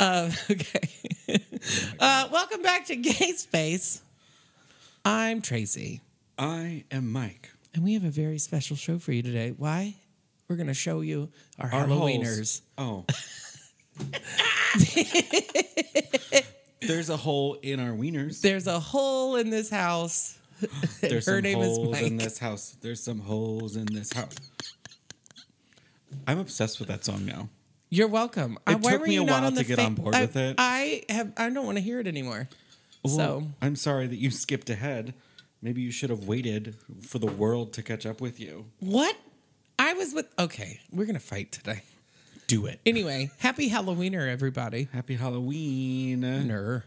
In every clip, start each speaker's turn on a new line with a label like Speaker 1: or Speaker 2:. Speaker 1: Um, okay. Uh, welcome back to Gay Space. I'm Tracy,
Speaker 2: I am Mike.
Speaker 1: and we have a very special show for you today. Why? We're going to show you our,
Speaker 2: Our
Speaker 1: Halloweeners.
Speaker 2: holes. Oh. There's a hole in our wieners.
Speaker 1: There's a hole in this house.
Speaker 2: There's
Speaker 1: Her
Speaker 2: some
Speaker 1: name is
Speaker 2: holes in
Speaker 1: Mike.
Speaker 2: this house. There's some holes in this house. I'm obsessed with that song now.
Speaker 1: You're welcome.
Speaker 2: It
Speaker 1: Uh, why
Speaker 2: took
Speaker 1: were
Speaker 2: me a
Speaker 1: you not
Speaker 2: while
Speaker 1: on
Speaker 2: to
Speaker 1: the
Speaker 2: get
Speaker 1: fa-
Speaker 2: on board
Speaker 1: I,
Speaker 2: with it.
Speaker 1: I have. I don't want to hear it anymore. so
Speaker 2: Well, I'm sorry that you skipped ahead. Maybe you should have waited for the world to catch up with you.
Speaker 1: what? I was with. Okay, we're gonna fight today.
Speaker 2: Do it.
Speaker 1: Anyway, happy Halloweener, everybody.
Speaker 2: Happy Halloween.
Speaker 1: Ner.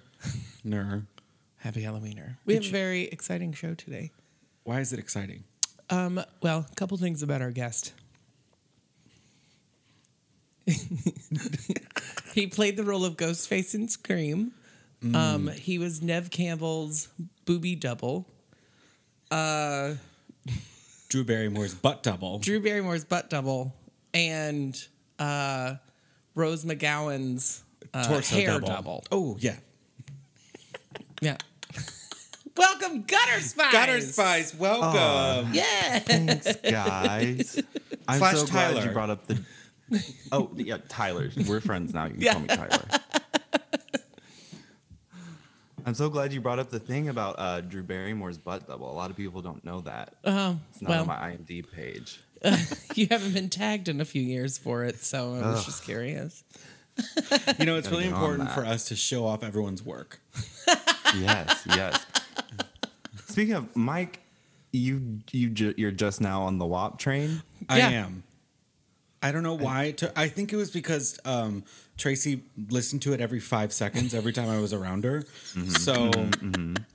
Speaker 2: Ner.
Speaker 1: Happy Halloweener. We have a very exciting show today.
Speaker 2: Why is it exciting?
Speaker 1: Um, well, a couple things about our guest. he played the role of Ghostface in Scream.
Speaker 2: Mm.
Speaker 1: Um, he was Nev Campbell's booby double,
Speaker 2: Drew Barrymore's butt double.
Speaker 1: Drew Barrymore's butt double, and uh, Rose McGowan's uh, hair double.
Speaker 2: Oh, yeah.
Speaker 1: Yeah. Welcome, Gutter Spies.
Speaker 2: Gutter Spies, welcome.
Speaker 1: Yeah.
Speaker 3: Thanks, guys. I'm
Speaker 2: Slash
Speaker 3: so glad
Speaker 2: Tyler.
Speaker 3: you brought up the. Oh yeah, Tyler. We're friends now. You can
Speaker 1: Yeah.
Speaker 3: call me Tyler. I'm so glad you brought up the thing about uh, Drew Barrymore's butt double. A lot of people don't know that. it's not
Speaker 1: Uh-huh. well.
Speaker 3: on my IMDb page.
Speaker 1: you haven't been tagged in a few years for it, so I was just curious.
Speaker 2: You know, it's really
Speaker 3: Oh, get on
Speaker 2: important
Speaker 3: that.
Speaker 2: for us to show off everyone's work.
Speaker 3: Yes, yes. Speaking of Mike, you you ju- you're just now on the WAP train.
Speaker 2: I
Speaker 1: Yeah.
Speaker 2: am. I don't know why. To, I think it was because um, Tracy listened to it every five seconds every time I was around her.
Speaker 3: Mm-hmm.
Speaker 2: So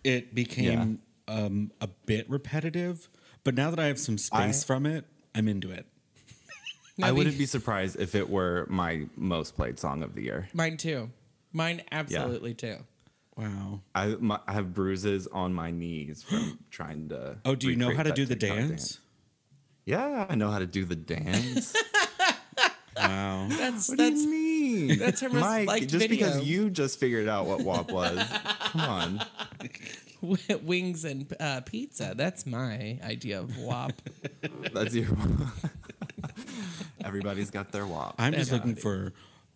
Speaker 2: it became um, a bit repetitive. But now that I have some space
Speaker 3: I-
Speaker 2: from it, I'm into it.
Speaker 3: I
Speaker 1: Maybe-
Speaker 3: wouldn't be surprised if it were my most played song of the year.
Speaker 1: Mine too. Mine absolutely too.
Speaker 2: Wow.
Speaker 3: I, my, I have bruises on my knees from trying to.
Speaker 2: Oh, do you know
Speaker 3: recreate
Speaker 2: how to
Speaker 3: that
Speaker 2: do the
Speaker 3: TikTok
Speaker 2: dance?
Speaker 3: Yeah, I know how to do the dance.
Speaker 2: Wow.
Speaker 1: That's
Speaker 3: what do
Speaker 1: that's
Speaker 3: you mean?
Speaker 1: that's her most
Speaker 3: Mike,
Speaker 1: liked
Speaker 3: just because
Speaker 1: video.
Speaker 3: you just figured out what WAP was. come on.
Speaker 1: wings and uh, pizza. That's my idea of WAP.
Speaker 3: That's your. Everybody's got their WAP.
Speaker 2: I'm just looking for.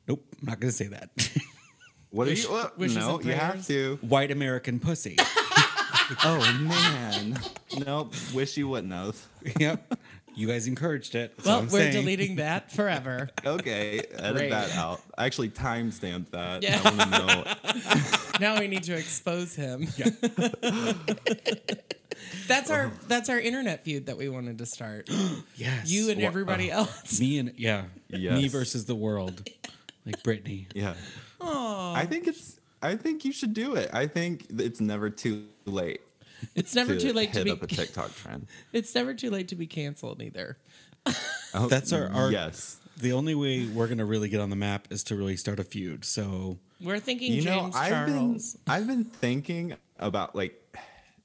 Speaker 2: Nope, I'm not going to say that.
Speaker 3: What are
Speaker 1: Wish-
Speaker 3: you? what?
Speaker 1: wishes
Speaker 3: no,
Speaker 1: and
Speaker 3: you have
Speaker 1: prayers.
Speaker 3: to.
Speaker 2: White American pussy.
Speaker 3: Oh, man. nope. Wish you wouldn't have.
Speaker 2: yep. You guys encouraged it. That's all
Speaker 1: well,
Speaker 2: I'm
Speaker 1: we're
Speaker 2: saying.
Speaker 1: deleting that forever.
Speaker 3: Okay, edit
Speaker 1: Great.
Speaker 3: that out. I actually timestamped that.
Speaker 1: Yeah.
Speaker 3: I want to know
Speaker 1: now we need to expose him. that's our that's our internet feud that we wanted to start.
Speaker 2: Yes.
Speaker 1: You and
Speaker 3: Wha-
Speaker 1: everybody else.
Speaker 2: me and yeah, me
Speaker 3: Yes.
Speaker 2: versus the world, like Britney.
Speaker 3: Yeah. I think it's. I think you should do it. I think it's never too late.
Speaker 1: It's never too late to
Speaker 3: hit
Speaker 1: be.
Speaker 3: up a TikTok trend.
Speaker 1: It's never too late to be canceled either.
Speaker 3: Oh,
Speaker 2: That's our- our-
Speaker 3: yes.
Speaker 2: The only way we're gonna really get on the map is to really start a feud. So
Speaker 1: We're thinking
Speaker 3: You know,
Speaker 1: James
Speaker 3: I've been
Speaker 1: Charles.
Speaker 3: I've been thinking about like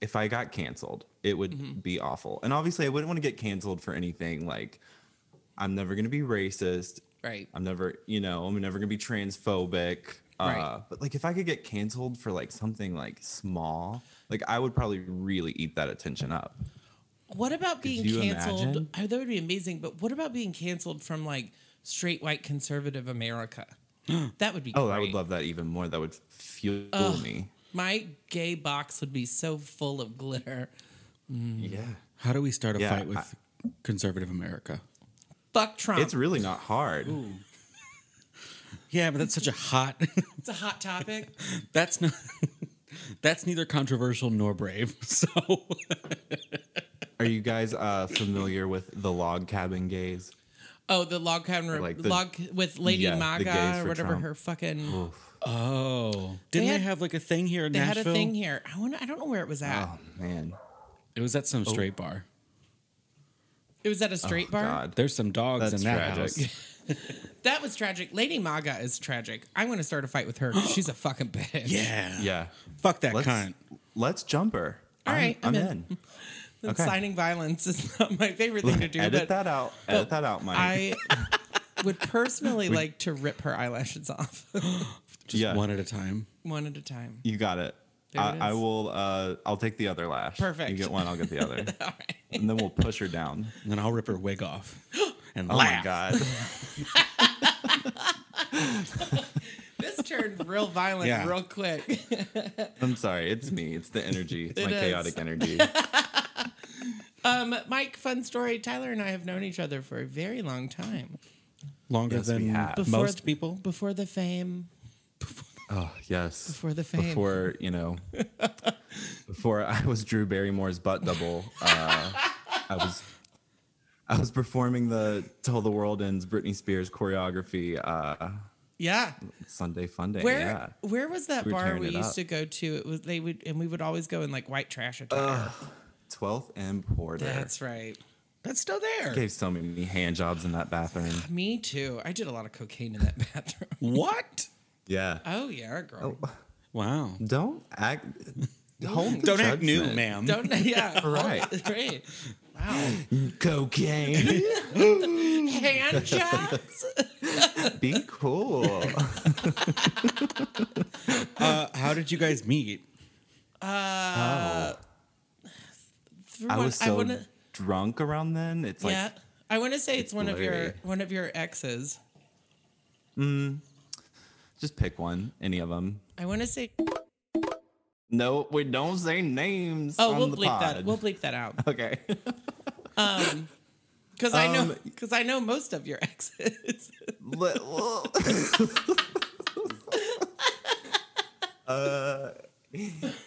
Speaker 3: if I got canceled, it would
Speaker 1: Mm-hmm.
Speaker 3: be awful. And obviously, I wouldn't want to get canceled for anything. Like, I'm never gonna be racist.
Speaker 1: Right.
Speaker 3: I'm never, you know, I'm never gonna be transphobic. Uh,
Speaker 1: Right.
Speaker 3: But like, if I could get canceled for like something like small, like I would probably really eat that attention up.
Speaker 1: What about being
Speaker 3: you
Speaker 1: canceled?
Speaker 3: imagine?
Speaker 1: Oh, that would be amazing. But what about being canceled from like straight white conservative America? that would be.
Speaker 3: Oh,
Speaker 1: great.
Speaker 3: I would love that even more. That would fuel me.
Speaker 1: My gay box would be so full of glitter.
Speaker 3: Yeah.
Speaker 2: how do we start a
Speaker 3: Yeah,
Speaker 2: fight with conservative America?
Speaker 1: Fuck Trump.
Speaker 3: It's really not hard.
Speaker 2: Yeah, but that's such a hot.
Speaker 1: It's a hot topic.
Speaker 2: that's not. That's neither controversial nor brave. So
Speaker 3: Are you guys uh, familiar with the log cabin gays?
Speaker 1: Oh, the log cabin re-
Speaker 3: Like the-
Speaker 1: log with Lady
Speaker 3: yeah, the
Speaker 1: Maga
Speaker 3: gays
Speaker 1: or
Speaker 3: for
Speaker 1: whatever
Speaker 3: Trump.
Speaker 1: her fucking.
Speaker 2: oh, didn't they,
Speaker 1: had-
Speaker 2: have like a thing here in
Speaker 1: They
Speaker 2: Nashville?
Speaker 1: had a thing here. I wonder. I don't know where it was at.
Speaker 3: Oh man.
Speaker 2: It was at some straight bar.
Speaker 1: It was at a straight bar.
Speaker 3: Oh, God.
Speaker 2: There's some dogs in
Speaker 3: That's
Speaker 2: that
Speaker 3: tragic.
Speaker 2: house.
Speaker 1: That was tragic. Lady Maga is tragic. I'm going to start a fight with her. 'cause She's a fucking bitch.
Speaker 2: Yeah.
Speaker 3: Yeah.
Speaker 2: Fuck that
Speaker 3: Let's
Speaker 2: cunt.
Speaker 3: let's jump her.
Speaker 1: All
Speaker 3: I'm,
Speaker 1: right, I'm
Speaker 3: I'm,
Speaker 1: in.
Speaker 3: in.
Speaker 1: And
Speaker 3: Okay.
Speaker 1: Signing violence is not my favorite thing to do. but
Speaker 3: Edit that out. Edit that out, Mike.
Speaker 1: I would personally like to rip her eyelashes off
Speaker 2: Just
Speaker 3: Yeah.
Speaker 2: one at a time.
Speaker 1: one at a time.
Speaker 3: You got it.
Speaker 1: There it
Speaker 3: I, I
Speaker 1: is.
Speaker 3: will. Uh, I'll take the other lash.
Speaker 1: Perfect.
Speaker 3: You get one. I'll get the other,
Speaker 1: All right.
Speaker 3: and then we'll push her down.
Speaker 2: And then I'll rip her wig off and
Speaker 3: Oh
Speaker 2: laugh.
Speaker 3: my god.
Speaker 1: This turned real violent
Speaker 2: Yeah.
Speaker 1: real quick.
Speaker 3: I'm sorry. It's me. It's the energy. It's
Speaker 1: It
Speaker 3: my
Speaker 1: is.
Speaker 3: chaotic energy.
Speaker 1: Um, Mike, fun story. Tyler and I have known each other for a very long time.
Speaker 2: Longer
Speaker 3: Yes, we
Speaker 2: than
Speaker 3: have.
Speaker 1: Before-
Speaker 2: most people.
Speaker 1: Before the fame.
Speaker 3: Oh yes.
Speaker 1: Before the fame.
Speaker 3: Before you know. before I was Drew Barrymore's butt double. Uh, I was. I was performing the "Till the World Ends" Britney Spears choreography uh,
Speaker 1: Yeah.
Speaker 3: Sunday Funday.
Speaker 1: Where
Speaker 3: yeah.
Speaker 1: where was that
Speaker 3: We were
Speaker 1: bar
Speaker 3: tearing
Speaker 1: we
Speaker 3: it
Speaker 1: used
Speaker 3: up.
Speaker 1: to go to? It was they would and we would always go in like white trash attire.
Speaker 3: 12th and Porter.
Speaker 1: That's right.
Speaker 2: That's still there.
Speaker 3: Gave so many hand jobs in that bathroom.
Speaker 1: Me too. I did a lot of cocaine in that bathroom.
Speaker 2: What?
Speaker 3: Yeah.
Speaker 1: Oh yeah, girl.
Speaker 2: Wow.
Speaker 3: Don't act. Hold
Speaker 2: Don't act new,
Speaker 3: judgment.
Speaker 2: ma'am.
Speaker 1: Don't yeah.
Speaker 3: Right.
Speaker 1: Great. Wow.
Speaker 3: Cocaine.
Speaker 1: Hand jobs.
Speaker 3: Be cool.
Speaker 2: Uh, how did you guys meet?
Speaker 1: Uh,
Speaker 3: oh, I was so
Speaker 1: wanna,
Speaker 3: drunk around then. It's like
Speaker 1: yeah. I want to say it's, one of your
Speaker 3: blurry.
Speaker 1: one of your exes.
Speaker 3: just pick one, any of them.
Speaker 1: I want to say. oh,
Speaker 3: No, we don't say names.
Speaker 1: Oh,
Speaker 3: on
Speaker 1: we'll
Speaker 3: the
Speaker 1: bleep that.
Speaker 3: pod.
Speaker 1: We'll bleep that out
Speaker 3: okay.
Speaker 1: because I know
Speaker 3: Um,
Speaker 1: because I know most of your exes.
Speaker 3: Let- well- uh,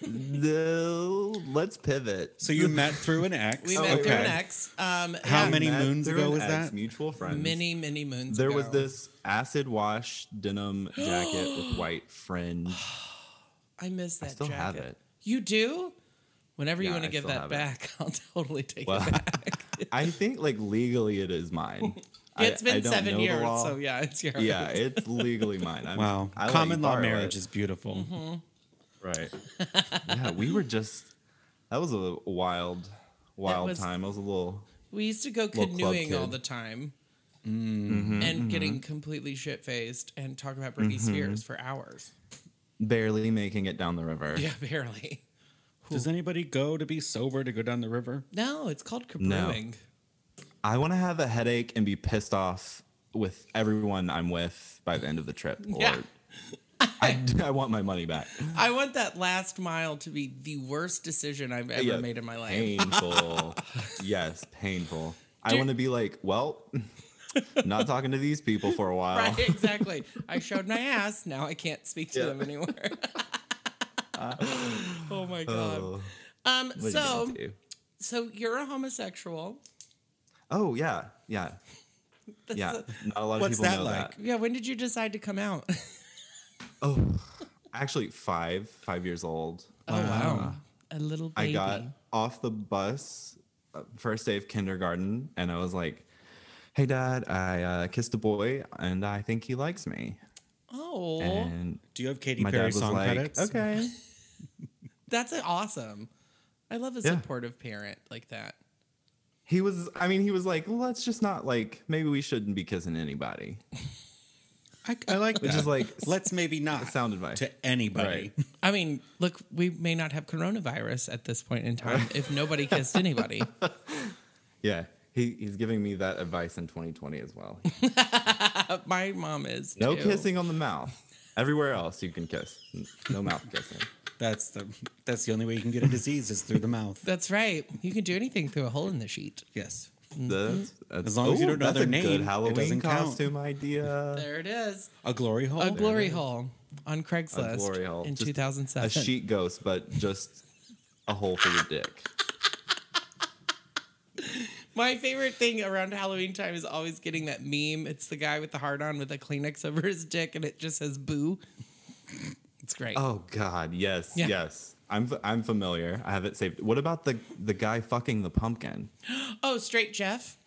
Speaker 3: no, let's pivot.
Speaker 2: So you met through an ex.
Speaker 1: We met through an
Speaker 2: Okay.
Speaker 1: ex. Um,
Speaker 2: How
Speaker 1: yeah,
Speaker 2: many
Speaker 3: Met
Speaker 2: moons
Speaker 3: through
Speaker 2: ago
Speaker 3: an
Speaker 2: was
Speaker 3: ex,
Speaker 2: that?
Speaker 3: Mutual friends.
Speaker 1: Many many moons.
Speaker 3: There was
Speaker 1: ago.
Speaker 3: this acid wash denim jacket with white fringe.
Speaker 1: I miss that.
Speaker 3: still
Speaker 1: jacket.
Speaker 3: have it.
Speaker 1: You do. Whenever you
Speaker 3: Yeah,
Speaker 1: want to
Speaker 3: I
Speaker 1: give
Speaker 3: still
Speaker 1: that
Speaker 3: have it.
Speaker 1: back, I'll totally take
Speaker 3: Well,
Speaker 1: it back.
Speaker 3: I think like legally it is mine.
Speaker 1: It's
Speaker 3: I- I
Speaker 1: been
Speaker 3: don't know
Speaker 1: seven
Speaker 3: the
Speaker 1: years,
Speaker 3: law.
Speaker 1: so yeah, it's yours.
Speaker 3: yeah, it's legally mine. I'm,
Speaker 2: Wow.
Speaker 3: I let
Speaker 2: Common
Speaker 3: you
Speaker 2: law
Speaker 3: borrow
Speaker 2: marriage
Speaker 3: it. Mm-hmm.
Speaker 2: is beautiful.
Speaker 3: right. yeah, we were just. That was a wild, wild
Speaker 1: was-
Speaker 3: time. I was a little.
Speaker 1: We used to go
Speaker 3: club
Speaker 1: canoeing all
Speaker 3: kid. Mm-hmm.
Speaker 1: the time. and getting completely shit faced and talk about Britney Spears for hours.
Speaker 3: barely making it down the river.
Speaker 1: Yeah, barely.
Speaker 2: Does anybody go to be sober to go down the river?
Speaker 1: No, it's called cabrewing.
Speaker 3: No. I want to have a headache and be pissed off with everyone I'm with by the end of the trip. Or
Speaker 1: Yeah.
Speaker 3: I, I want my money back.
Speaker 1: I want that last mile to be the worst decision I've ever
Speaker 3: Yeah,
Speaker 1: made in my life.
Speaker 3: Painful. yes, painful. I
Speaker 1: Dude.
Speaker 3: want to be like, well, not talking to these people for a while.
Speaker 1: Right, exactly. I showed my ass. Now I can't speak to
Speaker 3: Yeah.
Speaker 1: them anymore. oh my god.
Speaker 3: Oh,
Speaker 1: um.
Speaker 3: what are you gonna
Speaker 1: So,
Speaker 3: do?
Speaker 1: so you're a homosexual.
Speaker 3: oh yeah, yeah,
Speaker 1: That's
Speaker 3: yeah.
Speaker 1: a-
Speaker 3: Not a lot of
Speaker 2: What's
Speaker 3: people
Speaker 2: that
Speaker 3: know
Speaker 2: like?
Speaker 3: that.
Speaker 1: yeah. When did you decide to come out?
Speaker 3: Oh, actually, five, five years old.
Speaker 1: Oh wow. A little
Speaker 3: I
Speaker 1: baby.
Speaker 3: got off the bus uh, first day of kindergarten, and I was like, "Hey, Dad, I uh, kissed a boy, and I think he likes me."
Speaker 1: oh,
Speaker 3: And
Speaker 2: Do you have Katy
Speaker 3: my dad
Speaker 2: Perry
Speaker 3: was
Speaker 2: song
Speaker 3: like,
Speaker 2: credits?
Speaker 3: "Okay,
Speaker 1: that's awesome. I love a
Speaker 3: Yeah.
Speaker 1: supportive parent like that.
Speaker 3: He was, I mean, he was like, let's just not like, maybe we shouldn't be kissing anybody.
Speaker 2: I, I like that.
Speaker 3: Which is like,
Speaker 2: let's maybe not
Speaker 3: sound advice.
Speaker 2: to anybody.
Speaker 3: Right.
Speaker 1: I mean, look, we may not have coronavirus at this point in time if nobody kissed anybody.
Speaker 3: yeah. He, he's giving me that advice in 2020 as well.
Speaker 1: Uh, my mom is
Speaker 3: No
Speaker 1: too.
Speaker 3: kissing on the mouth. Everywhere else you can kiss. No mouth kissing.
Speaker 2: That's the that's the only way you can get a disease is through the mouth.
Speaker 1: That's right. You can do anything through a hole in the sheet.
Speaker 2: Yes.
Speaker 3: That's, that's,
Speaker 2: Mm-hmm. As long as you
Speaker 3: ooh,
Speaker 2: don't know
Speaker 3: that's
Speaker 2: their
Speaker 3: a
Speaker 2: name,
Speaker 3: good
Speaker 2: it
Speaker 3: Halloween
Speaker 2: doesn't count.
Speaker 3: costume idea.
Speaker 1: There it is.
Speaker 2: A glory hole.
Speaker 1: A Oh, glory hole on Craigslist
Speaker 3: glory hole.
Speaker 1: in
Speaker 3: Just
Speaker 1: 2007.
Speaker 3: a sheet ghost, but just a hole for your dick.
Speaker 1: My favorite thing around Halloween time is always getting that meme. It's the guy with the heart on with a Kleenex over his dick and it just says boo. It's great.
Speaker 3: Oh God, yes,
Speaker 1: Yeah.
Speaker 3: yes. I'm f- I'm familiar. I have it saved. What about the the guy fucking the pumpkin?
Speaker 1: oh, straight Jeff.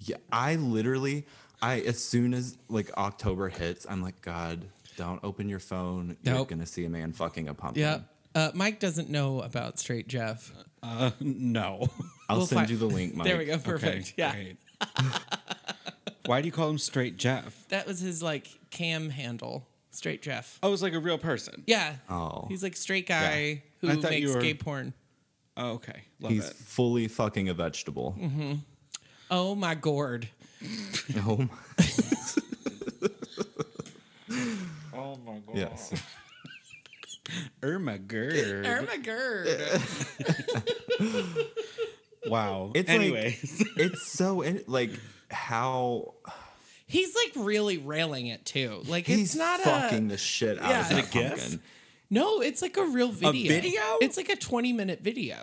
Speaker 3: Yeah, I literally, I as soon as like October hits, I'm like, God, don't open your phone. You're
Speaker 1: Nope.
Speaker 3: gonna see a man fucking a pumpkin.
Speaker 1: Yeah. Uh, Mike doesn't know about straight Jeff.
Speaker 2: Uh, no.
Speaker 3: I'll
Speaker 1: We'll
Speaker 3: send
Speaker 1: fi-
Speaker 3: you the link, Mike.
Speaker 1: There we go. Perfect.
Speaker 2: Okay,
Speaker 1: yeah.
Speaker 2: great. Why do you call him Straight Jeff?
Speaker 1: That was his like cam handle, straight Jeff.
Speaker 2: Oh, it's like a real person.
Speaker 1: Yeah.
Speaker 3: Oh.
Speaker 1: He's like straight guy
Speaker 2: I
Speaker 1: who
Speaker 2: thought you
Speaker 1: makes
Speaker 2: were-
Speaker 1: gay porn.
Speaker 2: Oh, okay. Love
Speaker 3: He's
Speaker 2: it.
Speaker 3: fully fucking a vegetable.
Speaker 1: Oh my gourd.
Speaker 3: Oh my.
Speaker 2: Oh my god.
Speaker 3: Yes.
Speaker 2: Irma Gerd.
Speaker 1: Oh my gourd.
Speaker 2: Wow.
Speaker 3: It's like-
Speaker 2: Anyways.
Speaker 3: it's so in, like how
Speaker 1: He's like really railing it too. Like
Speaker 3: he's
Speaker 1: it's not
Speaker 3: fucking
Speaker 1: a
Speaker 3: the shit out
Speaker 1: Yeah.
Speaker 3: of
Speaker 1: Is it a
Speaker 3: that
Speaker 2: gif?
Speaker 3: pumpkin.
Speaker 1: no. It's like a real video.
Speaker 2: video?
Speaker 1: It's like a twenty minute video.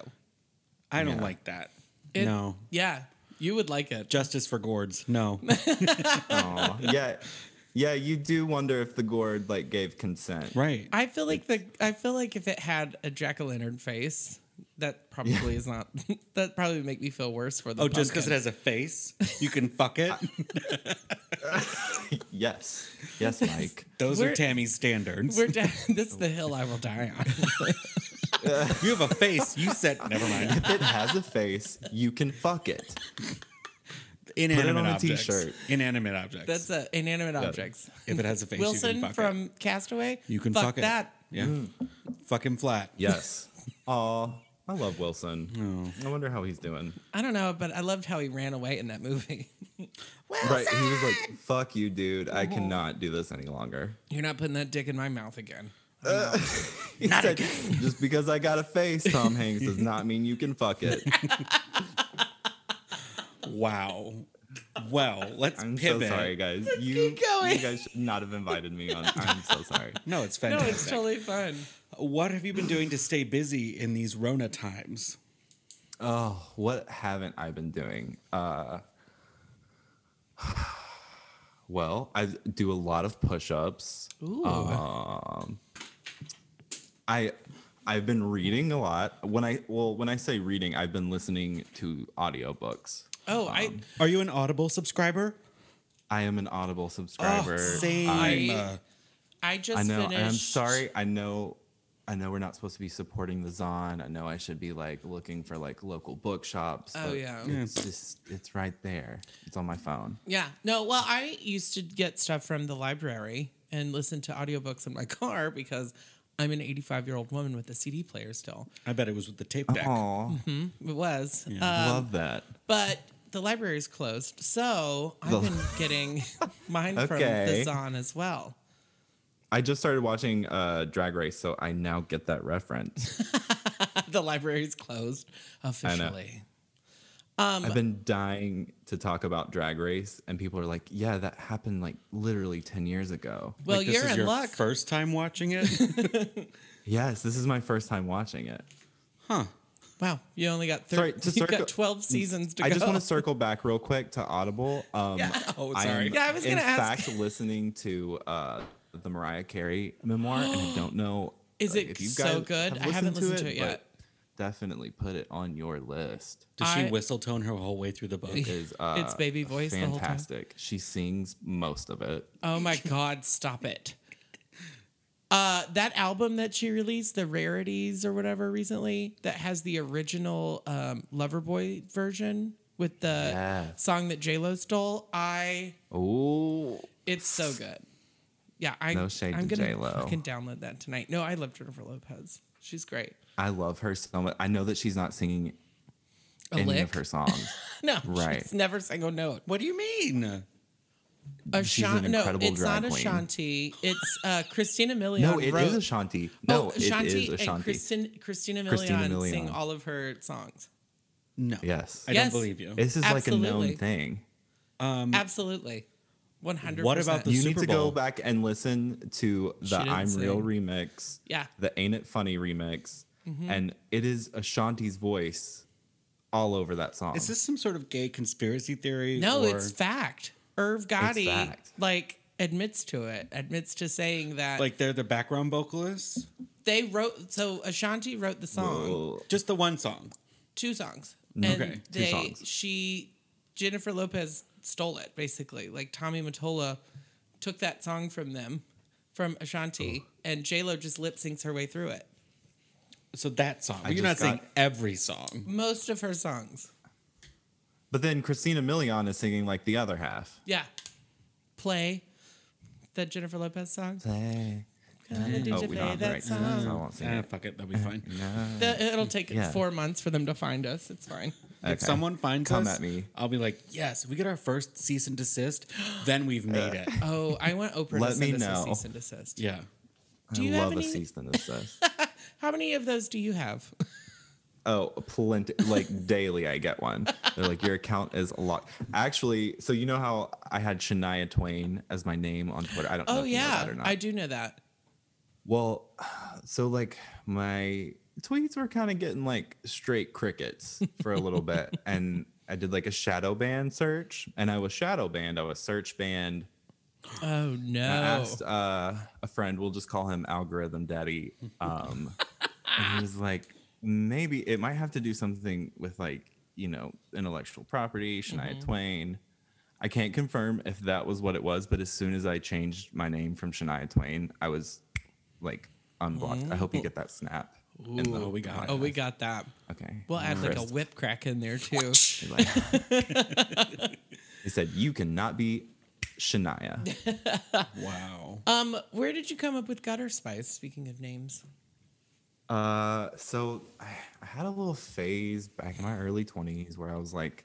Speaker 2: I don't
Speaker 3: Yeah.
Speaker 2: like that.
Speaker 1: It-
Speaker 2: no.
Speaker 1: Yeah, you would like it.
Speaker 2: Justice for Gourds. No.
Speaker 3: Aw, yeah, yeah. You do wonder if the gourd like gave consent.
Speaker 2: right.
Speaker 1: I feel like the I feel like if it had a jack o' lantern face, that probably is not. that probably would make me feel worse for the.
Speaker 2: oh, just because it
Speaker 1: pumpkin.
Speaker 2: has a face, you can fuck it.
Speaker 3: Yes, yes, Mike.
Speaker 2: Those are
Speaker 1: We're-
Speaker 2: Tammy's standards.
Speaker 1: We're down, this is the hill I will die on.
Speaker 2: You have a face. You said never mind.
Speaker 3: if it has a face, you can fuck it.
Speaker 2: Inanimate
Speaker 3: on a
Speaker 2: objects.
Speaker 3: t-shirt.
Speaker 2: Inanimate objects.
Speaker 1: That's uh, inanimate
Speaker 3: it.
Speaker 1: objects.
Speaker 2: if it has a face, you can
Speaker 1: Wilson
Speaker 2: fuck it.
Speaker 1: from Castaway.
Speaker 2: You can
Speaker 1: fuck,
Speaker 2: fuck it.
Speaker 1: that.
Speaker 2: Yeah. Fuck him flat.
Speaker 3: Yes. Aw, I love Wilson. I wonder how he's doing.
Speaker 1: I don't know, but I loved how he ran away in that movie.
Speaker 3: Right? He was like, "Fuck you, dude. I cannot do this any longer."
Speaker 1: You're not putting that dick in my mouth again.
Speaker 3: He's like, Just because I got a face, Tom Hanks, does not mean you can fuck it.
Speaker 2: Wow. Well, let's
Speaker 3: I'm so
Speaker 2: pivot.
Speaker 3: sorry, guys. You,
Speaker 1: keep going.
Speaker 3: you guys should not have invited me on. I'm so sorry.
Speaker 2: No, it's
Speaker 1: No,
Speaker 2: fantastic.
Speaker 1: it's totally fun.
Speaker 2: What have you been doing to stay busy in these Rona times?
Speaker 3: Oh, what haven't I been doing? Uh, well, I do a lot of push-ups.
Speaker 1: Ooh.
Speaker 3: Uh, I I've been reading a lot. When I well, when I say reading, I've been listening to audiobooks.
Speaker 1: oh, I
Speaker 3: um,
Speaker 2: Are you an Audible subscriber?
Speaker 3: I am an Audible Oh, subscriber.
Speaker 2: same.
Speaker 1: I-
Speaker 2: Uh,
Speaker 1: I just
Speaker 3: I know,
Speaker 1: finished.
Speaker 3: and I'm sorry. I know, I know we're not supposed to be supporting the Zon. I know I should be like looking for like local bookshops.
Speaker 1: Oh,
Speaker 3: but
Speaker 1: yeah. Yeah.
Speaker 3: it's just it's right there. It's on my phone.
Speaker 1: Yeah. No, well, I used to get stuff from the library and listen to audiobooks in my car because I'm an 85 year old woman with a CD player still.
Speaker 2: I bet it was with the tape deck.
Speaker 3: Oh,
Speaker 1: It was. Uh,
Speaker 3: love that.
Speaker 1: but the library is closed. So I've
Speaker 3: The-
Speaker 1: been getting mine from the
Speaker 3: Okay.
Speaker 1: Zon as well.
Speaker 3: I just started watching uh, Drag Race, so I now get that reference.
Speaker 1: The library's closed
Speaker 3: know.
Speaker 1: officially. Um,
Speaker 3: I've been dying to talk about Drag Race, and people are like, "Yeah, that happened like literally ten years ago."
Speaker 1: Well,
Speaker 2: Like, this
Speaker 1: you're
Speaker 2: is
Speaker 1: in
Speaker 2: your
Speaker 1: luck.
Speaker 2: First time watching it?
Speaker 3: Yes, this is my first time watching it.
Speaker 1: wow. You only got
Speaker 3: Sorry,
Speaker 1: three.
Speaker 3: to
Speaker 1: You've
Speaker 3: circle-
Speaker 1: got 12 seasons to
Speaker 3: I
Speaker 1: go.
Speaker 3: just want to circle back real quick to Audible. Um,
Speaker 2: Oh,
Speaker 3: I
Speaker 2: sorry.
Speaker 3: am,
Speaker 1: Yeah, I was
Speaker 3: in
Speaker 1: gonna ask.
Speaker 3: fact listening to uh, the Mariah Carey memoir, and I don't know.
Speaker 1: Is it so good?
Speaker 3: have
Speaker 1: I haven't listened to it
Speaker 3: but
Speaker 1: yet.
Speaker 3: Definitely put it on your list.
Speaker 2: Does she
Speaker 1: I-
Speaker 2: whistle tone her whole way through the book?
Speaker 1: Yeah.
Speaker 3: Is uh,
Speaker 1: It's baby voice the whole time.
Speaker 3: Fantastic. She sings most of it.
Speaker 1: Oh my God, stop it. Uh, that album that she released, the rarities or whatever recently, that has the original um, Loverboy version with the
Speaker 3: Yeah.
Speaker 1: song that J Lo stole. I,
Speaker 3: Oh,
Speaker 1: it's so good. Yeah, I,
Speaker 3: No shade
Speaker 1: I'm
Speaker 3: to
Speaker 1: gonna
Speaker 3: J.Lo.
Speaker 1: fucking download that tonight. No, I love Jennifer Lopez. She's great.
Speaker 3: I love her so much. I know that she's not singing
Speaker 1: A
Speaker 3: any
Speaker 1: lick.
Speaker 3: of her songs.
Speaker 1: No,
Speaker 3: Right.
Speaker 1: She's never sang a note.
Speaker 2: What do you mean?
Speaker 3: an
Speaker 1: Ashanti. No,
Speaker 3: incredible
Speaker 1: it's not
Speaker 3: drag queen.
Speaker 1: Ashanti. It's uh, Christina Milian.
Speaker 3: no, it is
Speaker 1: wrote-
Speaker 3: Ashanti. No,
Speaker 1: oh, Ashanti
Speaker 3: it is
Speaker 1: and
Speaker 3: Ashanti.
Speaker 1: Kristen, Christina Milian,
Speaker 3: Christina
Speaker 1: sing
Speaker 3: Milian.
Speaker 1: all of her songs.
Speaker 2: No.
Speaker 3: Yes.
Speaker 2: I
Speaker 1: Yes.
Speaker 2: don't believe you.
Speaker 3: This is like a
Speaker 1: Absolutely.
Speaker 3: known thing.
Speaker 1: Absolutely. 100%.
Speaker 2: Um, What about the
Speaker 3: you
Speaker 2: Super
Speaker 3: need to
Speaker 2: Bowl.
Speaker 3: go back and listen to the
Speaker 1: didn't
Speaker 3: I'm Real
Speaker 1: sing.
Speaker 3: remix.
Speaker 1: Yeah. Mm-hmm.
Speaker 3: The Ain't It Funny remix. And it is Ashanti's voice all over that song.
Speaker 2: Is this some sort of gay conspiracy theory?
Speaker 1: No,
Speaker 2: or-
Speaker 1: it's fact. Irv Gotti
Speaker 3: fact.
Speaker 1: like admits to it. Admits to saying that
Speaker 2: like they're the background vocalists?
Speaker 1: they wrote so Ashanti wrote the song,
Speaker 3: Whoa.
Speaker 2: Just the one song.
Speaker 1: two songs. And
Speaker 2: Okay,
Speaker 3: two
Speaker 1: they
Speaker 3: songs.
Speaker 1: she Jennifer Lopez stole it basically. Like Tommy Mottola took that song from them from Ashanti and J-Lo just lip syncs her way through it.
Speaker 2: So that song. You're not
Speaker 3: just
Speaker 2: saying
Speaker 3: got-
Speaker 2: every song.
Speaker 1: Most of her songs.
Speaker 3: But then Christina Milian is singing like the other half.
Speaker 1: Yeah. Play that Jennifer Lopez song.
Speaker 3: Play.
Speaker 1: Come and did
Speaker 3: Oh,
Speaker 1: you
Speaker 3: we
Speaker 1: play
Speaker 3: don't.
Speaker 1: that
Speaker 3: Right.
Speaker 1: song? Uh,
Speaker 3: I won't sing
Speaker 2: Ah,
Speaker 3: it.
Speaker 2: fuck it, that'll be fine.
Speaker 1: The- it'll take
Speaker 3: Yeah.
Speaker 1: four months for them to find us. It's fine.
Speaker 3: Okay.
Speaker 2: If someone finds
Speaker 3: Come
Speaker 2: us,
Speaker 3: at me.
Speaker 2: I'll be like, yes, if we get our first cease and desist, then we've made
Speaker 3: Uh.
Speaker 2: it.
Speaker 1: Oh, I want Oprah
Speaker 3: Let
Speaker 1: to
Speaker 3: me
Speaker 1: send us
Speaker 3: know.
Speaker 1: a cease and desist.
Speaker 2: Yeah.
Speaker 1: Do you
Speaker 3: I
Speaker 1: have
Speaker 3: love
Speaker 1: any-
Speaker 3: a cease and desist.
Speaker 1: How many of those do you have?
Speaker 3: Oh, plenty. Like daily, I get one. They're like, your account is locked. Actually, so you know how I had Shania Twain as my name on Twitter. I don't know
Speaker 1: Oh
Speaker 3: if you know
Speaker 1: yeah,
Speaker 3: that or not.
Speaker 1: I do know that.
Speaker 3: Well, so like my tweets were kind of getting like straight crickets for a little bit, and I did like a shadow ban search, and I was shadow banned. I was search banned.
Speaker 1: Oh
Speaker 3: I
Speaker 1: no.
Speaker 3: asked uh, a friend, we'll just call him Algorithm Daddy. Um, and he was like, maybe it might have to do something with like, you know, intellectual property, Shania
Speaker 1: Mm-hmm.
Speaker 3: Twain. I can't confirm if that was what it was, but as soon as I changed my name from Shania Twain, I was like unblocked. I hope you get that snap. in the
Speaker 2: Ooh, we got it.
Speaker 1: Oh, we got that.
Speaker 3: Okay.
Speaker 1: We'll add like a
Speaker 3: First,
Speaker 1: whip crack in there too.
Speaker 3: he's like- he said, You cannot be Shania.
Speaker 2: Wow.
Speaker 1: Um, where did you come up with gutter spice? Speaking of names,
Speaker 3: Uh, so I, I had a little phase back in my early 20s where I was like,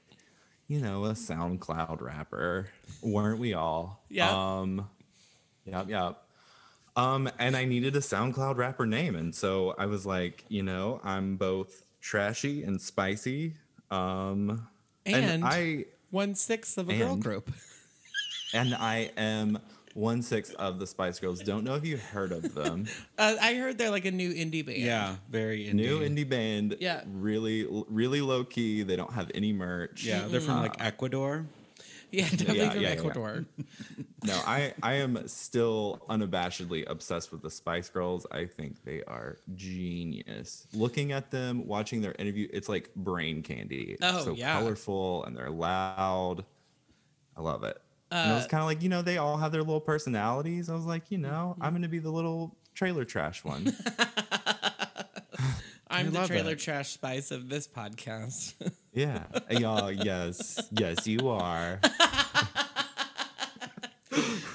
Speaker 3: you know, a SoundCloud rapper, weren't we all?
Speaker 1: Yeah.
Speaker 3: Um, yep, yep. Um, and I needed a SoundCloud rapper name, and so I was like, you know, I'm both trashy and spicy. Um,
Speaker 1: And-
Speaker 3: I
Speaker 1: one sixth of a girl
Speaker 3: And-
Speaker 1: group.
Speaker 3: and I am one sixth of the Spice Girls. Don't know if you heard of them.
Speaker 1: Uh, I heard they're like a new indie band.
Speaker 2: Yeah, very indie.
Speaker 3: new indie band.
Speaker 1: Yeah.
Speaker 3: Really, really low key. They don't have any merch.
Speaker 2: Yeah, they're from like Ecuador.
Speaker 1: yeah, definitely
Speaker 3: Yeah,
Speaker 1: from
Speaker 3: yeah, yeah.
Speaker 1: Ecuador.
Speaker 3: No, I, I am still unabashedly obsessed with the Spice Girls. I think they are genius. Looking at them, watching their interview, it's like brain candy. It's
Speaker 1: Oh,
Speaker 3: so
Speaker 1: yeah.
Speaker 3: colorful and they're loud. I love it. and I
Speaker 1: Uh,
Speaker 3: was kind of like, you know, they all have their little personalities. I was like, you know,
Speaker 1: Mm-hmm.
Speaker 3: I'm going to be the little trailer trash one.
Speaker 1: I'm
Speaker 2: I
Speaker 1: the
Speaker 2: love
Speaker 1: trailer
Speaker 2: it.
Speaker 1: trash spice of this podcast.
Speaker 3: yeah. Y'all, yes. Yes, you are.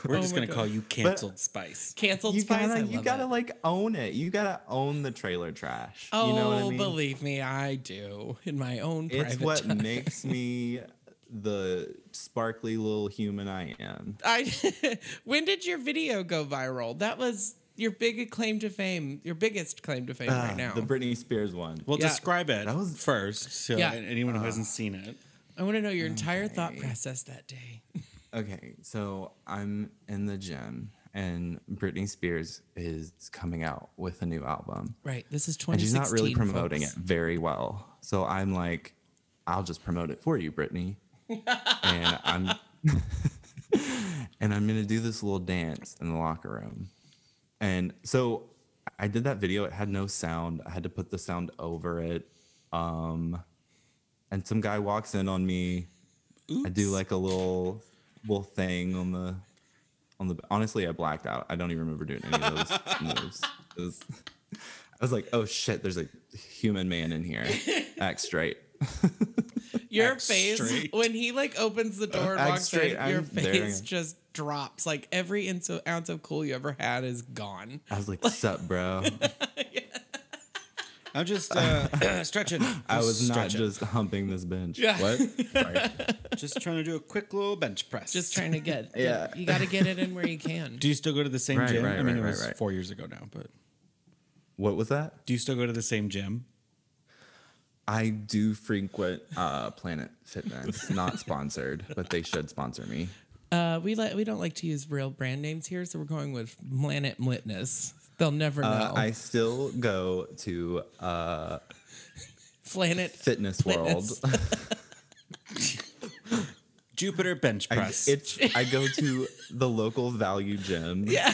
Speaker 2: We're
Speaker 1: Oh
Speaker 2: just
Speaker 1: my
Speaker 2: gonna
Speaker 1: God.
Speaker 2: call you canceled spice.
Speaker 1: Canceled
Speaker 3: you
Speaker 1: spice. I
Speaker 3: gotta,
Speaker 1: love
Speaker 3: you gotta
Speaker 1: it.
Speaker 3: like own it. You gotta own the trailer trash.
Speaker 1: Oh,
Speaker 3: you know what I mean?
Speaker 1: believe me, I do in my own
Speaker 3: it's
Speaker 1: private
Speaker 3: what
Speaker 1: time.
Speaker 3: makes me the sparkly little human I am.
Speaker 1: I when did your video go viral? That was your big claim to fame, your biggest claim to fame
Speaker 3: Ah,
Speaker 1: right now.
Speaker 3: The Britney Spears one.
Speaker 2: Well,
Speaker 1: Yeah.
Speaker 2: describe it
Speaker 3: That was- Uh.
Speaker 2: first so
Speaker 1: Yeah.
Speaker 2: anyone who hasn't seen it.
Speaker 1: I want to know your entire thought process that day.
Speaker 3: okay, so I'm in the gym and Britney Spears is coming out with a new album.
Speaker 1: Right. This is
Speaker 3: and she's
Speaker 1: 2016.
Speaker 3: not really promoting
Speaker 1: folks.
Speaker 3: it very well. So I'm like, I'll just promote it for you, Brittany. and I'm and I'm gonna do this little dance in the locker room. And so I did that video. It had no sound. I had to put the sound over it. Um, and some guy walks in on me. I do like a little little thing on the on the. Honestly, I blacked out. I don't even remember doing any of those moves. It was- I was like, oh shit, there's a human man in here. Act straight.
Speaker 1: Your
Speaker 2: Act
Speaker 1: face
Speaker 2: straight.
Speaker 1: when he like opens the door and
Speaker 3: Act
Speaker 1: walks
Speaker 3: straight,
Speaker 1: in, your
Speaker 3: I'm
Speaker 1: face
Speaker 3: there.
Speaker 1: just drops. Like every inch of- ounce of cool you ever had is gone.
Speaker 3: I was like, sup, bro.
Speaker 2: I'm just uh, stretching.
Speaker 3: I was not
Speaker 2: stretching.
Speaker 3: just humping this bench.
Speaker 1: Yeah.
Speaker 3: What? Sorry.
Speaker 2: just trying to do a quick little bench press.
Speaker 1: Just trying to get.
Speaker 3: Yeah.
Speaker 1: You got to get it in where you can.
Speaker 2: Do you still go to the same
Speaker 3: Right,
Speaker 2: gym?
Speaker 3: right,
Speaker 2: I mean,
Speaker 3: right,
Speaker 2: it
Speaker 3: right,
Speaker 2: was
Speaker 3: right.
Speaker 2: four years ago now, but
Speaker 3: What was that?
Speaker 2: do you still go to the same gym?
Speaker 3: I do frequent uh, Planet Fitness, not sponsored, but they should sponsor me.
Speaker 1: Uh, we let we don't like to use real brand names here, so we're going with Planet Witness. They'll never know.
Speaker 3: Uh, I still go to uh,
Speaker 1: Planet
Speaker 3: Fitness World.
Speaker 1: Fitness.
Speaker 2: Jupiter bench
Speaker 3: I,
Speaker 2: press.
Speaker 3: it's I go to the local value gym.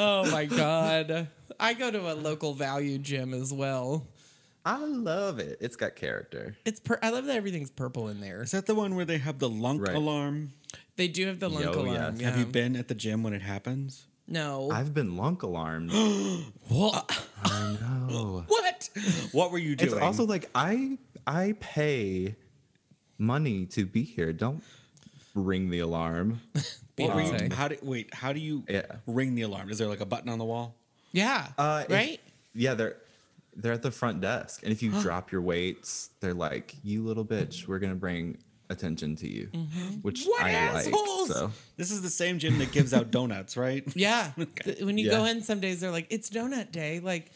Speaker 1: Oh my god. I go to a local value gym as well.
Speaker 3: I love it. It's got character.
Speaker 1: It's per- I love that everything's purple in there.
Speaker 2: Is that the one where they have the lunk
Speaker 3: Right.
Speaker 2: alarm?
Speaker 1: They do have the lunk
Speaker 3: Yo,
Speaker 1: alarm.
Speaker 3: yes.
Speaker 1: yeah.
Speaker 2: Have you been at the gym when it happens?
Speaker 1: No.
Speaker 3: I've been lunk alarmed. Oh,
Speaker 1: Wha-
Speaker 3: I know.
Speaker 1: what?
Speaker 2: What were you doing?
Speaker 3: It's also like I I pay money to be here. Don't ring the alarm.
Speaker 2: What were
Speaker 1: Beyonce.
Speaker 2: you, how do, wait, how do you
Speaker 3: Yeah.
Speaker 2: ring the alarm? Is there like a button on the wall?
Speaker 1: Yeah.
Speaker 3: Uh, if-
Speaker 1: right?
Speaker 3: yeah, they're they're at the front desk, and if you drop your weights, they're like, "You little bitch, we're gonna bring attention to you," which
Speaker 1: Mm-hmm. What
Speaker 3: I
Speaker 1: assholes!
Speaker 3: like. So
Speaker 2: This is the same gym that gives out donuts, right?
Speaker 1: Yeah. Th- When you go
Speaker 3: Yeah.
Speaker 1: in some days they're like it's donut day like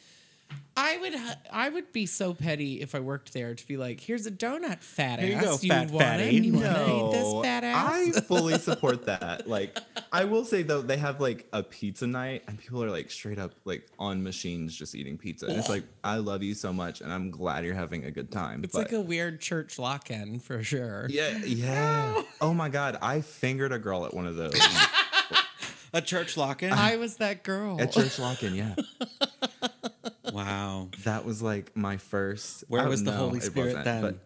Speaker 1: I would h- I would be so petty if I worked there to be like here's a donut fat
Speaker 2: Here you
Speaker 1: ass.
Speaker 2: go, fat
Speaker 1: wanna-
Speaker 2: fatty."
Speaker 1: You want to eat
Speaker 3: No,
Speaker 1: this fat ass?
Speaker 3: I fully support that. Like, I will say though, they have like a pizza night, and people are like straight up like on machines just eating pizza. And it's like, I love you so much, and I'm glad you're having a good time.
Speaker 1: it's
Speaker 3: but-
Speaker 1: like a weird church lock-in for sure.
Speaker 3: yeah, yeah. Oh my god, I fingered a girl at one of those
Speaker 2: A church lock in?
Speaker 1: I was that girl.
Speaker 3: at church lock-in. Yeah,
Speaker 2: wow.
Speaker 3: that was like my first.
Speaker 2: Where
Speaker 3: I
Speaker 2: was the
Speaker 3: don't know,
Speaker 2: Holy
Speaker 3: it
Speaker 2: Spirit
Speaker 3: wasn't,
Speaker 2: then?
Speaker 3: but-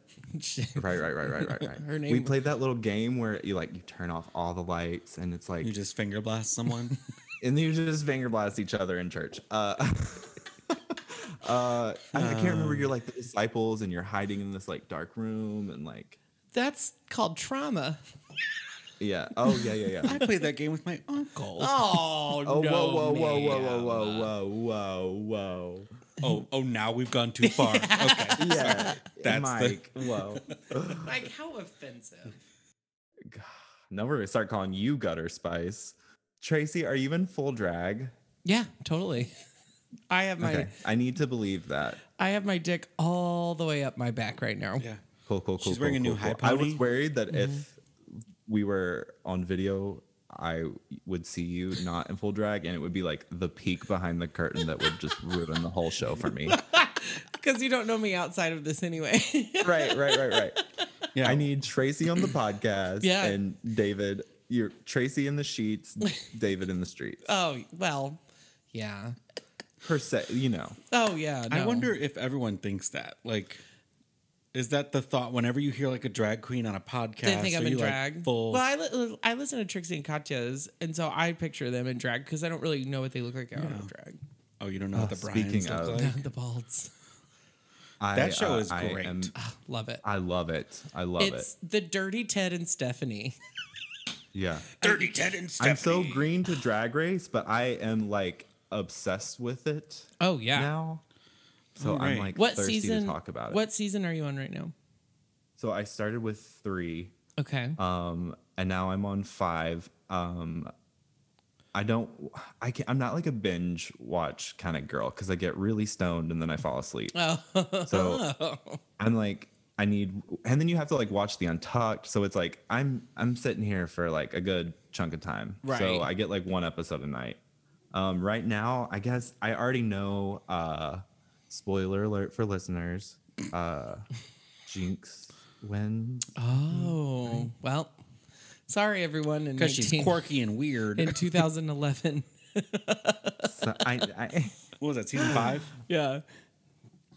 Speaker 3: right, right, right, right, right, right.
Speaker 1: Her
Speaker 3: we
Speaker 1: name-
Speaker 3: played that little game where you like you turn off all the lights, and it's like
Speaker 2: you just finger blast someone?
Speaker 3: and you just finger blast each other in church. Uh, uh, I, I can't remember.
Speaker 2: Um.
Speaker 3: You're like the disciples, and you're hiding in this like dark room, and like
Speaker 1: That's called trauma.
Speaker 3: yeah. Oh yeah, yeah, yeah.
Speaker 2: I played that game with my uncle. Oh,
Speaker 1: Oh,
Speaker 3: Oh
Speaker 1: no.
Speaker 3: whoa, whoa, whoa, whoa, whoa,
Speaker 1: ma'am.
Speaker 3: whoa, whoa, whoa, whoa.
Speaker 2: oh, now we've gone too far. Okay.
Speaker 3: Yeah,
Speaker 2: That's the-
Speaker 3: Mike. Whoa.
Speaker 1: Like how offensive.
Speaker 3: Now we're gonna start calling you Gutter Spice. Tracy, are you in full drag?
Speaker 1: Yeah, totally. I have my
Speaker 3: Okay, I need to believe that.
Speaker 1: I have my dick all the way up my back right now.
Speaker 2: Yeah.
Speaker 3: Cool, cool, cool.
Speaker 2: She's
Speaker 3: cool,
Speaker 2: wearing a new
Speaker 3: cool,
Speaker 2: high
Speaker 3: cool. I was
Speaker 2: pony.
Speaker 3: worried that if we were on video, I would see you not in full drag, and it would be like the peek behind the curtain that would just ruin the whole show for me.
Speaker 1: Because you don't know me outside of this anyway.
Speaker 3: right, right, right, right.
Speaker 2: Yeah.
Speaker 3: I need Tracy on the podcast,
Speaker 1: Yeah.
Speaker 3: and David. You're Tracy in the sheets, David in the streets.
Speaker 1: oh, well, yeah.
Speaker 3: Per se, you know.
Speaker 1: Oh, yeah.
Speaker 2: I
Speaker 1: no.
Speaker 2: wonder if everyone thinks that. Like, is that the thought whenever you hear like a drag queen on a podcast?
Speaker 1: They think
Speaker 2: are
Speaker 1: I'm in
Speaker 2: you, like,
Speaker 1: drag.
Speaker 2: full.
Speaker 1: Well, I, li- I listen to Trixie and Katya's, and so I picture them in drag because I don't really know what they look like out of drag.
Speaker 2: oh, you don't know what the Brian's
Speaker 3: Uh, speaking
Speaker 2: look
Speaker 3: of-
Speaker 2: like?
Speaker 1: Yeah, the balds.
Speaker 3: I, uh,
Speaker 2: That show is
Speaker 3: I
Speaker 2: great.
Speaker 1: Ah, Love it.
Speaker 3: I love it. I love
Speaker 1: It's
Speaker 3: it.
Speaker 1: the Dirty Ted and Stephanie.
Speaker 3: Yeah.
Speaker 2: Dirty Ted and Stephanie.
Speaker 3: I'm so green to Drag Race, but I am like obsessed with it
Speaker 1: Oh,
Speaker 2: Ah.
Speaker 1: yeah.
Speaker 3: now. So
Speaker 2: Oh,
Speaker 3: I'm
Speaker 2: right.
Speaker 3: like
Speaker 1: what
Speaker 3: thirsty
Speaker 1: season?
Speaker 3: to talk about it.
Speaker 1: What season are you on right now?
Speaker 3: So I started with three,
Speaker 1: Okay.
Speaker 3: um, and now I'm on five. Um, I don't. I can I'm not like a binge watch kind of girl because I get really stoned and then I fall asleep.
Speaker 1: oh.
Speaker 3: So I'm like, I need, and then you have to like watch the Untucked. So it's like I'm I'm sitting here for like a good chunk of time.
Speaker 1: Right.
Speaker 3: So I get like one episode a night. Um, right now, I guess I already know. Uh, spoiler alert for listeners. Uh, Jinx wins.
Speaker 1: oh. Well, sorry, everyone. In
Speaker 2: because she's
Speaker 1: 19
Speaker 2: quirky and weird.
Speaker 1: in 2011.
Speaker 3: So I, I
Speaker 2: what was that season five?
Speaker 1: yeah.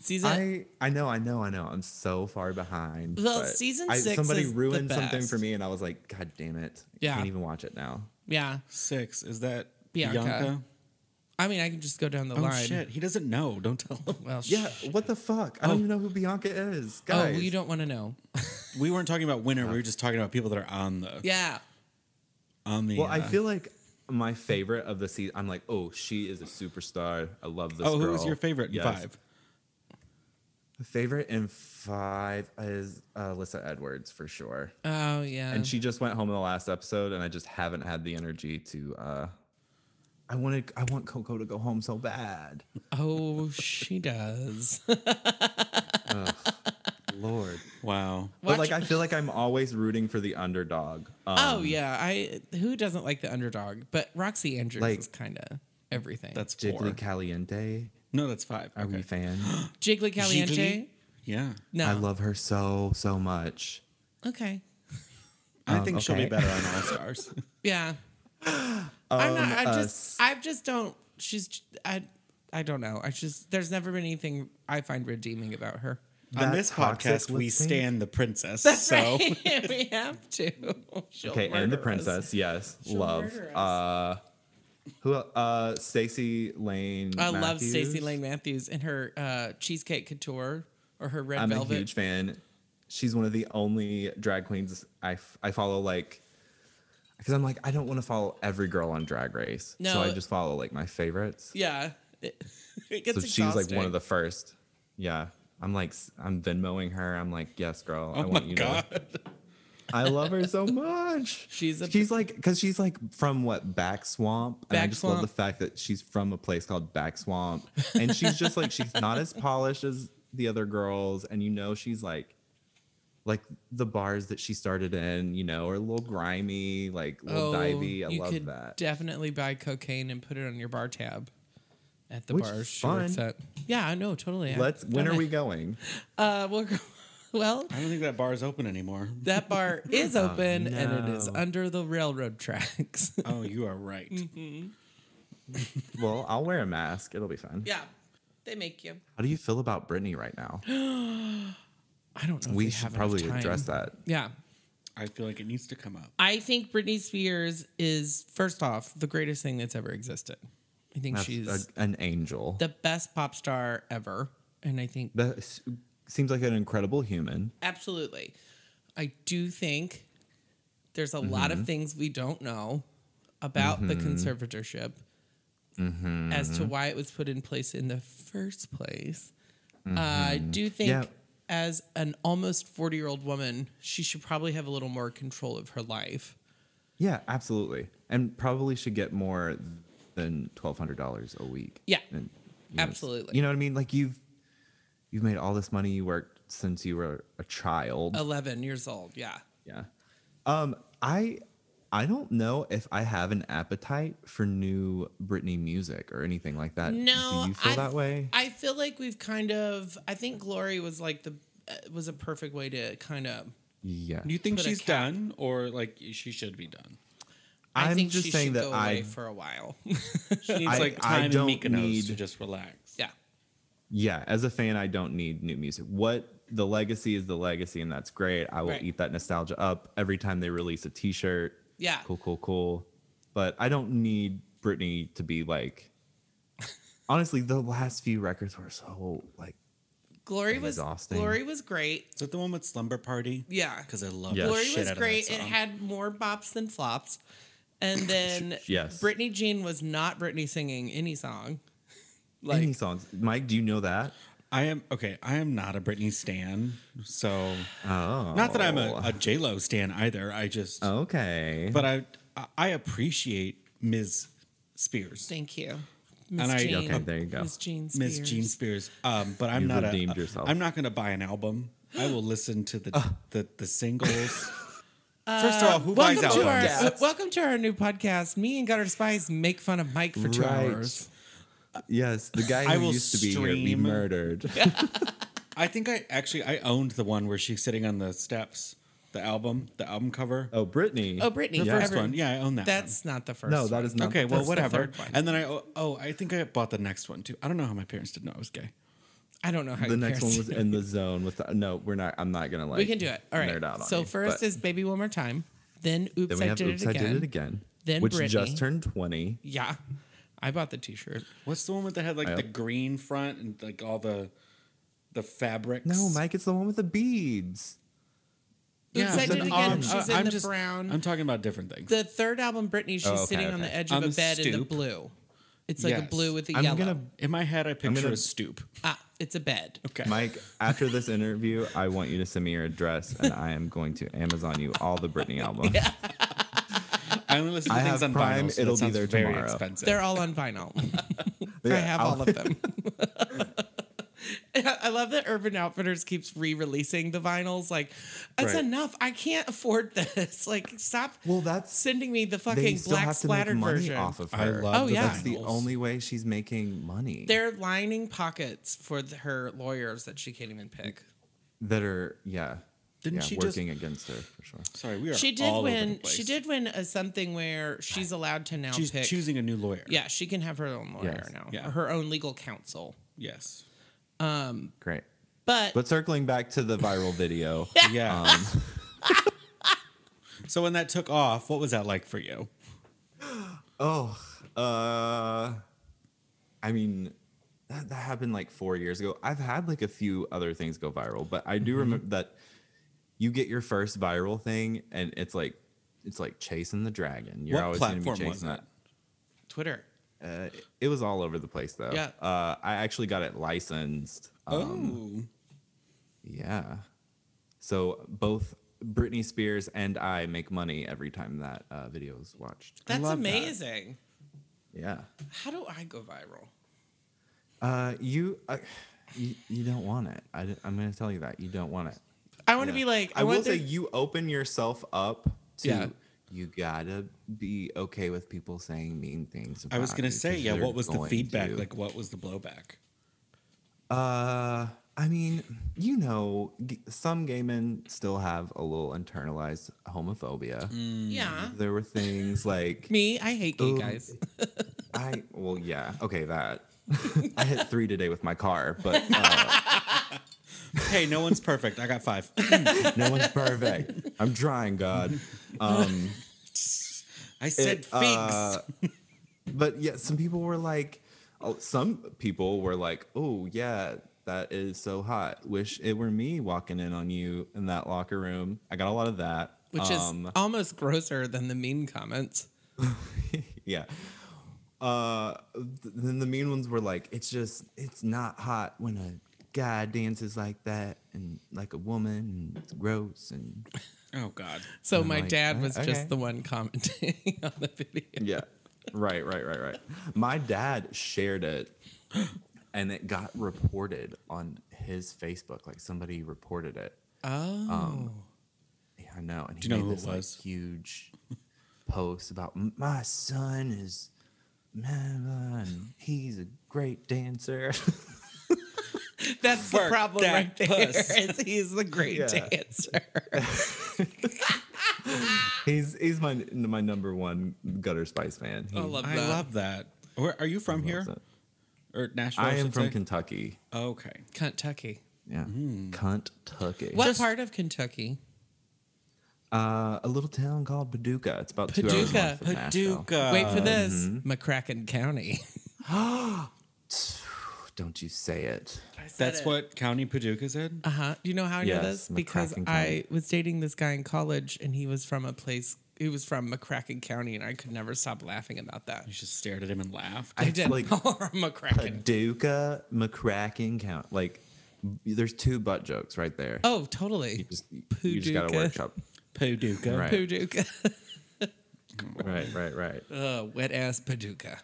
Speaker 1: Season.
Speaker 3: I I know I know I know. I'm so far behind.
Speaker 1: Well,
Speaker 3: but
Speaker 1: season
Speaker 3: I,
Speaker 1: six
Speaker 3: Somebody
Speaker 1: is the
Speaker 3: ruined something
Speaker 1: best.
Speaker 3: for me, and I was like, God damn it!
Speaker 1: Yeah.
Speaker 3: I can't even watch it now.
Speaker 1: yeah.
Speaker 2: Six is that
Speaker 1: Bianca.
Speaker 2: Bianca?
Speaker 1: I mean, I can just go down the
Speaker 2: Oh
Speaker 1: line.
Speaker 2: shit, he doesn't know. Don't tell him.
Speaker 1: Well, sh-
Speaker 3: Yeah, what the fuck? I don't even know who Bianca is,
Speaker 1: Oh,
Speaker 3: guys.
Speaker 1: well, you don't want to know.
Speaker 2: We weren't talking about winner. We were just talking about people that are on the
Speaker 1: yeah.
Speaker 2: on the.
Speaker 3: Well, I
Speaker 2: uh,
Speaker 3: feel like my favorite of the season. I'm like, oh, she is a superstar. I love this.
Speaker 2: Oh,
Speaker 3: girl.
Speaker 2: who was your favorite? in
Speaker 3: Yes.
Speaker 2: Five.
Speaker 3: Favorite in five is uh, Alyssa Edwards for sure.
Speaker 1: Oh, yeah.
Speaker 3: and she just went home in the last episode, and I just haven't had the energy to. Uh, I wanted. I want Coco to go home so bad.
Speaker 1: oh, she does.
Speaker 3: Lord.
Speaker 2: Wow.
Speaker 3: But
Speaker 1: Watch-
Speaker 3: like I feel like I'm always rooting for the underdog. Um,
Speaker 1: oh, yeah. I who doesn't like the underdog? But Roxy Andrews
Speaker 3: Like-
Speaker 1: is kind of everything.
Speaker 2: That's four.
Speaker 3: Jiggly Caliente.
Speaker 2: No, that's five.
Speaker 3: Are we
Speaker 2: Okay.
Speaker 3: fans?
Speaker 1: Jiggly Caliente.
Speaker 2: Jiggly? Yeah.
Speaker 1: No.
Speaker 3: I love her so so much.
Speaker 1: okay.
Speaker 2: I
Speaker 3: Um,
Speaker 2: think she'll be
Speaker 3: okay.
Speaker 2: better on All Stars.
Speaker 1: Yeah. I'm not. I
Speaker 3: uh,
Speaker 1: just. I just don't. She's. j- I. I don't know. I just. There's never been anything I find redeeming about her.
Speaker 2: on
Speaker 3: That
Speaker 2: this
Speaker 3: toxic
Speaker 2: podcast, we
Speaker 3: lip sync?
Speaker 2: stand the princess. so
Speaker 1: we have to. She'll
Speaker 3: Okay, and
Speaker 1: murder
Speaker 3: the
Speaker 1: us.
Speaker 3: princess, yes,
Speaker 1: She'll
Speaker 3: love.
Speaker 1: murder us.
Speaker 3: Uh, who? el- Uh, Stacy Lane.
Speaker 1: I love
Speaker 3: Matthews?
Speaker 1: Stacey Lane Matthews and her uh, cheesecake couture or her red
Speaker 3: I'm
Speaker 1: velvet.
Speaker 3: a huge fan. She's one of the only drag queens I, f- I follow like because I'm like I don't want to follow every girl on Drag Race, so
Speaker 1: No.
Speaker 3: I just follow like my favorites.
Speaker 1: yeah, it, it
Speaker 3: so
Speaker 1: gets
Speaker 3: she was like one
Speaker 1: exhausting.
Speaker 3: of the first. Yeah, I'm like s- I'm Venmoing her. I'm like, yes, girl, I
Speaker 2: Oh
Speaker 3: want
Speaker 2: my
Speaker 3: you
Speaker 2: god.
Speaker 3: to. I love her so much.
Speaker 1: She's a-
Speaker 3: she's like because she's like from what Back Swamp. and I
Speaker 1: Back
Speaker 3: just love the
Speaker 1: Swamp.
Speaker 3: fact that she's from a place called Back Swamp, and she's just like she's not as polished as the other girls, and you know she's like, like the bars that she started in, you know, are a little grimy, like a little divey. I
Speaker 1: Oh, you
Speaker 3: love
Speaker 1: could
Speaker 3: that.
Speaker 1: Definitely buy cocaine and put it on your bar tab at the
Speaker 3: Which
Speaker 1: bar.
Speaker 3: is
Speaker 1: Sure, it's
Speaker 3: fun.
Speaker 1: at- Yeah, I know totally. I-
Speaker 3: Let's. When are
Speaker 1: I-
Speaker 3: we going?
Speaker 1: Uh, well, well,
Speaker 2: I don't think that bar is open anymore.
Speaker 1: that bar is open and it is
Speaker 3: Oh, no.
Speaker 1: under the railroad tracks.
Speaker 2: Oh, you are right.
Speaker 3: Well, I'll wear a mask. It'll be fun.
Speaker 1: yeah, they make you.
Speaker 3: How do you feel about Britney right now?
Speaker 1: I don't know. if
Speaker 3: we
Speaker 1: they
Speaker 3: should
Speaker 1: have
Speaker 3: probably
Speaker 1: enough time.
Speaker 3: address that.
Speaker 1: Yeah.
Speaker 2: I feel like it needs to come up.
Speaker 1: I think Britney Spears is, first off, the greatest thing that's ever existed. I think
Speaker 3: That's
Speaker 1: she's
Speaker 3: a- an angel.
Speaker 1: the best pop star ever. And I think
Speaker 3: that s- seems like an incredible human.
Speaker 1: Absolutely. I do think there's a lot
Speaker 3: Mm-hmm.
Speaker 1: of things we don't know about the conservatorship
Speaker 3: Mm-hmm.
Speaker 1: as to why it was put in place in the first place. Uh, I do think.
Speaker 3: Mm-hmm. Yeah.
Speaker 1: As an almost 40 year old woman, she should probably have a little more control of her life.
Speaker 3: Yeah, absolutely, and probably should get more than twelve hundred dollars a week.
Speaker 1: Yeah,
Speaker 3: And, you know, it's-
Speaker 1: absolutely.
Speaker 3: You know what I mean? Like you've you've made all this money. You worked since you were a child.
Speaker 1: 11 years old, yeah.
Speaker 3: Yeah. Um, I I don't know if I have an appetite for new Britney music or anything like that.
Speaker 1: No,
Speaker 3: Do you feel
Speaker 1: I,
Speaker 3: that way?
Speaker 1: I feel like we've kind of. I think Glory was like the uh, was a perfect way to kind of.
Speaker 3: yeah.
Speaker 2: Do you think
Speaker 1: Put a
Speaker 2: she's
Speaker 1: cap.
Speaker 2: done, or like she should be done?
Speaker 1: I
Speaker 3: I'm
Speaker 1: think
Speaker 3: just
Speaker 1: she
Speaker 3: saying
Speaker 1: should
Speaker 3: that
Speaker 1: go
Speaker 3: I-
Speaker 1: away for a while.
Speaker 2: She needs
Speaker 3: I-
Speaker 2: like
Speaker 3: I
Speaker 2: time in
Speaker 3: don't
Speaker 2: Mykonos to
Speaker 3: need-
Speaker 2: just relax.
Speaker 1: yeah.
Speaker 3: yeah, as a fan, I don't need new music. What the legacy is the legacy, and that's great. I will
Speaker 1: Right.
Speaker 3: eat that nostalgia up every time they release a t shirt.
Speaker 1: Yeah.
Speaker 3: Cool, cool, cool. But I don't need Britney to be like, honestly, the last few records were so like,
Speaker 1: Glory was
Speaker 3: Exhausting.
Speaker 1: Glory was great.
Speaker 2: Is that the one with Slumber Party?
Speaker 1: Yeah.
Speaker 2: Because I love
Speaker 3: Yeah.
Speaker 2: the
Speaker 1: Glory
Speaker 2: shit
Speaker 1: was
Speaker 2: out of that
Speaker 1: great. It
Speaker 2: song.
Speaker 1: had more bops than flops. And then
Speaker 3: yes.
Speaker 1: Britney Jean was not Britney singing any song. Like
Speaker 3: any songs. Mike, do you know that?
Speaker 2: I am okay. I am not a Britney stan, so
Speaker 3: Oh.
Speaker 2: not that I'm a, a J Lo stan either. I just,
Speaker 1: Oh.
Speaker 3: Okay.
Speaker 2: but I, I appreciate Ms. Spears,
Speaker 1: thank you. Miss
Speaker 2: And I-
Speaker 1: Jean.
Speaker 3: okay, there you go.
Speaker 1: Miss Jean Spears.
Speaker 2: Ms. Jean Spears. Um, but I'm
Speaker 3: You
Speaker 2: not
Speaker 3: redeemed
Speaker 2: a,
Speaker 3: yourself.
Speaker 2: I'm not going to buy an album. I will listen to the the, the singles. First of all, who buys
Speaker 1: Uh, Welcome to, our,
Speaker 2: albums?
Speaker 1: uh, welcome to our new podcast. Me and Gutter Spies make fun of Mike for two
Speaker 3: Right.
Speaker 1: hours.
Speaker 3: yes, the guy
Speaker 2: I
Speaker 3: who
Speaker 2: will
Speaker 3: used to be here be
Speaker 2: stream-
Speaker 3: murdered.
Speaker 2: I think I actually I owned the one where she's sitting on the steps. The album, the album cover.
Speaker 3: Oh, Britney.
Speaker 1: Oh, Britney.
Speaker 2: The first
Speaker 1: every-
Speaker 2: one, yeah, I own that. one.
Speaker 1: That's not the first
Speaker 3: No, that
Speaker 1: one.
Speaker 3: is not.
Speaker 2: Okay, well,
Speaker 1: That's the
Speaker 2: whatever.
Speaker 1: third one.
Speaker 2: And then I oh, oh, I think I bought the next one too. I don't know how my parents didn't know I was gay.
Speaker 1: I don't know how
Speaker 3: the
Speaker 1: your
Speaker 3: next one
Speaker 1: parents
Speaker 3: was
Speaker 1: did
Speaker 3: in the zone with the, no we're not i'm not gonna like
Speaker 1: we can do it. All right.
Speaker 3: nerd out on
Speaker 1: so
Speaker 3: you,
Speaker 1: first
Speaker 3: but
Speaker 1: is baby one more time. Then oops,
Speaker 3: then we
Speaker 1: I,
Speaker 3: have
Speaker 1: did
Speaker 3: oops
Speaker 1: it
Speaker 3: i
Speaker 1: again.
Speaker 3: did it again
Speaker 1: Then
Speaker 3: which
Speaker 1: Britney.
Speaker 3: just turned 20
Speaker 1: Yeah, I bought the T-shirt.
Speaker 2: What's the one with that had like
Speaker 3: I-
Speaker 2: the green front and like all the the fabrics?
Speaker 3: no mike it's the one with the beads
Speaker 1: Oops, I
Speaker 2: but,
Speaker 1: did it again.
Speaker 2: um,
Speaker 1: She's
Speaker 2: I-
Speaker 1: in
Speaker 2: I'm
Speaker 1: the
Speaker 2: just-
Speaker 1: brown.
Speaker 2: I'm talking about different things.
Speaker 1: the third album, Britney. She's
Speaker 3: Oh, okay,
Speaker 1: sitting on the
Speaker 3: okay.
Speaker 1: edge of
Speaker 2: On
Speaker 1: a
Speaker 2: the
Speaker 1: bed in the
Speaker 2: stoop.
Speaker 1: blue. It's like a
Speaker 2: Yes.
Speaker 1: blue with a
Speaker 3: i'm
Speaker 1: yellow.
Speaker 3: gonna
Speaker 2: In my head, I picture
Speaker 3: gonna-
Speaker 2: a stoop.
Speaker 1: Ah, it's a bed.
Speaker 2: Okay,
Speaker 3: mike after this interview i want you to send me your address and i am going to amazon you all the britney albums
Speaker 2: I only listen to
Speaker 3: I
Speaker 2: things
Speaker 3: have
Speaker 2: on
Speaker 3: Prime,
Speaker 2: vinyl. So
Speaker 3: it'll
Speaker 2: it'll
Speaker 3: be
Speaker 2: sounds
Speaker 3: there
Speaker 2: very
Speaker 3: tomorrow.
Speaker 2: expensive.
Speaker 1: They're all on vinyl. I
Speaker 3: Yeah,
Speaker 1: have
Speaker 3: I'll-
Speaker 1: all of them. I love that Urban Outfitters keeps re-releasing the vinyls. Like, that's
Speaker 2: Right.
Speaker 1: enough. I can't afford this. Like, stop
Speaker 3: well that's
Speaker 1: sending me the
Speaker 3: they
Speaker 1: fucking
Speaker 3: still
Speaker 1: black
Speaker 3: have to make
Speaker 1: splattered
Speaker 3: money
Speaker 1: version.
Speaker 3: off of
Speaker 2: I
Speaker 3: her
Speaker 2: love
Speaker 1: Oh, the yeah.
Speaker 3: that's the
Speaker 2: vinyls.
Speaker 3: only way she's making money
Speaker 1: They're lining pockets for the, her lawyers that she can't even pick.
Speaker 3: that are yeah
Speaker 2: Didn't
Speaker 3: yeah,
Speaker 2: she just-
Speaker 3: working against her for sure
Speaker 2: Sorry, we are.
Speaker 1: She did
Speaker 2: all Over the
Speaker 1: win.
Speaker 2: place.
Speaker 1: She did win a something where she's allowed to now
Speaker 2: She's
Speaker 1: pick.
Speaker 2: choosing a new lawyer.
Speaker 1: Yeah, she can have her own lawyer
Speaker 3: Yes.
Speaker 1: now,
Speaker 2: Yeah.
Speaker 1: or her own legal counsel.
Speaker 2: Yes.
Speaker 3: great
Speaker 1: But,
Speaker 3: but circling back to the viral video
Speaker 2: Yeah.
Speaker 3: Um.
Speaker 2: so when that took off, what was that like for you?
Speaker 3: Oh, uh, I mean, that, that happened like four years ago. I've had like a few other things go viral, but I do remember that you get your first viral thing and it's like it's like chasing the dragon. You're
Speaker 2: What
Speaker 3: always going to be
Speaker 2: platform was
Speaker 3: chasing
Speaker 2: it?
Speaker 3: that.
Speaker 1: Twitter.
Speaker 3: Uh, it was all over the place though.
Speaker 1: Yeah.
Speaker 3: Uh, I actually got it licensed.
Speaker 2: oh,
Speaker 3: um, Yeah. So both Britney Spears and I make money every time that uh, video is watched.
Speaker 1: That's
Speaker 2: love that.
Speaker 1: amazing.
Speaker 3: Yeah.
Speaker 1: How do I go viral?
Speaker 3: Uh, you, uh, you, you don't want it. I, am going to tell you that you don't want it.
Speaker 1: I want to
Speaker 3: Yeah.
Speaker 1: be like I,
Speaker 3: I, will
Speaker 1: want
Speaker 3: say
Speaker 1: the-
Speaker 3: you open yourself up to.
Speaker 1: Yeah.
Speaker 3: You gotta be okay with people saying mean things.
Speaker 2: Oh. I was
Speaker 3: about
Speaker 2: gonna
Speaker 3: you
Speaker 2: say,
Speaker 3: 'cause
Speaker 2: yeah.
Speaker 3: they're
Speaker 2: What was the
Speaker 3: going
Speaker 2: feedback?
Speaker 3: to.
Speaker 2: Like, what was the blowback?
Speaker 3: Uh, I mean, you know, g- some gay men still have a little internalized homophobia.
Speaker 1: yeah.
Speaker 3: There were things like
Speaker 1: Mm-hmm. Me, I hate gay
Speaker 3: Ooh.
Speaker 1: guys.
Speaker 3: I well, yeah, okay, that. I hit three today with my car, but uh,
Speaker 2: Hey, no one's perfect. I got five.
Speaker 3: no one's perfect. I'm trying, God. Um,
Speaker 2: I said
Speaker 3: it,
Speaker 2: figs.
Speaker 3: uh, but yeah, some people were like, oh, some people were like, oh yeah, that is so hot. Wish it were me walking in on you in that locker room. I got a lot of that,
Speaker 1: Which
Speaker 3: Um,
Speaker 1: is almost grosser than the mean comments.
Speaker 3: yeah. Uh, th- then the mean ones were like, it's just, it's not hot when a guy dances like that and like a woman and it's gross and
Speaker 2: oh God.
Speaker 1: So
Speaker 3: I'm
Speaker 1: my
Speaker 3: like,
Speaker 1: dad
Speaker 3: "Uh,
Speaker 1: was
Speaker 3: okay."
Speaker 1: just the one commenting on the video.
Speaker 3: yeah, right, right, right, right. My dad shared it, and it got reported on his Facebook. Like somebody reported it. Um,
Speaker 1: Oh.
Speaker 3: Yeah, I know. And
Speaker 2: Do
Speaker 3: he
Speaker 2: you know
Speaker 3: made
Speaker 2: who it
Speaker 3: this like,
Speaker 2: was?
Speaker 3: huge post about my son is man, and he's a great dancer.
Speaker 1: That's the
Speaker 2: Work
Speaker 1: problem
Speaker 2: that
Speaker 1: right there.
Speaker 2: puss.
Speaker 1: Is he's the great
Speaker 3: Yeah.
Speaker 1: dancer.
Speaker 3: He's he's my my number one Gutter Spice fan. He
Speaker 1: I love
Speaker 2: I
Speaker 1: that.
Speaker 2: love that. Where are you from Oh, here?
Speaker 3: loves it.
Speaker 2: Or Nashville?
Speaker 3: I am
Speaker 2: should
Speaker 3: from
Speaker 2: say?
Speaker 3: Kentucky.
Speaker 2: Okay.
Speaker 1: Kentucky.
Speaker 3: Yeah,
Speaker 2: Hmm.
Speaker 3: Kentucky.
Speaker 1: What part of Kentucky?
Speaker 3: Uh, a little town called Paducah. It's about two hours
Speaker 1: Paducah.
Speaker 3: north of Nashville.
Speaker 2: Paducah.
Speaker 1: Wait for this.
Speaker 3: Mm-hmm.
Speaker 1: McCracken County.
Speaker 3: Don't you say it.
Speaker 2: That's what County Paducah said.
Speaker 1: Uh huh. You know how I know
Speaker 3: Yes,
Speaker 1: this? Because
Speaker 3: McCracken
Speaker 1: I
Speaker 3: County.
Speaker 1: was dating this guy in college and he was from a place, he was from McCracken County, and I could never stop laughing about that.
Speaker 2: You just stared at him and laughed.
Speaker 1: I
Speaker 3: It's
Speaker 1: did.
Speaker 3: like-
Speaker 1: McCracken.
Speaker 3: Paducah, McCracken County. Like, there's two butt jokes right there.
Speaker 1: Oh, totally.
Speaker 3: Just- you just got to
Speaker 1: Paducah.
Speaker 3: workshop.
Speaker 2: Paducah.
Speaker 3: Right.
Speaker 1: Paducah.
Speaker 3: Right, right, right.
Speaker 1: uh, wet ass Paducah.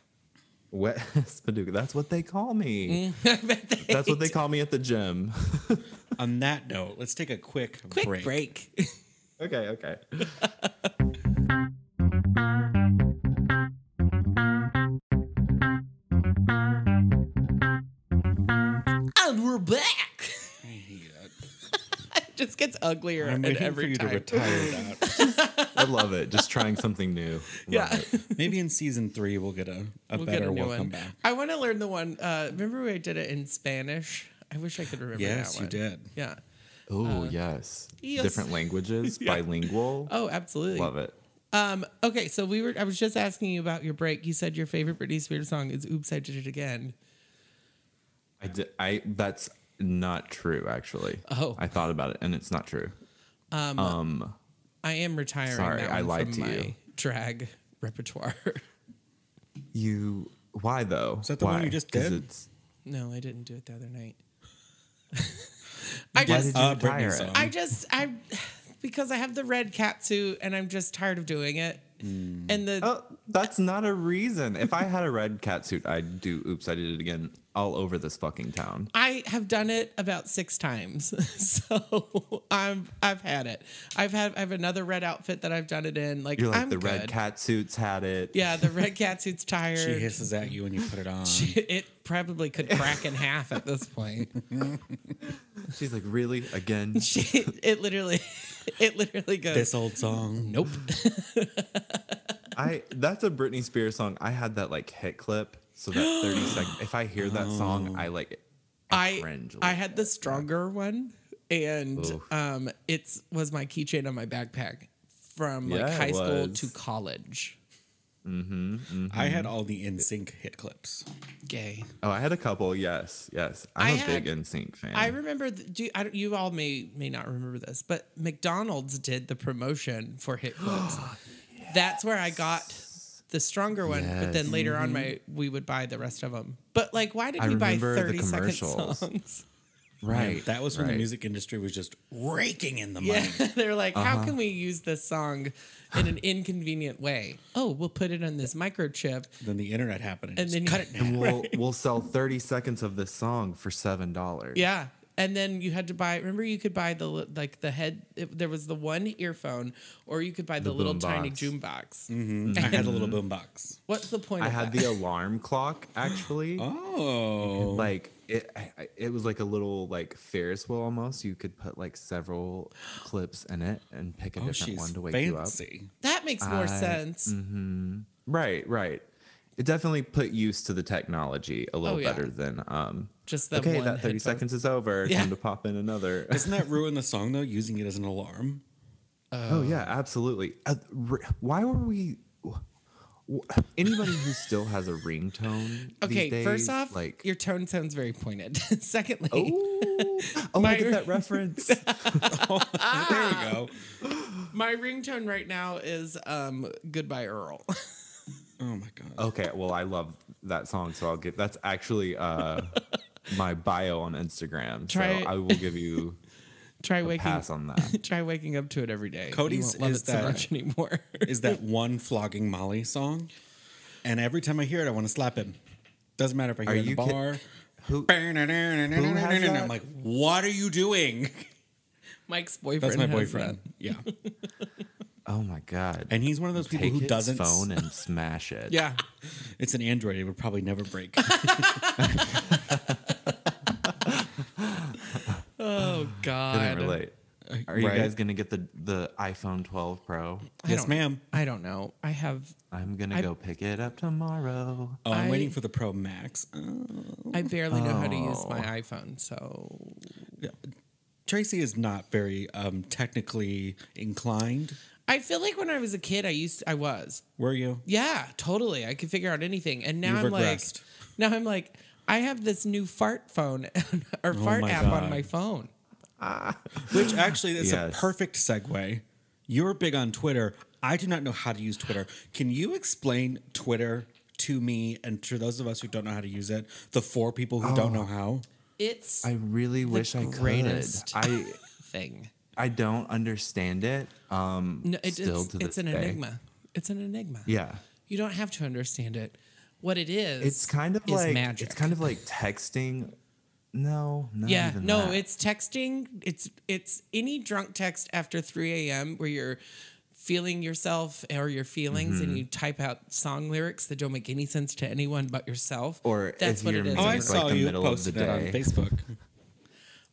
Speaker 3: Wet Paducah. That's what they call me.
Speaker 1: I bet they
Speaker 3: That's what they call me at the gym.
Speaker 2: On that note, let's take a quick,
Speaker 1: Quick
Speaker 2: break.
Speaker 1: break.
Speaker 3: okay, okay.
Speaker 1: and we're back.
Speaker 2: I hate it.
Speaker 1: It just gets uglier
Speaker 2: I'm
Speaker 1: and
Speaker 2: waiting for
Speaker 1: every
Speaker 2: you
Speaker 1: time.
Speaker 2: to retire that.
Speaker 3: I love it. Just trying something new. Love
Speaker 1: Yeah.
Speaker 3: it.
Speaker 2: Maybe in season three we'll get a, a
Speaker 1: We'll get
Speaker 2: better
Speaker 1: a new
Speaker 2: welcome
Speaker 1: one.
Speaker 2: back.
Speaker 1: I want to learn the one. Uh, remember we did it in Spanish? I wish I could remember
Speaker 2: Yes,
Speaker 1: that
Speaker 2: you
Speaker 1: one.
Speaker 2: did.
Speaker 1: Yeah.
Speaker 3: Oh, yes.
Speaker 1: Uh, yes.
Speaker 3: Different languages, bilingual.
Speaker 1: Oh, absolutely.
Speaker 3: Love it.
Speaker 1: Um, okay, so we were. I was just asking you about your break. You said your favorite Britney Spears song is "Oops, I Did It Again."
Speaker 3: I, di- I that's not true actually.
Speaker 1: Oh.
Speaker 3: I thought about it and it's not true.
Speaker 1: I am retiring.
Speaker 3: Sorry,
Speaker 1: that
Speaker 3: I
Speaker 1: one
Speaker 3: lied
Speaker 1: from
Speaker 3: to
Speaker 1: my
Speaker 3: you.
Speaker 1: Drag repertoire.
Speaker 3: You why though? Is
Speaker 2: that the one you just did?
Speaker 3: It's,
Speaker 1: no, I didn't do it the other night.
Speaker 3: why
Speaker 1: I just,
Speaker 3: did you
Speaker 2: Uh, Britney
Speaker 3: retire?
Speaker 2: song.
Speaker 3: it?
Speaker 1: I just, I, because I have the red cat suit, and I'm just tired of doing it. And the
Speaker 3: Oh, that's not a reason. If I had a red cat suit, I'd do oops, I did it again all over this fucking town.
Speaker 1: I have done it about six times, so I'm I've had it. I've had I have another red outfit that I've done it in. Like
Speaker 3: You're like
Speaker 1: I'm
Speaker 3: the red
Speaker 1: good.
Speaker 3: cat suits had it.
Speaker 1: Yeah, the red cat suit's tired.
Speaker 2: She hisses at you and you put it on.
Speaker 1: it probably could crack in half at this point.
Speaker 3: She's like, really? Again?
Speaker 1: She, it literally, it literally goes.
Speaker 2: this old song.
Speaker 1: nope.
Speaker 3: I that's a Britney Spears song. I had that like hit clip. So that 30 second if I hear that song,
Speaker 2: Oh.
Speaker 3: I like I
Speaker 1: I
Speaker 3: cringe a
Speaker 1: I
Speaker 3: little
Speaker 1: had the stronger one, and
Speaker 3: Oof.
Speaker 1: um, it's was my keychain on my backpack from like
Speaker 3: Yeah, it
Speaker 1: high school
Speaker 3: was.
Speaker 1: to college.
Speaker 2: I had all the NSYNC hit clips.
Speaker 1: Gay.
Speaker 3: Oh, I had a couple. Yes, yes. I'm I
Speaker 1: I
Speaker 3: am a
Speaker 1: had-
Speaker 3: big NSYNC fan.
Speaker 1: I remember. The, do you, I don't, you all may may not remember this, but McDonald's did the promotion for Hit Clips. That's where I got the stronger one. But then
Speaker 3: Yes.
Speaker 1: later on, my we would buy the rest of them. But like, why did
Speaker 3: mm-hmm. I
Speaker 1: we buy
Speaker 3: remember the
Speaker 1: thirty second
Speaker 3: commercials.
Speaker 1: songs?
Speaker 3: right.
Speaker 2: That was when
Speaker 3: right.
Speaker 2: the music industry was just raking in the money.
Speaker 1: Yeah, they're like, how
Speaker 3: uh-huh.
Speaker 1: can we use this song in an inconvenient way? Oh, we'll put it on this microchip,
Speaker 2: Then the internet happened, and,
Speaker 1: and
Speaker 2: just
Speaker 1: then
Speaker 2: cut
Speaker 1: you-
Speaker 2: it. Down.
Speaker 3: We'll we'll sell 30 seconds of this song for seven dollars.
Speaker 1: Yeah. And then you had to buy. Remember, you could buy the li- like the head. It, there was the one earphone, or you could buy the,
Speaker 3: The
Speaker 1: little
Speaker 3: boom
Speaker 1: tiny
Speaker 3: box.
Speaker 1: June box.
Speaker 2: I had a little boombox.
Speaker 1: What's the point?
Speaker 3: I
Speaker 1: of
Speaker 3: had
Speaker 1: that?
Speaker 3: the alarm clock actually.
Speaker 2: Oh,
Speaker 3: Like it, I- I- it was like a little like Ferris wheel almost. You could put like several clips in it and pick a
Speaker 2: oh,
Speaker 3: different
Speaker 2: she's
Speaker 3: one to wake you up.
Speaker 2: fancy.
Speaker 1: that makes more
Speaker 3: I- mm.
Speaker 1: sense.
Speaker 3: Right, right. It definitely put use to the technology a little
Speaker 1: Oh, yeah.
Speaker 3: better than um.
Speaker 1: Just the
Speaker 3: Okay,
Speaker 1: one
Speaker 3: that 30
Speaker 1: headphone.
Speaker 3: seconds is over.
Speaker 1: Yeah.
Speaker 3: Time to pop in another.
Speaker 2: Doesn't that ruin the song though? Using it as an alarm.
Speaker 3: Oh yeah, absolutely. Uh, r- why were we? wh- Anybody who still has a ringtone.
Speaker 1: Okay,
Speaker 3: these days,
Speaker 1: first off,
Speaker 3: like
Speaker 1: your tone sounds very pointed. Secondly,
Speaker 3: oh, oh,
Speaker 1: My-
Speaker 3: I get that reference.
Speaker 2: There we go.
Speaker 1: my ringtone right now is um "Goodbye Earl."
Speaker 2: Oh my god.
Speaker 3: okay, well, I love that song, so I'll give. That's actually uh, my bio on Instagram, so
Speaker 1: Try it.
Speaker 3: I will give you
Speaker 1: try
Speaker 3: a
Speaker 1: waking,
Speaker 3: pass on that.
Speaker 1: try waking up to it every day. You
Speaker 2: Cody's
Speaker 1: won't love
Speaker 2: is
Speaker 1: it so
Speaker 2: that-
Speaker 1: much anymore.
Speaker 2: Is that one flogging Molly song? And every time I hear it, I want to slap him. Doesn't matter if I hear
Speaker 3: Are
Speaker 2: it in the
Speaker 3: you kid-
Speaker 2: bar.
Speaker 3: Who? has
Speaker 2: And I'm
Speaker 3: that?
Speaker 2: like, what are you doing?
Speaker 1: Mike's boyfriend.
Speaker 2: That's my
Speaker 1: has
Speaker 2: boyfriend. Yeah.
Speaker 3: Oh my god!
Speaker 2: And he's one of those people
Speaker 3: Take
Speaker 2: who
Speaker 3: his
Speaker 2: doesn't.
Speaker 3: phone and smash it.
Speaker 1: that. Yeah,
Speaker 2: It's an Android. It would probably never break.
Speaker 1: Oh God.
Speaker 3: I didn't relate. Are you
Speaker 2: Right.
Speaker 3: guys gonna get the the iPhone 12 Pro?
Speaker 1: I
Speaker 2: yes,
Speaker 1: don't-
Speaker 2: ma'am.
Speaker 1: I don't know. I have
Speaker 3: I'm gonna
Speaker 1: I-
Speaker 3: go pick it up tomorrow.
Speaker 2: Oh, I'm
Speaker 1: I-
Speaker 2: waiting for the Pro Max. Oh.
Speaker 1: I barely know how to use my
Speaker 3: Oh.
Speaker 1: iPhone, so
Speaker 2: Tracy is not very um, technically inclined.
Speaker 1: I feel like when I was a kid I used I was.
Speaker 2: Were you?
Speaker 1: Yeah, totally. I could figure out anything. And now
Speaker 2: You've
Speaker 1: I'm
Speaker 2: regressed.
Speaker 1: like now I'm like I have this new fart phone
Speaker 3: Oh
Speaker 1: or fart
Speaker 2: my
Speaker 1: app on
Speaker 2: God.
Speaker 1: my phone.
Speaker 2: Which actually is
Speaker 3: Yes.
Speaker 2: a perfect segue. You're big on Twitter. I do not know how to use Twitter. Can you explain Twitter to me and to those of us who don't know how to use it? The four people who
Speaker 3: Oh.
Speaker 2: don't know how.
Speaker 1: It's
Speaker 3: I really wish I could.
Speaker 1: greatest.
Speaker 3: I
Speaker 1: thing.
Speaker 3: I don't understand it. Um,
Speaker 1: No, it,
Speaker 3: still
Speaker 1: it's,
Speaker 3: to this
Speaker 1: it's an
Speaker 3: day.
Speaker 1: enigma. It's an enigma.
Speaker 3: Yeah,
Speaker 1: You don't have to understand it. What it is
Speaker 3: it's kind of
Speaker 1: is
Speaker 3: like
Speaker 1: magic.
Speaker 3: it's kind of like texting. No, not
Speaker 1: Yeah,
Speaker 3: even
Speaker 1: no,
Speaker 3: that.
Speaker 1: it's texting. It's it's any drunk text after 3 a.m. where you're feeling yourself or your feelings
Speaker 3: Mm-hmm.
Speaker 1: and you type out song lyrics that don't make any sense to anyone but yourself.
Speaker 3: Or
Speaker 1: that's
Speaker 3: if
Speaker 1: what it
Speaker 3: you're
Speaker 1: is.
Speaker 3: Oh,
Speaker 2: Oh,
Speaker 3: I
Speaker 2: I
Speaker 1: It's
Speaker 3: saw
Speaker 1: like-
Speaker 2: saw
Speaker 3: the
Speaker 2: you
Speaker 3: middle of
Speaker 2: posted
Speaker 3: the
Speaker 2: that on
Speaker 3: day.
Speaker 2: Facebook.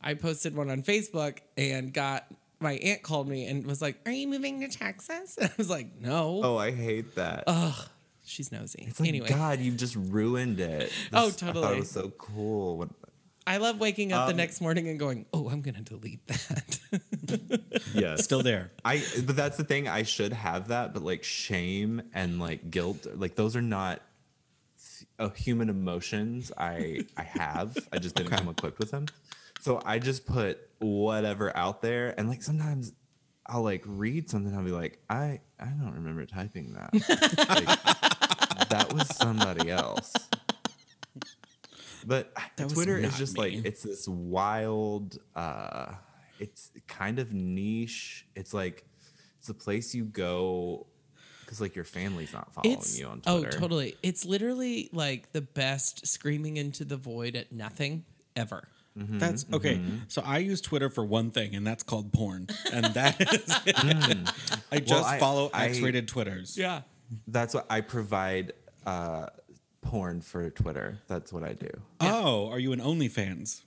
Speaker 1: I posted one on Facebook and got my aunt called me and was like, "Are you moving to Texas?" And I was like, "No."
Speaker 3: Oh, I hate that.
Speaker 1: She's nosy.
Speaker 3: it's like,
Speaker 1: Oh, anyway,
Speaker 3: God, you've just ruined it.
Speaker 1: Oh,
Speaker 3: This- I thought
Speaker 1: totally.
Speaker 3: it was so cool. When,
Speaker 1: I love waking up
Speaker 3: Um,
Speaker 1: the next morning and going, "Oh, I'm gonna delete that."
Speaker 3: yes.
Speaker 2: Still there.
Speaker 3: I but that's the thing. I should have that, but like shame and like guilt, like those are not uh, human emotions. I I have. I just didn't come equipped with them. So I just put whatever out there, and like sometimes I'll like read something. I'll be like, I I don't remember typing that. Like, that was somebody else. But
Speaker 2: That was
Speaker 3: Twitter is
Speaker 2: not
Speaker 3: just
Speaker 2: me.
Speaker 3: like it's this wild uh it's kind of niche. It's like it's a place you go because like your family's not following
Speaker 1: It's
Speaker 3: you on
Speaker 1: oh,
Speaker 3: Twitter.
Speaker 1: totally. It's literally like the best screaming into the void at nothing ever.
Speaker 3: Mm-hmm,
Speaker 2: That's okay. So I use Twitter for one thing, and that's called porn. And that is it. I just
Speaker 3: Hmm. I-
Speaker 2: follow
Speaker 3: I-
Speaker 2: X-rated Twitters.
Speaker 1: Yeah.
Speaker 3: That's what I provide uh porn for Twitter. That's what I do.
Speaker 2: Oh, are you an OnlyFans?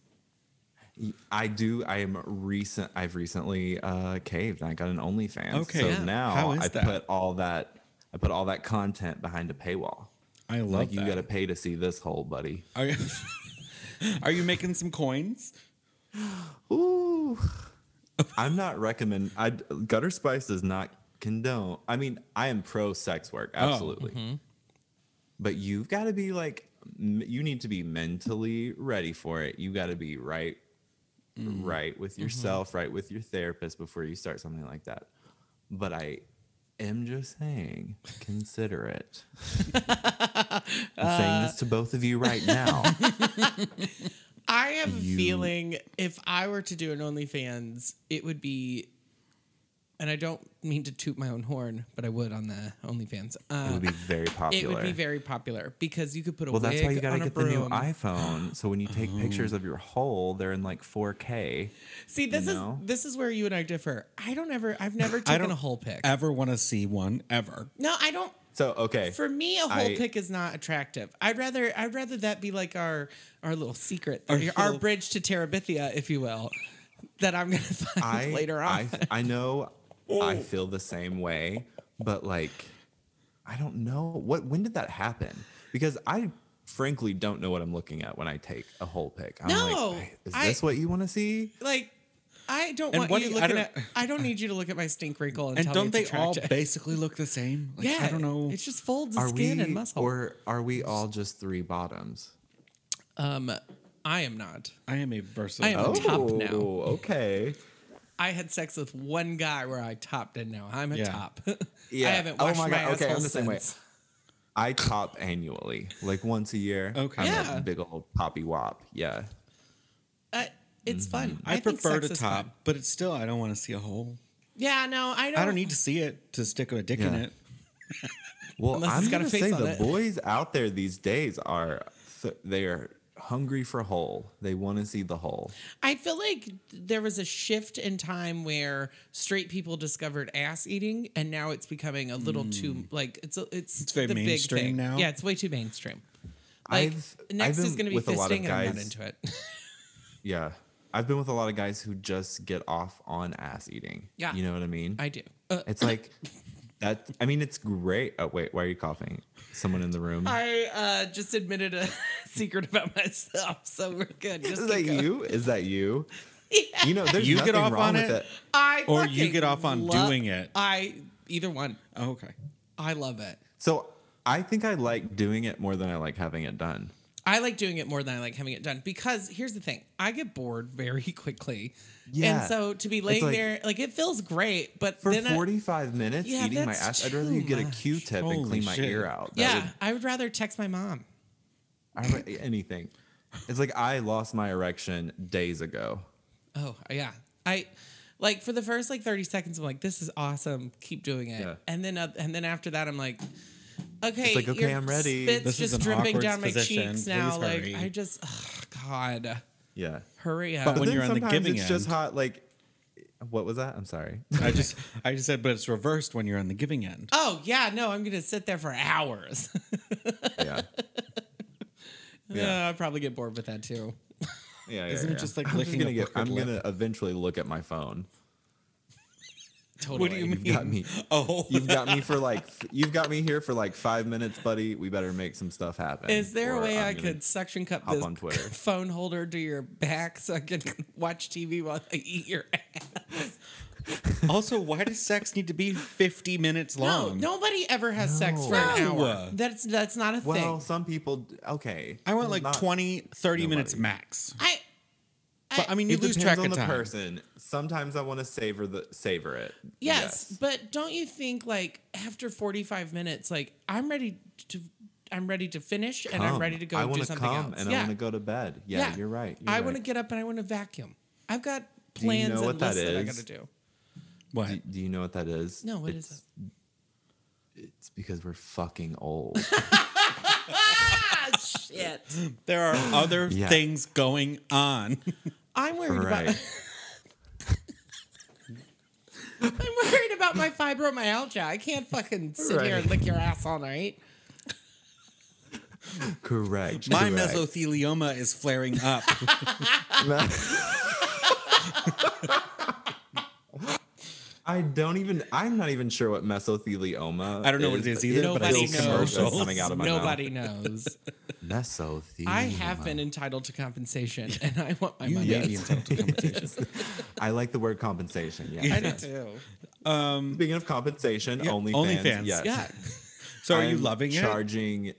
Speaker 3: I do. I am recent. I've recently uh, caved. I got an OnlyFans.
Speaker 2: Okay.
Speaker 3: So
Speaker 2: Yeah.
Speaker 3: now
Speaker 2: How is
Speaker 3: I
Speaker 2: that?
Speaker 3: put all that. I put all that content behind a paywall.
Speaker 2: I love
Speaker 3: Like
Speaker 2: that.
Speaker 3: you got to pay to see this whole buddy.
Speaker 2: Are you, are you making some coins?
Speaker 3: Ooh. I'm not recommend. I Gutter Spice does not condone. I mean, I am pro sex work,
Speaker 1: Oh,
Speaker 3: absolutely.
Speaker 1: mm-hmm.
Speaker 3: But you've got to be like, m- you need to be mentally ready for it. You got to be right,
Speaker 1: Mm-hmm.
Speaker 3: right with yourself, right with your therapist before you start something like that. But I am just saying, consider it. I'm saying this to both of you right now.
Speaker 1: I have
Speaker 3: You-
Speaker 1: a feeling if I were to do an OnlyFans, it would be, and I don't mean to toot my own horn, but I would on the OnlyFans.
Speaker 3: it
Speaker 1: Uh,
Speaker 3: would be very popular.
Speaker 1: it would be very popular because you could put a
Speaker 3: Well,
Speaker 1: wig
Speaker 3: that's why you got
Speaker 1: on
Speaker 3: to
Speaker 1: a
Speaker 3: get the
Speaker 1: broom.
Speaker 3: new iPhone. So when you take pictures of your hole, they're in like 4K.
Speaker 1: See, this
Speaker 3: know?
Speaker 1: is this is where you and I differ. I don't ever, I've never
Speaker 2: I
Speaker 1: taken
Speaker 2: don't
Speaker 1: a whole pic.
Speaker 2: Ever want to see one ever?
Speaker 1: no, I don't.
Speaker 3: So okay,
Speaker 1: For me, a whole
Speaker 3: I-
Speaker 1: pic is not attractive. I'd rather I'd rather that be like our our little secret, our,
Speaker 2: little-
Speaker 1: bridge to Terabithia, if you will, that I'm gonna find
Speaker 3: I
Speaker 1: later on.
Speaker 3: I, I know I feel the same way, but like I don't know what when did that happen? Because I frankly don't know what I'm looking at when I take a whole pic. I'm
Speaker 1: No,
Speaker 3: like, is
Speaker 1: I-
Speaker 3: this what you want to see?
Speaker 1: like I don't
Speaker 2: And
Speaker 1: want
Speaker 2: what
Speaker 1: you
Speaker 2: do you- I
Speaker 1: looking
Speaker 2: don't-
Speaker 1: at. I don't need you to look at my stink wrinkle and,
Speaker 2: And
Speaker 1: tell
Speaker 2: don't
Speaker 1: me
Speaker 2: they
Speaker 1: it's
Speaker 2: all
Speaker 1: attractive.
Speaker 2: basically look the same? Like,
Speaker 1: yeah,
Speaker 2: I don't know.
Speaker 1: It's just folds
Speaker 3: Are
Speaker 1: of skin
Speaker 3: we
Speaker 1: and muscle.
Speaker 3: or are we all just three bottoms?
Speaker 1: um, I am not.
Speaker 2: I am a versatile.
Speaker 1: I
Speaker 3: Oh.
Speaker 1: am- I'm a top now.
Speaker 3: okay.
Speaker 1: I had sex with one guy where I topped, and now I'm a
Speaker 2: Yeah.
Speaker 1: top. I
Speaker 3: Yeah.
Speaker 1: haven't washed my,
Speaker 3: Okay,
Speaker 1: asshole
Speaker 3: I'm the same way.
Speaker 1: since.
Speaker 3: I top annually, like once a year.
Speaker 2: Okay.
Speaker 3: I'm
Speaker 1: Yeah.
Speaker 3: a big old poppy wop. Yeah.
Speaker 1: Uh, it's fun.
Speaker 2: I,
Speaker 1: think
Speaker 2: prefer
Speaker 1: sex
Speaker 2: to
Speaker 1: is fun.
Speaker 2: top, but it's still I don't want to see a hole.
Speaker 1: Yeah, no, I don't.
Speaker 2: I don't need to see it to stick a dick in
Speaker 3: Yeah.
Speaker 2: it.
Speaker 3: Well,
Speaker 1: Unless it's
Speaker 3: I'm
Speaker 1: got a
Speaker 3: gonna
Speaker 1: face
Speaker 3: say
Speaker 1: on
Speaker 3: the
Speaker 1: it.
Speaker 3: boys out there these days are th- they are hungry for hole. They want to see the hole.
Speaker 1: I feel like there was a shift in time where straight people discovered ass eating, and now it's becoming a little too
Speaker 3: Hmm.
Speaker 1: like it's a, it's
Speaker 2: It's very
Speaker 1: the big
Speaker 2: mainstream
Speaker 1: thing.
Speaker 2: now.
Speaker 1: Yeah, it's way too mainstream. Like
Speaker 3: I've- I've
Speaker 1: next
Speaker 3: been
Speaker 1: is going to be
Speaker 3: with a lot of
Speaker 1: fisting, and I'm not
Speaker 3: guys-
Speaker 1: into it.
Speaker 3: Yeah, I've been with a lot of guys who just get off on ass eating.
Speaker 1: Yeah.
Speaker 3: you know what I mean.
Speaker 1: I do. Uh,
Speaker 3: it's like that. I mean, it's great. Oh wait, why are you coughing? Someone in the room.
Speaker 1: I uh, just admitted a secret about myself, so we're good. Just
Speaker 3: Is that
Speaker 1: keep going.
Speaker 3: you? Is that you? You know, there's
Speaker 2: You
Speaker 3: nothing
Speaker 2: get off
Speaker 3: wrong
Speaker 2: on
Speaker 3: with
Speaker 2: it?
Speaker 3: it.
Speaker 1: I
Speaker 2: Or you
Speaker 1: fucking
Speaker 2: get off on
Speaker 1: lo-
Speaker 2: doing it.
Speaker 1: I either one.
Speaker 2: Oh, okay.
Speaker 1: I love it.
Speaker 3: So I think I like doing it more than I like having it done.
Speaker 1: I like doing it more than I like having it done because here's the thing: I get bored very quickly,
Speaker 3: Yeah.
Speaker 1: and so to be laying
Speaker 3: like-
Speaker 1: there, like it feels great, but
Speaker 3: For
Speaker 1: then I-
Speaker 3: 45 minutes
Speaker 1: Yeah,
Speaker 3: eating my
Speaker 1: that's
Speaker 3: ass, I'd rather
Speaker 1: too
Speaker 3: you get a
Speaker 1: much.
Speaker 3: Q-tip
Speaker 2: Holy
Speaker 3: and clean my
Speaker 2: shit.
Speaker 3: ear out. That
Speaker 1: yeah,
Speaker 3: would-
Speaker 1: I would rather text my mom.
Speaker 3: I would- anything. It's like I lost my erection days ago.
Speaker 1: Oh yeah, I like for the first like thirty seconds, I'm like, this is awesome, keep doing it,
Speaker 3: Yeah.
Speaker 1: and then uh, and then after that, I'm like, okay,
Speaker 3: like, okay,
Speaker 1: your
Speaker 3: I'm ready.
Speaker 1: Spit's
Speaker 2: This is
Speaker 1: just
Speaker 2: an
Speaker 1: dripping
Speaker 2: awkward
Speaker 1: down my
Speaker 2: position.
Speaker 1: cheeks now.
Speaker 2: Please
Speaker 1: Like
Speaker 2: hurry.
Speaker 1: I just, ugh, God,
Speaker 3: Yeah.
Speaker 1: hurry up.
Speaker 2: But when
Speaker 3: then
Speaker 2: you're on the
Speaker 3: sometimes
Speaker 2: giving
Speaker 3: it's just
Speaker 2: end.
Speaker 3: hot like what was that? I'm sorry.
Speaker 2: I just I just said, but it's reversed when you're on the giving end.
Speaker 1: oh yeah, no, I'm gonna sit there for hours.
Speaker 3: Yeah. Yeah.
Speaker 1: Yeah, I probably get bored with that too.
Speaker 3: Yeah, yeah,
Speaker 2: Isn't it
Speaker 3: yeah.
Speaker 2: just like
Speaker 3: I'm
Speaker 2: licking
Speaker 3: gonna
Speaker 2: a
Speaker 3: get,
Speaker 2: crooked
Speaker 3: I'm
Speaker 2: lip?
Speaker 3: gonna eventually look at my phone.
Speaker 1: Totally.
Speaker 2: What do you
Speaker 3: You've got
Speaker 2: mean?
Speaker 3: me.
Speaker 2: Oh,
Speaker 3: You've got me for like. f- You've got me here for like five minutes, buddy. We better make some stuff happen.
Speaker 1: Is there a
Speaker 3: or
Speaker 1: way
Speaker 3: I'm
Speaker 1: i
Speaker 3: gonna-
Speaker 1: could suction cup
Speaker 3: hop
Speaker 1: this
Speaker 3: on Twitter.
Speaker 1: phone holder to your back so I can watch TV while I eat your ass?
Speaker 2: also, why does sex need to be 50 minutes
Speaker 1: No,
Speaker 2: long?
Speaker 1: nobody ever has sex for an
Speaker 2: No.
Speaker 1: hour. That's that's not a
Speaker 3: Well,
Speaker 1: thing.
Speaker 3: some people. d- Okay.
Speaker 2: I want
Speaker 3: Well,
Speaker 2: like
Speaker 3: not-
Speaker 2: 20, 30
Speaker 3: nobody.
Speaker 2: minutes max.
Speaker 1: I
Speaker 2: But I mean, you
Speaker 3: it
Speaker 2: lose
Speaker 3: depends
Speaker 2: track
Speaker 3: on
Speaker 2: of
Speaker 3: the
Speaker 2: time.
Speaker 3: person. Sometimes I want to savor the savor it.
Speaker 1: yes, but don't you think like after 45 minutes like I'm ready to I'm ready to finish and I'm
Speaker 3: Come.
Speaker 1: ready to go
Speaker 3: I
Speaker 1: do
Speaker 3: wanna
Speaker 1: something
Speaker 3: come
Speaker 1: else.
Speaker 3: and I
Speaker 1: yeah.
Speaker 3: want to go to bed. Yeah, you're right. you're
Speaker 1: I
Speaker 3: right.
Speaker 1: want to get up and I want to vacuum. I've got plans
Speaker 3: know
Speaker 1: and
Speaker 3: what that
Speaker 1: lists that I got
Speaker 3: is?
Speaker 1: to do.
Speaker 2: What?
Speaker 3: Do, do you know what that is?
Speaker 1: No, what
Speaker 3: what
Speaker 1: is
Speaker 3: is it? It's because we're fucking old.
Speaker 1: Ah, shit.
Speaker 2: There are other
Speaker 3: Yeah.
Speaker 2: things going on.
Speaker 1: I'm worried about
Speaker 3: right.
Speaker 1: I'm worried about my fibromyalgia. I can't fucking sit here and
Speaker 3: Right.
Speaker 1: lick your ass all night.
Speaker 3: Correct.
Speaker 2: My
Speaker 3: correct.
Speaker 2: mesothelioma is flaring up.
Speaker 3: I don't even. I'm not even sure what mesothelioma.
Speaker 2: I don't know what it is
Speaker 3: but
Speaker 2: either, but I
Speaker 1: Nobody
Speaker 2: see
Speaker 3: feels commercial
Speaker 1: knows.
Speaker 2: commercials.
Speaker 3: coming out of my
Speaker 1: Nobody knows.
Speaker 3: mouth. Mesothelioma.
Speaker 1: I have been entitled to compensation, and I want my
Speaker 2: You
Speaker 1: money.
Speaker 2: may be entitled to compensation.
Speaker 3: I like the word compensation. Yeah.
Speaker 1: I do too.
Speaker 2: Um,
Speaker 3: Speaking of compensation,
Speaker 2: Yeah,
Speaker 3: only OnlyFans.
Speaker 2: OnlyFans.
Speaker 3: Yes.
Speaker 1: Yeah.
Speaker 2: so are you
Speaker 3: I'm
Speaker 2: loving it?
Speaker 3: charging,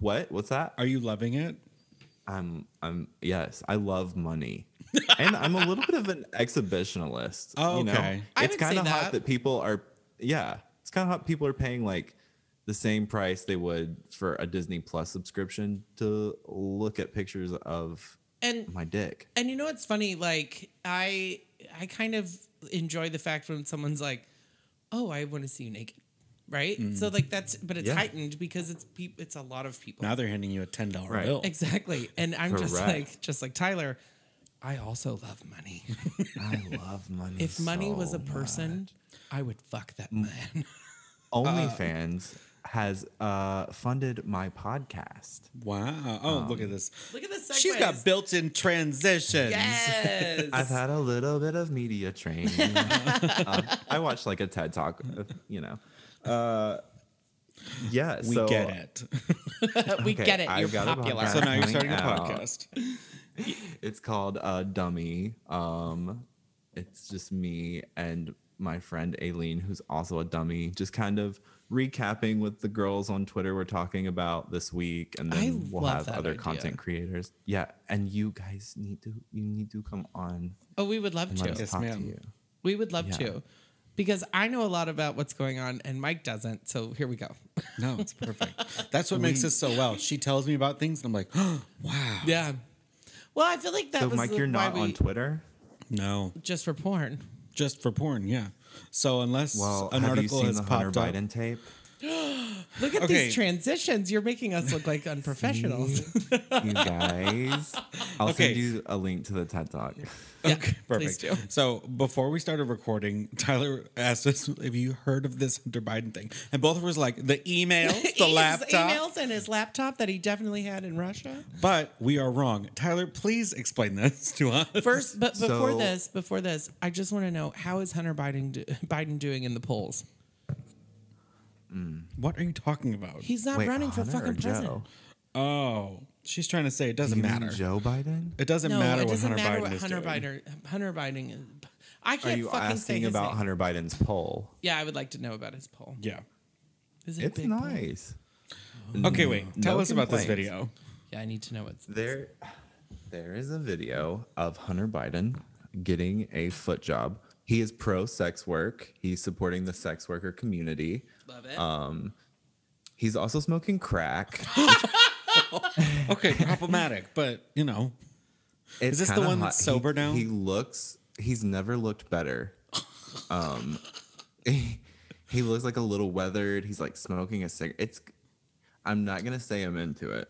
Speaker 3: What? What's that?
Speaker 2: Are you loving it?
Speaker 3: I'm I'm yes, I love money. and I'm a little bit of an exhibitionalist.
Speaker 2: Oh,
Speaker 3: you know?
Speaker 2: okay.
Speaker 1: I
Speaker 3: It's
Speaker 1: would say
Speaker 3: kind of
Speaker 1: that.
Speaker 3: hot that people are yeah, it's kind of hot people are paying like the same price they would for a Disney Plus subscription to look at pictures of
Speaker 1: And
Speaker 3: my dick.
Speaker 1: And you know what's funny? Like I I kind of enjoy the fact when someone's like, "Oh, I want to see you naked," right? So like that's but it's
Speaker 3: Mm. Yeah.
Speaker 1: heightened because it's peop it's a lot of people.
Speaker 2: Now they're handing you a ten dollar
Speaker 3: Right.
Speaker 2: bill.
Speaker 1: exactly. And I'm just
Speaker 3: Correct.
Speaker 1: like just like Tyler. I also love money.
Speaker 3: I love money.
Speaker 1: If money
Speaker 3: so Mm.
Speaker 1: was a person,
Speaker 3: much.
Speaker 1: I would fuck that man. Uh,
Speaker 3: OnlyFans has uh funded my podcast.
Speaker 2: Wow. Oh, look at this.
Speaker 1: Look at this.
Speaker 2: She's got built-in transitions.
Speaker 1: Yes.
Speaker 3: I've had a little bit of media training. Uh, I watched like a TED talk, uh, you know. Uh, yeah,
Speaker 2: We
Speaker 3: so
Speaker 2: get it.
Speaker 1: we
Speaker 3: okay,
Speaker 1: get it.
Speaker 3: I've
Speaker 1: You're
Speaker 3: got a
Speaker 1: popular.
Speaker 3: podcast.
Speaker 2: So now you're starting a
Speaker 3: Out.
Speaker 2: podcast.
Speaker 3: It's called uh, Dummy. Um, it's just me and my friend Aileen, who's also a dummy, just kind of recapping what the girls on Twitter were talking about this week, and
Speaker 1: I
Speaker 3: then we'll
Speaker 1: love
Speaker 3: have
Speaker 1: that
Speaker 3: other
Speaker 1: idea.
Speaker 3: content creators. Yeah, and you guys need to you need to come on
Speaker 1: oh, we would love
Speaker 3: and let us
Speaker 1: to.
Speaker 2: Yes,
Speaker 3: talk to
Speaker 2: ma'am.
Speaker 3: you.
Speaker 1: We would love
Speaker 3: Yeah.
Speaker 1: to. Because I know a lot about what's going on and Mike doesn't. So here we go.
Speaker 2: No, it's perfect. That's what makes us so well. She tells me about things, and I'm like, wow.
Speaker 1: Yeah. Well, I feel like that
Speaker 3: So,
Speaker 1: was
Speaker 3: Mike,
Speaker 1: the-
Speaker 3: you're
Speaker 1: why
Speaker 3: not
Speaker 1: we,
Speaker 3: on Twitter.
Speaker 2: No,
Speaker 1: just for porn.
Speaker 2: just for porn. Yeah. So unless
Speaker 3: Well,
Speaker 2: an
Speaker 3: have you
Speaker 2: article
Speaker 3: seen
Speaker 2: has
Speaker 3: the Hunter
Speaker 2: popped up,
Speaker 3: Biden tape?
Speaker 1: Look at
Speaker 2: Okay.
Speaker 1: these transitions. You're making us look like unprofessionals.
Speaker 3: You guys, I'll
Speaker 2: Okay.
Speaker 3: send you a link to the TED Talk.
Speaker 1: yeah,
Speaker 2: perfect.
Speaker 1: Please do.
Speaker 2: So before we started recording, Tyler asked us if you heard of this Hunter Biden thing, and both of us like the emails, the
Speaker 1: His
Speaker 2: laptop.
Speaker 1: emails and his laptop that he definitely had in Russia.
Speaker 2: But we are wrong. Tyler, please explain this to us.
Speaker 1: First, but before
Speaker 3: So-
Speaker 1: this, before this, I just want to know how is Hunter Biden do, Biden doing in the polls?
Speaker 2: What are you talking about?
Speaker 1: He's not
Speaker 3: Wait,
Speaker 1: running for
Speaker 3: Hunter or
Speaker 1: fucking president.
Speaker 3: Joe?
Speaker 2: oh, she's trying to say it doesn't
Speaker 3: You mean
Speaker 2: matter.
Speaker 3: Joe Biden?
Speaker 2: It doesn't
Speaker 1: No,
Speaker 2: matter
Speaker 1: it
Speaker 2: what
Speaker 1: doesn't
Speaker 2: Hunter
Speaker 1: matter
Speaker 2: Biden
Speaker 1: what
Speaker 2: is
Speaker 1: Hunter
Speaker 2: doing.
Speaker 1: Biden. Hunter Biden. is- I
Speaker 3: Are
Speaker 1: can't
Speaker 3: you
Speaker 1: fucking say
Speaker 3: asking
Speaker 1: his
Speaker 3: about
Speaker 1: name.
Speaker 3: Hunter Biden's poll?
Speaker 1: Yeah, I would like to know about his poll.
Speaker 2: Yeah.
Speaker 1: Is it a
Speaker 3: It's
Speaker 1: big poll?
Speaker 3: nice.
Speaker 2: Okay, wait. Tell
Speaker 3: Mm, No
Speaker 2: us about this
Speaker 3: complaints.
Speaker 2: video.
Speaker 1: Yeah, I need to know what's
Speaker 3: There, there is a video of Hunter Biden getting a foot job. He is pro sex work. He's supporting the sex worker community.
Speaker 1: Love it.
Speaker 3: Uh, He's also smoking crack.
Speaker 2: Okay, problematic, but you know.
Speaker 3: It's
Speaker 2: this the
Speaker 3: kinda
Speaker 2: one that's
Speaker 3: He-
Speaker 2: sober now?
Speaker 3: He looks. He's never looked better. Um, he, he looks like a little weathered. He's like smoking a cigarette. It's. I'm not gonna say I'm into it,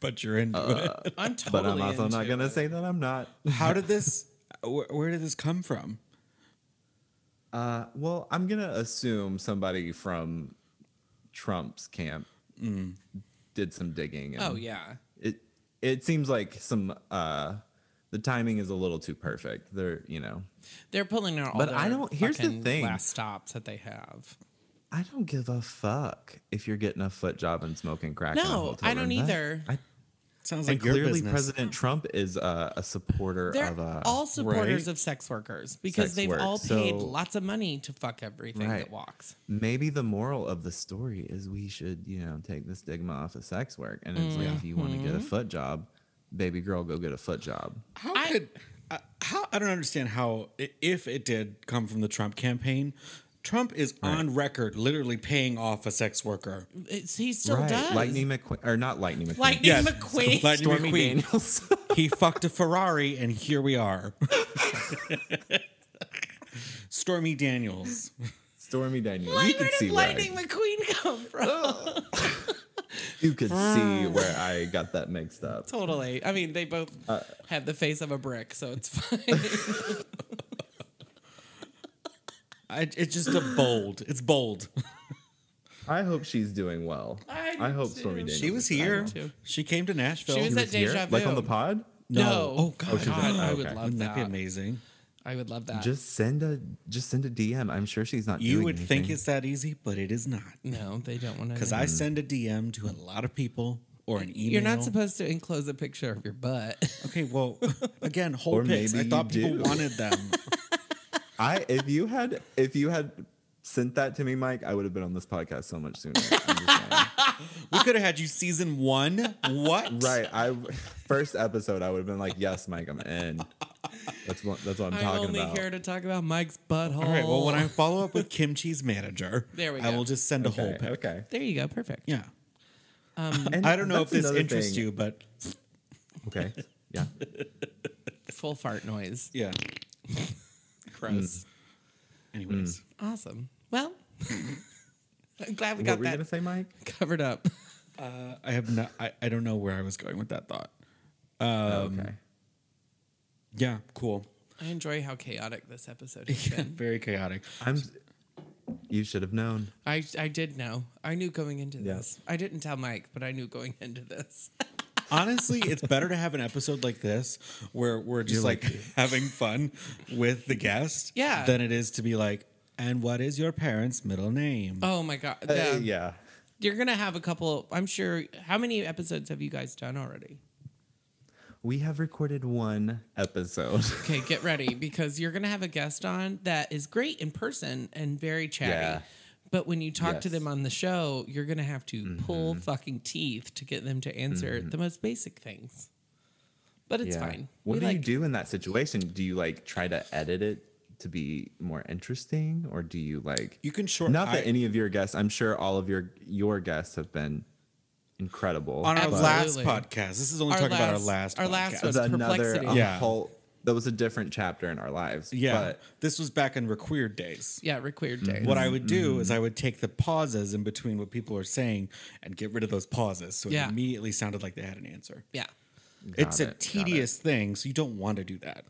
Speaker 2: But you're into
Speaker 3: Uh,
Speaker 2: it.
Speaker 1: I'm totally
Speaker 3: but I'm also not
Speaker 1: into
Speaker 3: gonna
Speaker 1: it.
Speaker 3: say that I'm not.
Speaker 2: How did this? Where, where did this come from?
Speaker 3: Uh, well, I'm gonna assume somebody from Trump's camp
Speaker 2: Mm.
Speaker 3: did some digging. and
Speaker 1: Oh yeah.
Speaker 3: It it seems like some. Uh, the timing is a little too perfect. They're you know.
Speaker 1: They're pulling out all
Speaker 3: But
Speaker 1: their
Speaker 3: I don't- here's the
Speaker 1: fucking
Speaker 3: thing.
Speaker 1: last stops that they have.
Speaker 3: I don't give a fuck if you're getting a foot job and smoking crack. in a
Speaker 1: No,
Speaker 3: hotel
Speaker 1: I don't
Speaker 3: room. That-
Speaker 1: either.
Speaker 3: I,
Speaker 2: Sounds
Speaker 3: and
Speaker 2: like your
Speaker 3: clearly,
Speaker 2: business.
Speaker 3: President Trump is uh, a supporter
Speaker 1: They're
Speaker 3: of uh, a.
Speaker 1: all supporters
Speaker 2: right?
Speaker 1: of sex workers because
Speaker 3: Sex
Speaker 1: they've
Speaker 3: work,
Speaker 1: all paid
Speaker 3: so-
Speaker 1: lots of money to fuck everything
Speaker 3: Right.
Speaker 1: that walks.
Speaker 3: maybe the moral of the story is we should you know take the stigma off of sex work, and it's like if you want to get a
Speaker 1: Mm-hmm.
Speaker 3: foot job, baby girl, go get a foot job.
Speaker 2: how
Speaker 1: I-
Speaker 2: could? Uh, how I don't understand how i- if it did come from the Trump campaign. Trump is on record literally paying off a sex worker.
Speaker 1: It's, he still
Speaker 3: right,
Speaker 1: does.
Speaker 3: Lightning McQueen or not Lightning McQueen.
Speaker 1: Lightning
Speaker 2: Yes.
Speaker 1: McQueen.
Speaker 2: Lightning
Speaker 3: Stormy
Speaker 2: McQueen.
Speaker 3: Daniels.
Speaker 2: he fucked a Ferrari, and here we are. Stormy Daniels.
Speaker 3: Stormy Daniels.
Speaker 1: Where
Speaker 3: you can
Speaker 1: did
Speaker 3: see Oh. where
Speaker 1: Lightning
Speaker 3: I,
Speaker 1: McQueen come from?
Speaker 3: you could see where I got that mixed up.
Speaker 1: totally. I mean, they both
Speaker 3: Uh,
Speaker 1: have the face of a brick, so it's fine.
Speaker 2: I, it's just a bold. It's bold.
Speaker 3: I hope she's doing well.
Speaker 1: I do
Speaker 3: hope
Speaker 1: too.
Speaker 3: Stormy Daniels.
Speaker 2: She was
Speaker 3: is doing
Speaker 2: here.
Speaker 3: well.
Speaker 1: too.
Speaker 2: She came to Nashville.
Speaker 1: She was at
Speaker 3: She was
Speaker 1: Deja
Speaker 3: here? like on
Speaker 1: Vu.
Speaker 3: the pod.
Speaker 2: No.
Speaker 1: Oh
Speaker 2: Oh,
Speaker 1: God,
Speaker 2: God. Oh, she's
Speaker 3: not-
Speaker 1: I
Speaker 3: oh,
Speaker 1: would
Speaker 3: okay.
Speaker 1: love
Speaker 2: Wouldn't that
Speaker 1: that.
Speaker 2: be amazing?
Speaker 1: I would love that.
Speaker 3: Just send a just send a DM. I'm sure she's not.
Speaker 2: You
Speaker 3: doing
Speaker 2: would think
Speaker 3: anything.
Speaker 2: it's that easy, but it is not.
Speaker 1: no, they don't want to.
Speaker 2: Because I send a DM to a lot of people or an email.
Speaker 1: You're not supposed to enclose a picture of your butt.
Speaker 2: Okay, well, again,
Speaker 3: Or
Speaker 2: whole pics. I
Speaker 3: maybe
Speaker 2: thought
Speaker 3: you
Speaker 2: people
Speaker 3: do.
Speaker 2: wanted them.
Speaker 3: I if you had if you had sent that to me, Mike, I would have been on this podcast so much sooner. I'm just saying.
Speaker 2: We could have had you season one. What?
Speaker 3: right. I first episode I would have been like, yes, Mike, I'm in. That's what that's what I'm,
Speaker 1: I'm
Speaker 3: talking
Speaker 1: only
Speaker 3: about.
Speaker 1: here to talk about Mike's butthole.
Speaker 2: All right. Well, when I follow up with Kimchi's manager,
Speaker 1: Oh. There we
Speaker 2: I
Speaker 1: go.
Speaker 2: will just send a whole
Speaker 3: okay.
Speaker 2: pic.
Speaker 3: okay.
Speaker 1: there you go, perfect.
Speaker 2: Yeah.
Speaker 3: And
Speaker 2: I don't know if
Speaker 3: that's
Speaker 2: this
Speaker 3: another
Speaker 2: interests
Speaker 3: thing.
Speaker 2: you, but
Speaker 3: Okay. Yeah.
Speaker 1: Full fart noise.
Speaker 2: yeah. Mm.
Speaker 1: Gross.
Speaker 2: Anyways,
Speaker 1: Awesome. Well, I'm glad we
Speaker 3: what
Speaker 1: got
Speaker 3: were you
Speaker 1: that
Speaker 3: gonna say, Mike?
Speaker 1: covered up.
Speaker 2: uh, I have not. I, I don't know where I was going with that thought. Um,
Speaker 3: Oh, okay.
Speaker 2: Yeah. Cool.
Speaker 1: I enjoy how chaotic this episode has been.
Speaker 2: Very chaotic.
Speaker 3: I'm you should have known.
Speaker 1: I I did know. I knew going into
Speaker 3: Yeah.
Speaker 1: this. I didn't tell Mike, but I knew going into this.
Speaker 2: Honestly, it's better to have an episode like this where we're just
Speaker 3: You're
Speaker 2: like, having fun with the guest.
Speaker 1: Yeah.
Speaker 2: Than it is to be like, and what is your parents' middle name?
Speaker 1: Oh my god.
Speaker 3: Uh,
Speaker 1: The-
Speaker 3: yeah.
Speaker 1: You're gonna have a couple I'm sure how many episodes have you guys done already?
Speaker 3: We have recorded one episode.
Speaker 1: Okay, get ready because you're gonna have a guest on that is great in person and very chatty.
Speaker 3: Yeah.
Speaker 1: But when you talk to
Speaker 3: Yes. Mm-hmm.
Speaker 1: them on the show, you're gonna have to pull fucking teeth to get them to answer the most basic things. But it's fine.
Speaker 3: What
Speaker 1: We
Speaker 3: do you
Speaker 1: like-
Speaker 3: do in that situation? Do you like try to edit it to be more interesting, or do you like?
Speaker 2: You can short.
Speaker 3: Not that
Speaker 2: I-
Speaker 3: any of your guests. I'm sure all of your your guests have been incredible.
Speaker 2: on our
Speaker 1: Absolutely.
Speaker 2: last podcast. This is only
Speaker 1: Our
Speaker 2: talking about our
Speaker 1: last-
Speaker 2: last.
Speaker 1: our last
Speaker 2: podcast.
Speaker 1: one.
Speaker 3: was another
Speaker 1: perplexity.
Speaker 3: a
Speaker 2: Yeah.
Speaker 3: whole. That was a different chapter in our lives.
Speaker 2: Yeah,
Speaker 3: but
Speaker 2: this was back in Requeered days.
Speaker 1: Yeah,
Speaker 3: Mm-hmm.
Speaker 1: required days.
Speaker 2: What I would do is I would take the pauses in between what people are saying and get rid of those pauses, so
Speaker 1: Yeah.
Speaker 2: it immediately sounded like they had an answer.
Speaker 1: yeah.
Speaker 2: it's
Speaker 3: it,
Speaker 2: a
Speaker 3: got it.
Speaker 2: tedious thing, so you don't want to do that.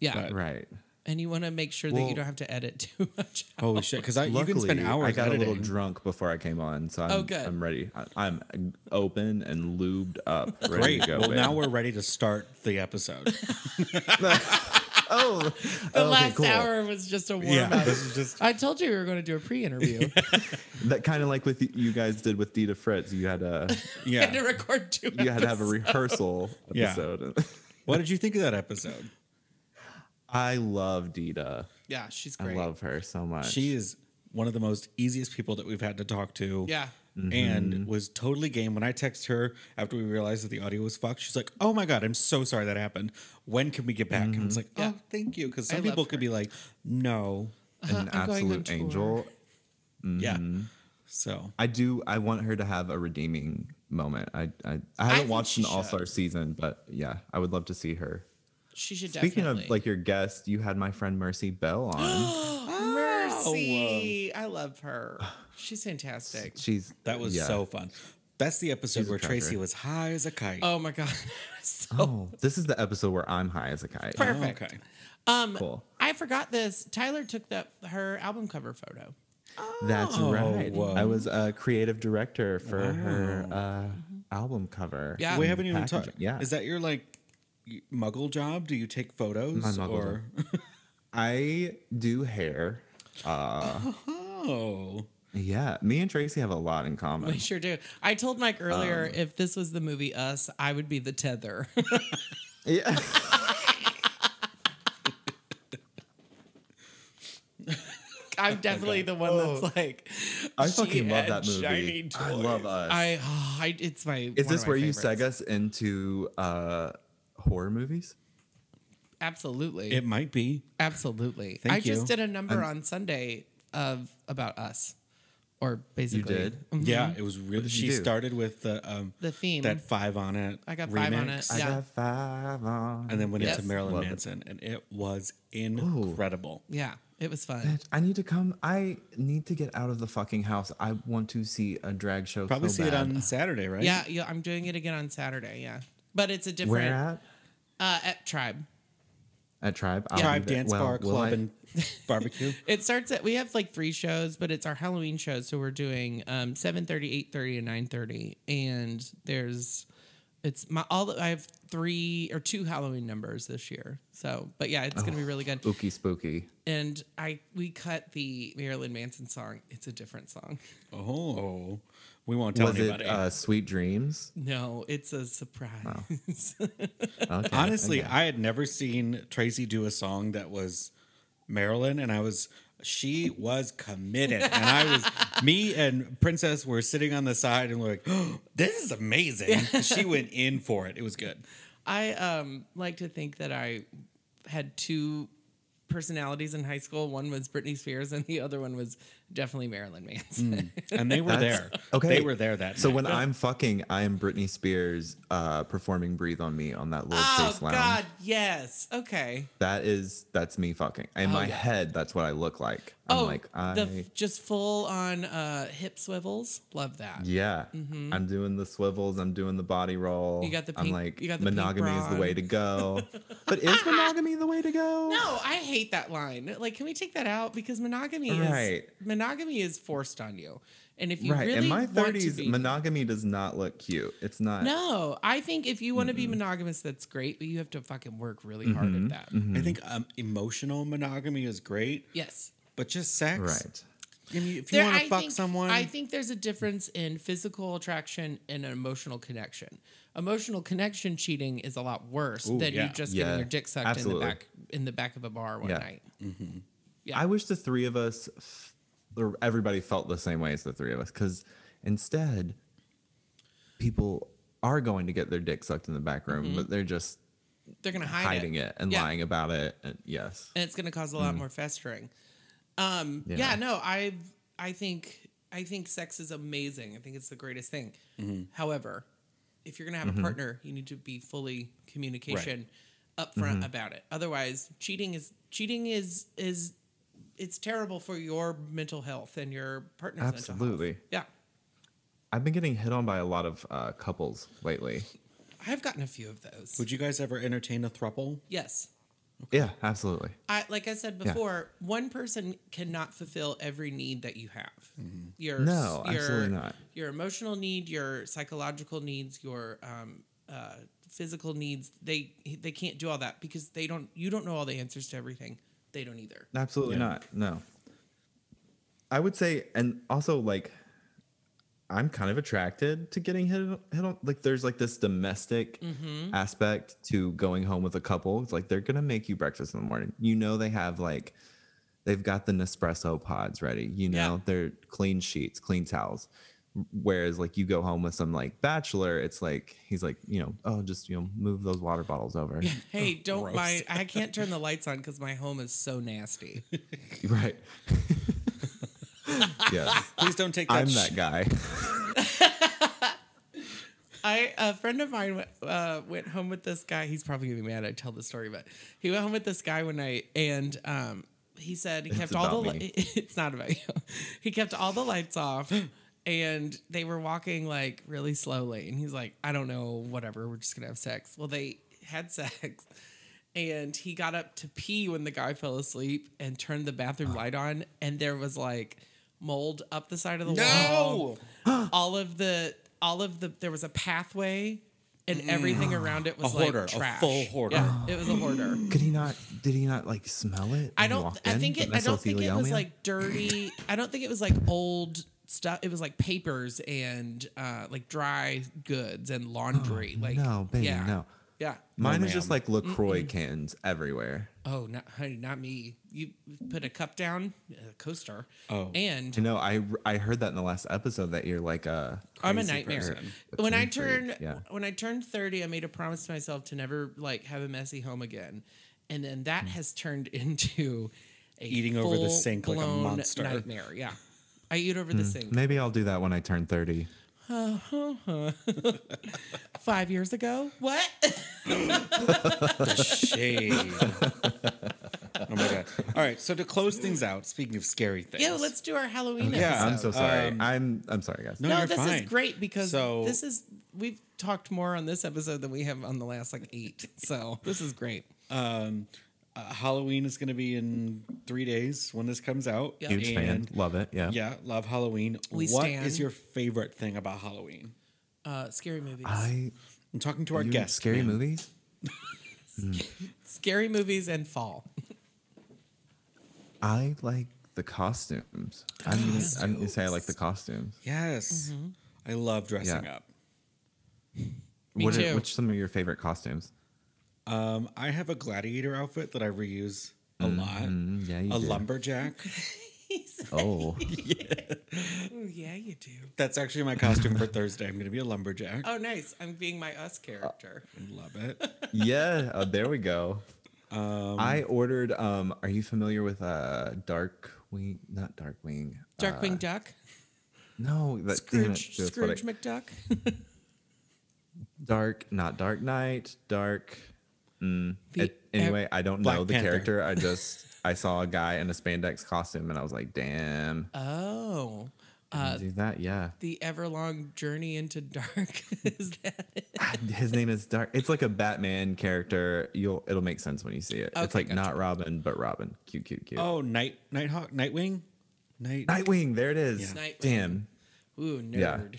Speaker 1: Yeah.
Speaker 2: But-
Speaker 3: right.
Speaker 1: And you want to make sure that you
Speaker 3: Well-
Speaker 1: don't have to edit too much.
Speaker 2: Holy shit! Because you
Speaker 3: Luckily,
Speaker 2: can spend hours.
Speaker 3: I got
Speaker 2: editing.
Speaker 3: a little drunk before I came on, so I'm,
Speaker 1: Oh, good.
Speaker 3: I'm ready. I- I'm open and lubed up, ready
Speaker 2: Great.
Speaker 3: to go.
Speaker 2: well,
Speaker 3: babe.
Speaker 2: now we're ready to start the episode.
Speaker 3: oh,
Speaker 1: The
Speaker 3: okay,
Speaker 1: last
Speaker 3: cool.
Speaker 1: hour was just a warm
Speaker 2: yeah,
Speaker 1: up.
Speaker 2: this is just
Speaker 1: I told you we were going to do a pre-interview.
Speaker 3: That kind of like with you guys did with Dita Fritz. You had a
Speaker 1: We had to
Speaker 2: yeah.
Speaker 1: record two.
Speaker 3: you had to have a
Speaker 1: episodes.
Speaker 3: rehearsal
Speaker 2: Yeah.
Speaker 3: episode.
Speaker 2: what did you think of that episode?
Speaker 3: I love Dita.
Speaker 1: yeah, she's
Speaker 3: I
Speaker 1: great.
Speaker 3: love her so much.
Speaker 2: She is one of the most easiest people that we've had to talk to.
Speaker 1: Yeah.
Speaker 3: Mm-hmm.
Speaker 2: And was totally game. When I text her after we realized that the audio was fucked, she's like, Oh my God, I'm so sorry that happened. When can we get back? And it's like,
Speaker 3: Mm-hmm.
Speaker 1: Yeah.
Speaker 2: Oh, thank you. Because
Speaker 1: I
Speaker 2: some
Speaker 1: love
Speaker 2: people could
Speaker 1: her.
Speaker 2: be like, No.
Speaker 3: an
Speaker 1: I'm going on
Speaker 3: absolute
Speaker 1: tour.
Speaker 3: angel.
Speaker 2: Yeah.
Speaker 3: Mm-hmm.
Speaker 2: So
Speaker 3: I do. I want her to have a redeeming moment. I I, I haven't
Speaker 1: think
Speaker 3: watched
Speaker 1: she
Speaker 3: an
Speaker 1: should.
Speaker 3: All Star season, but yeah, I would love to see her.
Speaker 1: She should
Speaker 3: Speaking
Speaker 1: definitely.
Speaker 3: of like your guest, you had my friend Mercy Bell on.
Speaker 1: Mercy, I love her. She's fantastic.
Speaker 3: She's
Speaker 2: that was
Speaker 3: yeah.
Speaker 2: so fun. That's the episode
Speaker 3: She's a
Speaker 2: where Tracy
Speaker 3: treasure.
Speaker 2: was high as a kite.
Speaker 1: Oh my god. So-
Speaker 3: Oh, this is the episode where I'm high as a kite.
Speaker 1: Perfect.
Speaker 2: okay.
Speaker 1: um,
Speaker 3: Cool.
Speaker 1: I forgot this. Tyler took that her album cover photo.
Speaker 3: That's
Speaker 2: Oh,
Speaker 3: right.
Speaker 2: whoa.
Speaker 3: I was a creative director for her uh, album cover.
Speaker 1: Yeah.
Speaker 2: We
Speaker 1: Mm,
Speaker 2: haven't even
Speaker 3: packaging.
Speaker 2: talked.
Speaker 3: Yeah.
Speaker 2: Is that your like y- muggle job? Do you take photos?
Speaker 3: My muggle
Speaker 2: or
Speaker 3: I do hair.
Speaker 2: oh.
Speaker 3: Yeah. Me and Tracy have a lot in common.
Speaker 1: We sure do. I told Mike earlier
Speaker 3: Um,
Speaker 1: if this was the movie Us, I would be the tether.
Speaker 3: Yeah.
Speaker 1: I'm definitely the one
Speaker 3: Oh.
Speaker 1: that's like.
Speaker 3: I
Speaker 1: she
Speaker 3: fucking love
Speaker 1: had
Speaker 3: that movie.
Speaker 1: shiny
Speaker 3: I
Speaker 1: toys.
Speaker 3: love us.
Speaker 1: I, oh, I it's my.
Speaker 3: Is this where you
Speaker 1: seg
Speaker 3: seg us into uh, horror movies?
Speaker 1: Absolutely,
Speaker 2: It might be.
Speaker 1: absolutely.
Speaker 2: Thank
Speaker 1: I just
Speaker 2: you.
Speaker 1: did a number on Sunday of about us, or basically
Speaker 3: did?
Speaker 1: Mhm.
Speaker 2: Yeah, it was really.
Speaker 3: Mm-hmm. did you
Speaker 2: She
Speaker 3: do?
Speaker 2: started with the um
Speaker 1: the theme.
Speaker 2: that five on it.
Speaker 1: I got five on it.
Speaker 2: remix,
Speaker 3: I
Speaker 1: Yeah.
Speaker 3: got five on.
Speaker 2: And then went
Speaker 1: Yes.
Speaker 2: into Marilyn
Speaker 3: Love it.
Speaker 2: Manson, and it was incredible.
Speaker 1: yeah, it was fun.
Speaker 3: Bitch, I need to come. I need to get out of the fucking house. I want to see a drag show.
Speaker 2: Probably
Speaker 3: so
Speaker 2: see it
Speaker 3: bad.
Speaker 2: on Saturday, right?
Speaker 1: Yeah, yeah, I'm doing it again on Saturday. Yeah, but it's a different.
Speaker 3: Where at?
Speaker 1: Uh, at Tribe.
Speaker 3: At Tribe. I'll
Speaker 2: Tribe
Speaker 3: be there.
Speaker 2: Dance
Speaker 3: Well,
Speaker 2: Bar
Speaker 3: will
Speaker 2: Club
Speaker 3: I-
Speaker 2: and Barbecue.
Speaker 1: It starts at we have like three shows, but it's our Halloween shows, so we're doing um 7:30, 8:30 and 9:30 and there's it's my all the- I have three or two Halloween numbers this year. So, but yeah, it's going to be really good.
Speaker 3: Spooky, spooky.
Speaker 1: And I we cut the Marilyn Manson song. It's a different song.
Speaker 2: Oh, we won't tell
Speaker 3: was
Speaker 2: anybody.
Speaker 3: it uh, Sweet Dreams?
Speaker 1: No, it's a surprise.
Speaker 3: Okay,
Speaker 2: Honestly,
Speaker 3: okay.
Speaker 2: I had never seen Tracy do a song that was Maryland, and I was she was committed, and I was me and Princess were sitting on the side and we're like, oh, "This is amazing." she went in for it. It was good.
Speaker 1: I um, like to think that I had two personalities in high school. One was Britney Spears, and the other one was definitely Marilyn Manson.
Speaker 2: And they were there.
Speaker 3: okay.
Speaker 2: They were there that
Speaker 3: So
Speaker 2: night.
Speaker 3: when I'm fucking, I am Britney Spears uh, performing "Breathe on Me" on that little
Speaker 1: oh
Speaker 3: chase lounge.
Speaker 1: God, yes. Okay.
Speaker 3: That is that's me fucking. In my
Speaker 1: Oh, yeah.
Speaker 3: head, that's what I look like. I'm
Speaker 1: oh,
Speaker 3: like I
Speaker 1: the f- just full on uh, hip swivels. Love that.
Speaker 3: yeah. I'm doing the swivels. I'm doing the body roll.
Speaker 1: mm-hmm. You got the
Speaker 3: I'm
Speaker 1: pink-
Speaker 3: like
Speaker 1: you got the pink
Speaker 3: monogamy is the
Speaker 1: bra
Speaker 3: way
Speaker 1: on."
Speaker 3: to go. but is monogamy the way to go?
Speaker 1: No, I hate that line. Like, can we take that out? Because monogamy
Speaker 3: Right.
Speaker 1: is monogamy is forced on you. And if you
Speaker 3: right.
Speaker 1: really
Speaker 3: In my
Speaker 1: want to
Speaker 3: 30s,
Speaker 1: be,
Speaker 3: monogamy does not look cute. It's not.
Speaker 1: no, I think if you want to be monogamous, that's great, but you have to fucking work really hard
Speaker 3: Mm-hmm.
Speaker 1: at that.
Speaker 2: I think um, emotional monogamy is great,
Speaker 1: Yes.
Speaker 2: but just sex.
Speaker 3: Right.
Speaker 2: I mean, if you
Speaker 1: There-
Speaker 2: want
Speaker 1: I
Speaker 2: to fuck
Speaker 1: think-
Speaker 2: someone,
Speaker 1: I think there's a difference in physical attraction and an emotional connection. Emotional connection cheating is a lot worse
Speaker 2: Ooh,
Speaker 1: than
Speaker 2: yeah.
Speaker 1: you just
Speaker 3: Yeah,
Speaker 1: getting your dick sucked
Speaker 3: absolutely.
Speaker 1: in the back in the back of a bar one
Speaker 3: Yeah.
Speaker 1: night.
Speaker 3: I wish the three of us, f- or everybody felt the same way as the three of us, because instead, people are going to get their dick sucked in the back room, but they're just
Speaker 1: They're gonna hide
Speaker 3: hiding it, and
Speaker 1: Mm-hmm. Yeah.
Speaker 3: lying about it. And yes.
Speaker 1: and it's going to cause a lot more festering. Um, yeah.
Speaker 3: Yeah.
Speaker 1: no, I I think I think sex is amazing. I think it's the greatest thing. However, if you're going to have a partner, you need to be fully communication upfront about it. Otherwise, cheating is cheating is is it's terrible for your mental health and your partner's mental
Speaker 3: Absolutely.
Speaker 1: health. Yeah.
Speaker 3: I've been getting hit on by a lot of uh, couples lately.
Speaker 1: I've gotten a few of those.
Speaker 2: would you guys ever entertain a thruple?
Speaker 1: yes.
Speaker 3: Yeah, absolutely.
Speaker 1: I, like I said
Speaker 3: Yeah.
Speaker 1: before, one person cannot fulfill every need that you have. Your
Speaker 3: Mm-hmm. No,
Speaker 1: your,
Speaker 3: absolutely not.
Speaker 1: Your emotional need, your psychological needs, your um, uh, physical needs. They they can't do all that because they don't. You don't know all the answers to everything. They don't either.
Speaker 3: Absolutely not. No. I would say, and also like, I'm kind of attracted to getting hit, hit on. Like, there's like this domestic aspect to going home with a couple. It's like they're gonna make you breakfast in the morning. You know they have like, they've got the Nespresso pods ready. You know
Speaker 1: Yeah.
Speaker 3: they're clean sheets, clean towels. Whereas like you go home with some like bachelor, it's like he's like you know oh just you know move those water bottles over.
Speaker 1: Hey, don't
Speaker 2: gross.
Speaker 1: my I can't turn the lights on because my home is so nasty.
Speaker 3: Right. yeah.
Speaker 2: Please don't take that.
Speaker 3: I'm
Speaker 2: sh-
Speaker 3: that guy.
Speaker 1: I a friend of mine uh, went home with this guy. He's probably gonna be mad I tell the story, but he went home with this guy one night, and um, he said he kept all the.
Speaker 3: about
Speaker 1: Li- it's not about you. He kept all the lights off, and they were walking like really slowly. And he's like, I don't know, whatever. We're just gonna have sex. Well, they had sex. And he got up to pee when the guy fell asleep and turned the bathroom light on, and there was like mold up the side of the wall
Speaker 2: No!
Speaker 1: all of the all of the there was a pathway and everything around it was
Speaker 2: A
Speaker 1: like
Speaker 2: hoarder, a
Speaker 1: trash.
Speaker 2: full hoarder.
Speaker 1: Yeah, it was a hoarder.
Speaker 3: Could he not? Did he not like smell it?
Speaker 1: I
Speaker 3: when he
Speaker 1: don't
Speaker 3: walked
Speaker 1: I
Speaker 3: in?
Speaker 1: think
Speaker 3: The
Speaker 1: it I don't think it was
Speaker 3: mesothelioma?
Speaker 1: like dirty. I don't think it was like old stuff. It was like papers and uh like dry goods and laundry. like
Speaker 3: no, baby,
Speaker 1: yeah.
Speaker 3: no.
Speaker 1: Yeah.
Speaker 3: Mine
Speaker 2: No,
Speaker 3: is just
Speaker 2: ma'am.
Speaker 3: like Lacroix cans everywhere.
Speaker 1: Oh, not honey, not me. You put a cup down, a coaster.
Speaker 2: Oh.
Speaker 1: and
Speaker 3: You know, I I heard that in the last episode that you're like uh, a.
Speaker 1: I'm a
Speaker 3: crazy
Speaker 1: nightmare.
Speaker 3: person. A
Speaker 1: When I
Speaker 3: clean freak,
Speaker 1: turned
Speaker 3: yeah.
Speaker 1: when I turned 30, I made a promise to myself to never like have a messy home again. And then that has turned into a
Speaker 2: Hmm. Eating over the
Speaker 1: full
Speaker 2: sink like a
Speaker 1: blown
Speaker 2: monster. Hmm.
Speaker 1: nightmare. Yeah. I eat over the sink.
Speaker 3: Maybe I'll do that when I turn thirty.
Speaker 1: Five years ago? What?
Speaker 2: shade. oh my god! All right, so to close things out, speaking of scary things,
Speaker 1: yeah, let's do our Halloween
Speaker 2: Yeah.
Speaker 1: episode.
Speaker 3: I'm so sorry.
Speaker 2: um,
Speaker 3: I'm I'm sorry, guys.
Speaker 2: no,
Speaker 1: No,
Speaker 2: you're
Speaker 1: this
Speaker 2: fine.
Speaker 1: is great because
Speaker 2: So-
Speaker 1: this is we've talked more on this episode than we have on the last like eight. So this is great.
Speaker 2: Uh, Halloween is going to be in three days when this comes out.
Speaker 1: Yeah.
Speaker 3: Huge fan.
Speaker 2: And-
Speaker 3: Love it. Yeah.
Speaker 2: Yeah, love Halloween. What
Speaker 1: We
Speaker 2: is
Speaker 1: stan.
Speaker 2: your favorite thing about Halloween?
Speaker 1: Uh, scary movies.
Speaker 3: I
Speaker 2: I'm talking to our
Speaker 3: you
Speaker 2: guest.
Speaker 3: scary
Speaker 2: man.
Speaker 3: movies.
Speaker 1: scary movies and fall.
Speaker 3: I like the costumes. I'm gonna, I'm gonna say I like the costumes.
Speaker 2: Yes,
Speaker 1: Mm-hmm.
Speaker 2: I love dressing
Speaker 3: Yeah.
Speaker 2: up.
Speaker 1: Me
Speaker 3: what
Speaker 1: too.
Speaker 3: Are, which some of your favorite costumes?
Speaker 2: Um, I have a gladiator outfit that I reuse a lot.
Speaker 3: Mm, yeah, you
Speaker 2: A
Speaker 3: did.
Speaker 2: lumberjack.
Speaker 3: Oh,
Speaker 1: Ooh, yeah, you do.
Speaker 2: That's actually my costume for Thursday. I'm going to be a lumberjack.
Speaker 1: Oh, nice. I'm being my us character.
Speaker 2: Love it.
Speaker 3: yeah. Oh, there we go. I ordered. Um, are you familiar with uh, Dark Wing? Not Dark Wing. uh,
Speaker 1: Darkwing Duck.
Speaker 3: No, that, damn it,
Speaker 1: Scrooge,
Speaker 3: that's what I-
Speaker 1: Scrooge McDuck.
Speaker 3: Dark, not Dark Knight. Dark.
Speaker 1: The
Speaker 3: It- anyway, I don't know
Speaker 2: Black
Speaker 3: the
Speaker 2: Panther.
Speaker 3: character. I just I saw a guy in a spandex costume and I was like, damn.
Speaker 1: ev- oh,
Speaker 3: can you do that, yeah.
Speaker 1: the everlong journey into dark. Is that it?
Speaker 3: Ah, His name is Dark. It's like a Batman character. You'll it'll make sense when you see it. it's
Speaker 1: Okay,
Speaker 3: like not Robin, but Robin. Cute, cute, cute.
Speaker 2: Oh, night, nighthawk, nightwing, night.
Speaker 3: Nightwing, there it is.
Speaker 1: Yeah. Nightwing.
Speaker 3: Damn.
Speaker 1: Ooh, nerd.
Speaker 3: Yeah.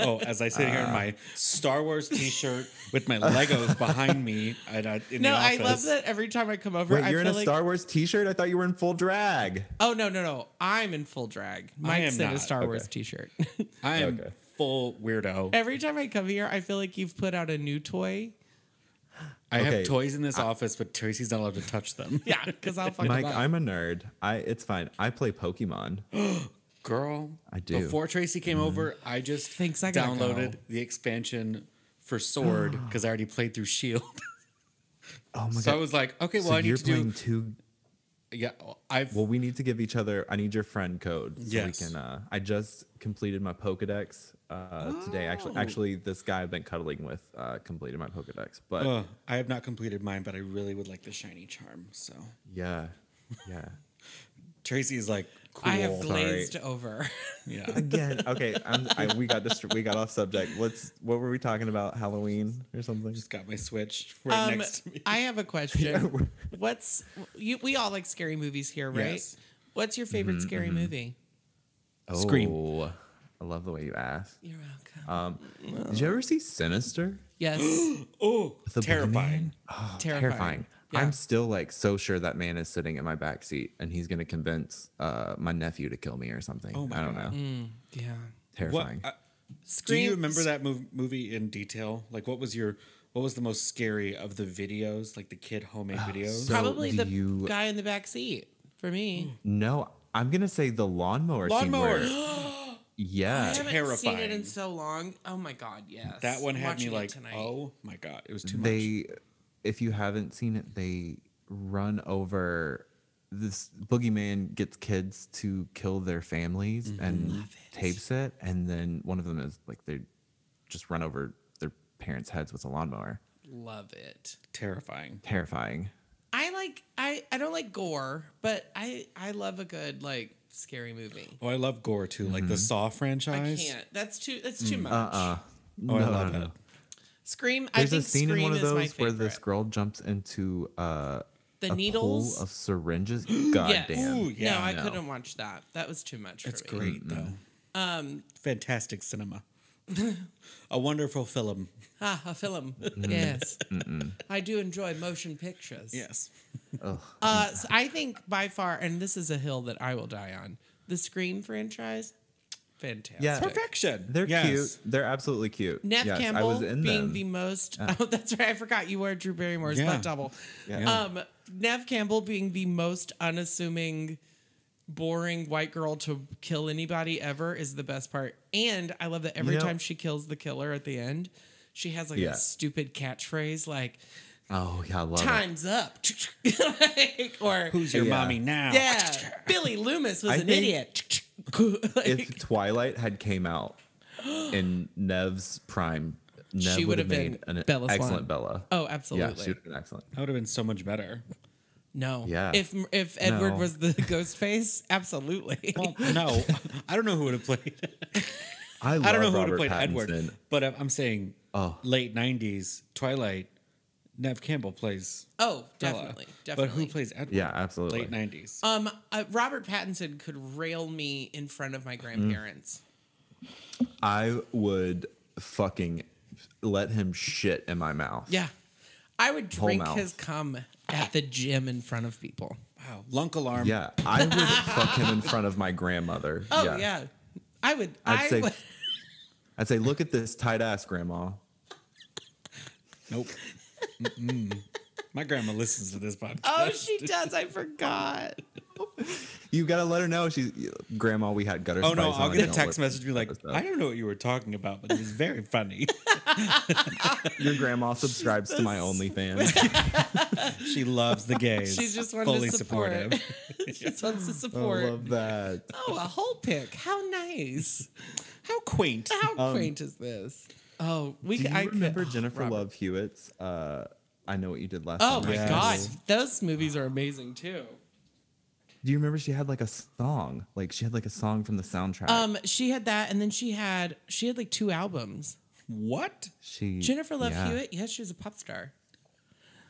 Speaker 2: Oh, as I sit here
Speaker 3: Ah.
Speaker 2: in my Star Wars T-shirt with my Legos behind me at, uh, in
Speaker 1: No,
Speaker 2: the
Speaker 1: I
Speaker 2: office.
Speaker 1: love that every time I come over,
Speaker 3: Wait,
Speaker 1: I
Speaker 3: you're
Speaker 1: feel
Speaker 3: in a
Speaker 1: like.
Speaker 3: Star Wars t-shirt? I thought you were in full drag.
Speaker 1: oh no, no, no! I'm in full drag. Mike's in a
Speaker 2: not.
Speaker 1: Star
Speaker 3: Okay.
Speaker 1: Wars T-shirt.
Speaker 2: I am
Speaker 3: Okay.
Speaker 2: full weirdo.
Speaker 1: every time I come here, I feel like you've put out a new toy.
Speaker 2: I
Speaker 3: Okay.
Speaker 2: have toys in this office, but Tracy's not allowed to touch them.
Speaker 1: Yeah, because I'll fucking.
Speaker 3: Mike,
Speaker 1: buy it.
Speaker 3: I'm a nerd. I it's fine. I play Pokemon.
Speaker 2: Girl,
Speaker 3: I do. Mm-hmm.
Speaker 2: Before Tracy came over, I just
Speaker 1: Thanks, I gotta
Speaker 2: downloaded
Speaker 1: go.
Speaker 2: the expansion for Sword because I E already played through Shield.
Speaker 3: Oh my
Speaker 2: so I
Speaker 3: god.
Speaker 2: was like, okay, well,
Speaker 3: so
Speaker 2: I need
Speaker 3: you're
Speaker 2: to
Speaker 3: playing
Speaker 2: do.
Speaker 3: two
Speaker 2: Yeah, oh, I've
Speaker 3: Well, we need to give each other. I need your friend code. So
Speaker 2: Yes.
Speaker 3: We can. Uh, I just completed my Pokedex uh, today. Actually,
Speaker 1: Oh.
Speaker 3: actually, this guy I've been cuddling with uh, completed my Pokedex. But
Speaker 2: uh, I have not completed mine, but I really would like the shiny charm. So
Speaker 3: yeah, yeah.
Speaker 2: Tracy's like, cool.
Speaker 1: I have
Speaker 3: Sorry.
Speaker 1: glazed over.
Speaker 2: yeah.
Speaker 3: Again, okay. I'm, I, we got this. We got off subject. What's what were we talking about? Halloween or something?
Speaker 2: Just got my Switch right
Speaker 1: Um,
Speaker 2: next to me.
Speaker 1: I have a question. What's you, we all like scary movies here, right?
Speaker 2: Yes. Mm-hmm,
Speaker 1: What's your favorite scary movie?
Speaker 2: Scream.
Speaker 3: Oh, I love the way you asked.
Speaker 1: You're welcome.
Speaker 2: Uh,
Speaker 3: Um, Did you ever see Sinister?
Speaker 1: yes,
Speaker 2: Oh,
Speaker 3: The Oh,
Speaker 2: terrifying.
Speaker 1: terrifying.
Speaker 3: terrifying.
Speaker 1: Yeah.
Speaker 3: I'm still like so sure that man is sitting in my back seat and he's gonna convince uh, my nephew to kill me or something.
Speaker 2: Oh my
Speaker 3: I don't
Speaker 2: God.
Speaker 3: know.
Speaker 1: yeah.
Speaker 2: What,
Speaker 3: Terrifying.
Speaker 2: uh, do
Speaker 1: Scream.
Speaker 2: you remember that mov- movie in detail? Like, what was your, what was the most scary of the videos? Like the kid homemade videos?
Speaker 3: Ah, so-
Speaker 1: Probably
Speaker 3: do
Speaker 1: the
Speaker 3: you-
Speaker 1: guy in the back seat for
Speaker 2: Hmm.
Speaker 1: me.
Speaker 3: no, I'm gonna say the lawnmower. scene where-
Speaker 2: Lawnmower.
Speaker 1: I
Speaker 3: yeah.
Speaker 1: haven't seen it in
Speaker 2: terrifying.
Speaker 1: so long. Oh my god, yes.
Speaker 2: that one
Speaker 1: I'm
Speaker 2: had me
Speaker 1: watching it
Speaker 2: like,
Speaker 1: tonight.
Speaker 2: oh my god, it was too much.
Speaker 3: They, if you haven't seen it, they run over. This boogeyman gets kids to kill their families
Speaker 2: Mm-hmm.
Speaker 3: and tapes it, and then one of them is like they just run over their parents' heads with a lawnmower.
Speaker 1: love it.
Speaker 2: Terrifying.
Speaker 3: Terrifying.
Speaker 1: I like I I don't like gore, but I I love a good like scary movie.
Speaker 2: Oh, I love gore too, like
Speaker 3: Mm-hmm.
Speaker 2: the Saw
Speaker 1: I
Speaker 2: franchise.
Speaker 1: can't. That's too that's
Speaker 2: Hmm.
Speaker 1: too much.
Speaker 3: Uh-uh.
Speaker 2: Oh, I love it.
Speaker 1: Scream. I
Speaker 3: There's
Speaker 1: think
Speaker 3: a scene
Speaker 1: Scream
Speaker 3: in one of
Speaker 1: is my
Speaker 3: those where this
Speaker 1: favorite.
Speaker 3: girl jumps into uh,
Speaker 1: The
Speaker 3: a
Speaker 1: needles?
Speaker 3: pool of syringes. God
Speaker 1: Yes.
Speaker 3: damn.
Speaker 2: Ooh,
Speaker 1: no,
Speaker 2: yeah,
Speaker 1: I
Speaker 3: no.
Speaker 1: couldn't watch that. That was too much
Speaker 2: It's
Speaker 1: for me.
Speaker 2: great though. Um, fantastic cinema. a wonderful film.
Speaker 1: Ah, a film. yes, I do enjoy motion pictures.
Speaker 2: Yes.
Speaker 1: Uh, so I think by far, and this is a hill that I will die on. The Scream franchise, fantastic.
Speaker 3: Yeah.
Speaker 2: Perfection.
Speaker 3: They're
Speaker 2: Yes.
Speaker 3: cute. They're absolutely cute.
Speaker 1: Neff
Speaker 3: Yes,
Speaker 1: Campbell
Speaker 3: I was in
Speaker 1: being
Speaker 3: them.
Speaker 1: the most. Oh, that's right. I forgot you were Drew Barrymore's
Speaker 2: Yeah.
Speaker 1: butt double.
Speaker 3: Yeah.
Speaker 1: Um, Nev Campbell being the most unassuming, boring white girl to kill anybody ever is the best part. And I love that every
Speaker 3: You know-
Speaker 1: time she kills the killer at the end, she has like
Speaker 3: Yeah.
Speaker 1: a stupid catchphrase like
Speaker 3: oh yeah, I love it.
Speaker 1: "Time's up," like, or
Speaker 2: Who's your
Speaker 3: Yeah.
Speaker 2: mommy now?
Speaker 1: yeah, Billy Loomis was
Speaker 3: I
Speaker 1: an
Speaker 3: think
Speaker 1: idiot. Like,
Speaker 3: If Twilight had came out in Nev's prime, Nev
Speaker 1: She
Speaker 3: would
Speaker 1: would've
Speaker 3: have
Speaker 1: been
Speaker 3: made an
Speaker 1: Bella Swan.
Speaker 3: excellent Bella.
Speaker 1: oh,
Speaker 3: yeah,
Speaker 1: absolutely.
Speaker 3: she would have been excellent.
Speaker 2: That would have been so much better.
Speaker 1: No.
Speaker 3: Yeah.
Speaker 1: If if Edward
Speaker 3: No.
Speaker 1: was the ghost face, absolutely.
Speaker 2: Well, no, I don't know who would have played.
Speaker 3: I, love
Speaker 2: I don't know who would
Speaker 3: Robert
Speaker 2: have played
Speaker 3: Pattinson.
Speaker 2: Edward, but I'm- I'm saying
Speaker 3: Oh.
Speaker 2: late '90s Twilight. Nev Campbell plays
Speaker 1: oh,
Speaker 2: Bella,
Speaker 1: definitely, definitely.
Speaker 2: But who plays Edward?
Speaker 3: Yeah, absolutely.
Speaker 2: Late '90s.
Speaker 1: Um, uh, Robert Pattinson could rail me in front of my
Speaker 3: Mm-hmm.
Speaker 1: grandparents.
Speaker 3: I would fucking let him shit in my mouth.
Speaker 1: Yeah, I would
Speaker 3: Whole
Speaker 1: drink
Speaker 3: mouth.
Speaker 1: his cum at the gym in front of people.
Speaker 2: wow, lunk alarm.
Speaker 3: Yeah, I would fuck him in front of my grandmother.
Speaker 1: Oh yeah, I would.
Speaker 3: I'd
Speaker 1: I
Speaker 3: say,
Speaker 1: would.
Speaker 3: I'd say, look at this tight ass, grandma.
Speaker 2: Nope. My grandma listens to this podcast.
Speaker 1: Oh, she does. I forgot.
Speaker 3: You gotta let her know she's grandma. We had gutter.
Speaker 2: Oh no,
Speaker 3: Spice
Speaker 2: I'll
Speaker 3: on.
Speaker 2: get a
Speaker 3: Don't
Speaker 2: text
Speaker 3: listen
Speaker 2: message
Speaker 3: to
Speaker 2: and be like,
Speaker 3: that stuff.
Speaker 2: I don't know what you were talking about, but it was very funny.
Speaker 3: Your grandma subscribes to my OnlyFans.
Speaker 2: she loves the gays.
Speaker 1: She just wanted to support. she just wants to
Speaker 3: I
Speaker 1: support.
Speaker 3: love that.
Speaker 1: Oh, a whole pick. How nice.
Speaker 2: How quaint.
Speaker 1: How quaint is this? Oh, we.
Speaker 3: Um, Do you
Speaker 1: I
Speaker 3: remember
Speaker 1: could,
Speaker 3: Jennifer
Speaker 1: Robert.
Speaker 3: Love Hewitt's? Uh, I know what you did last.
Speaker 1: Oh
Speaker 3: Summer?
Speaker 1: my
Speaker 2: Yes.
Speaker 1: God, those movies are amazing too.
Speaker 3: Do you remember she had like a song? Like she had like a song from the soundtrack.
Speaker 1: Um, she had that, and then she had she had like two albums.
Speaker 2: What?
Speaker 3: she
Speaker 1: Jennifer Love
Speaker 3: yeah.
Speaker 1: Hewitt. Yes, she was a pop star.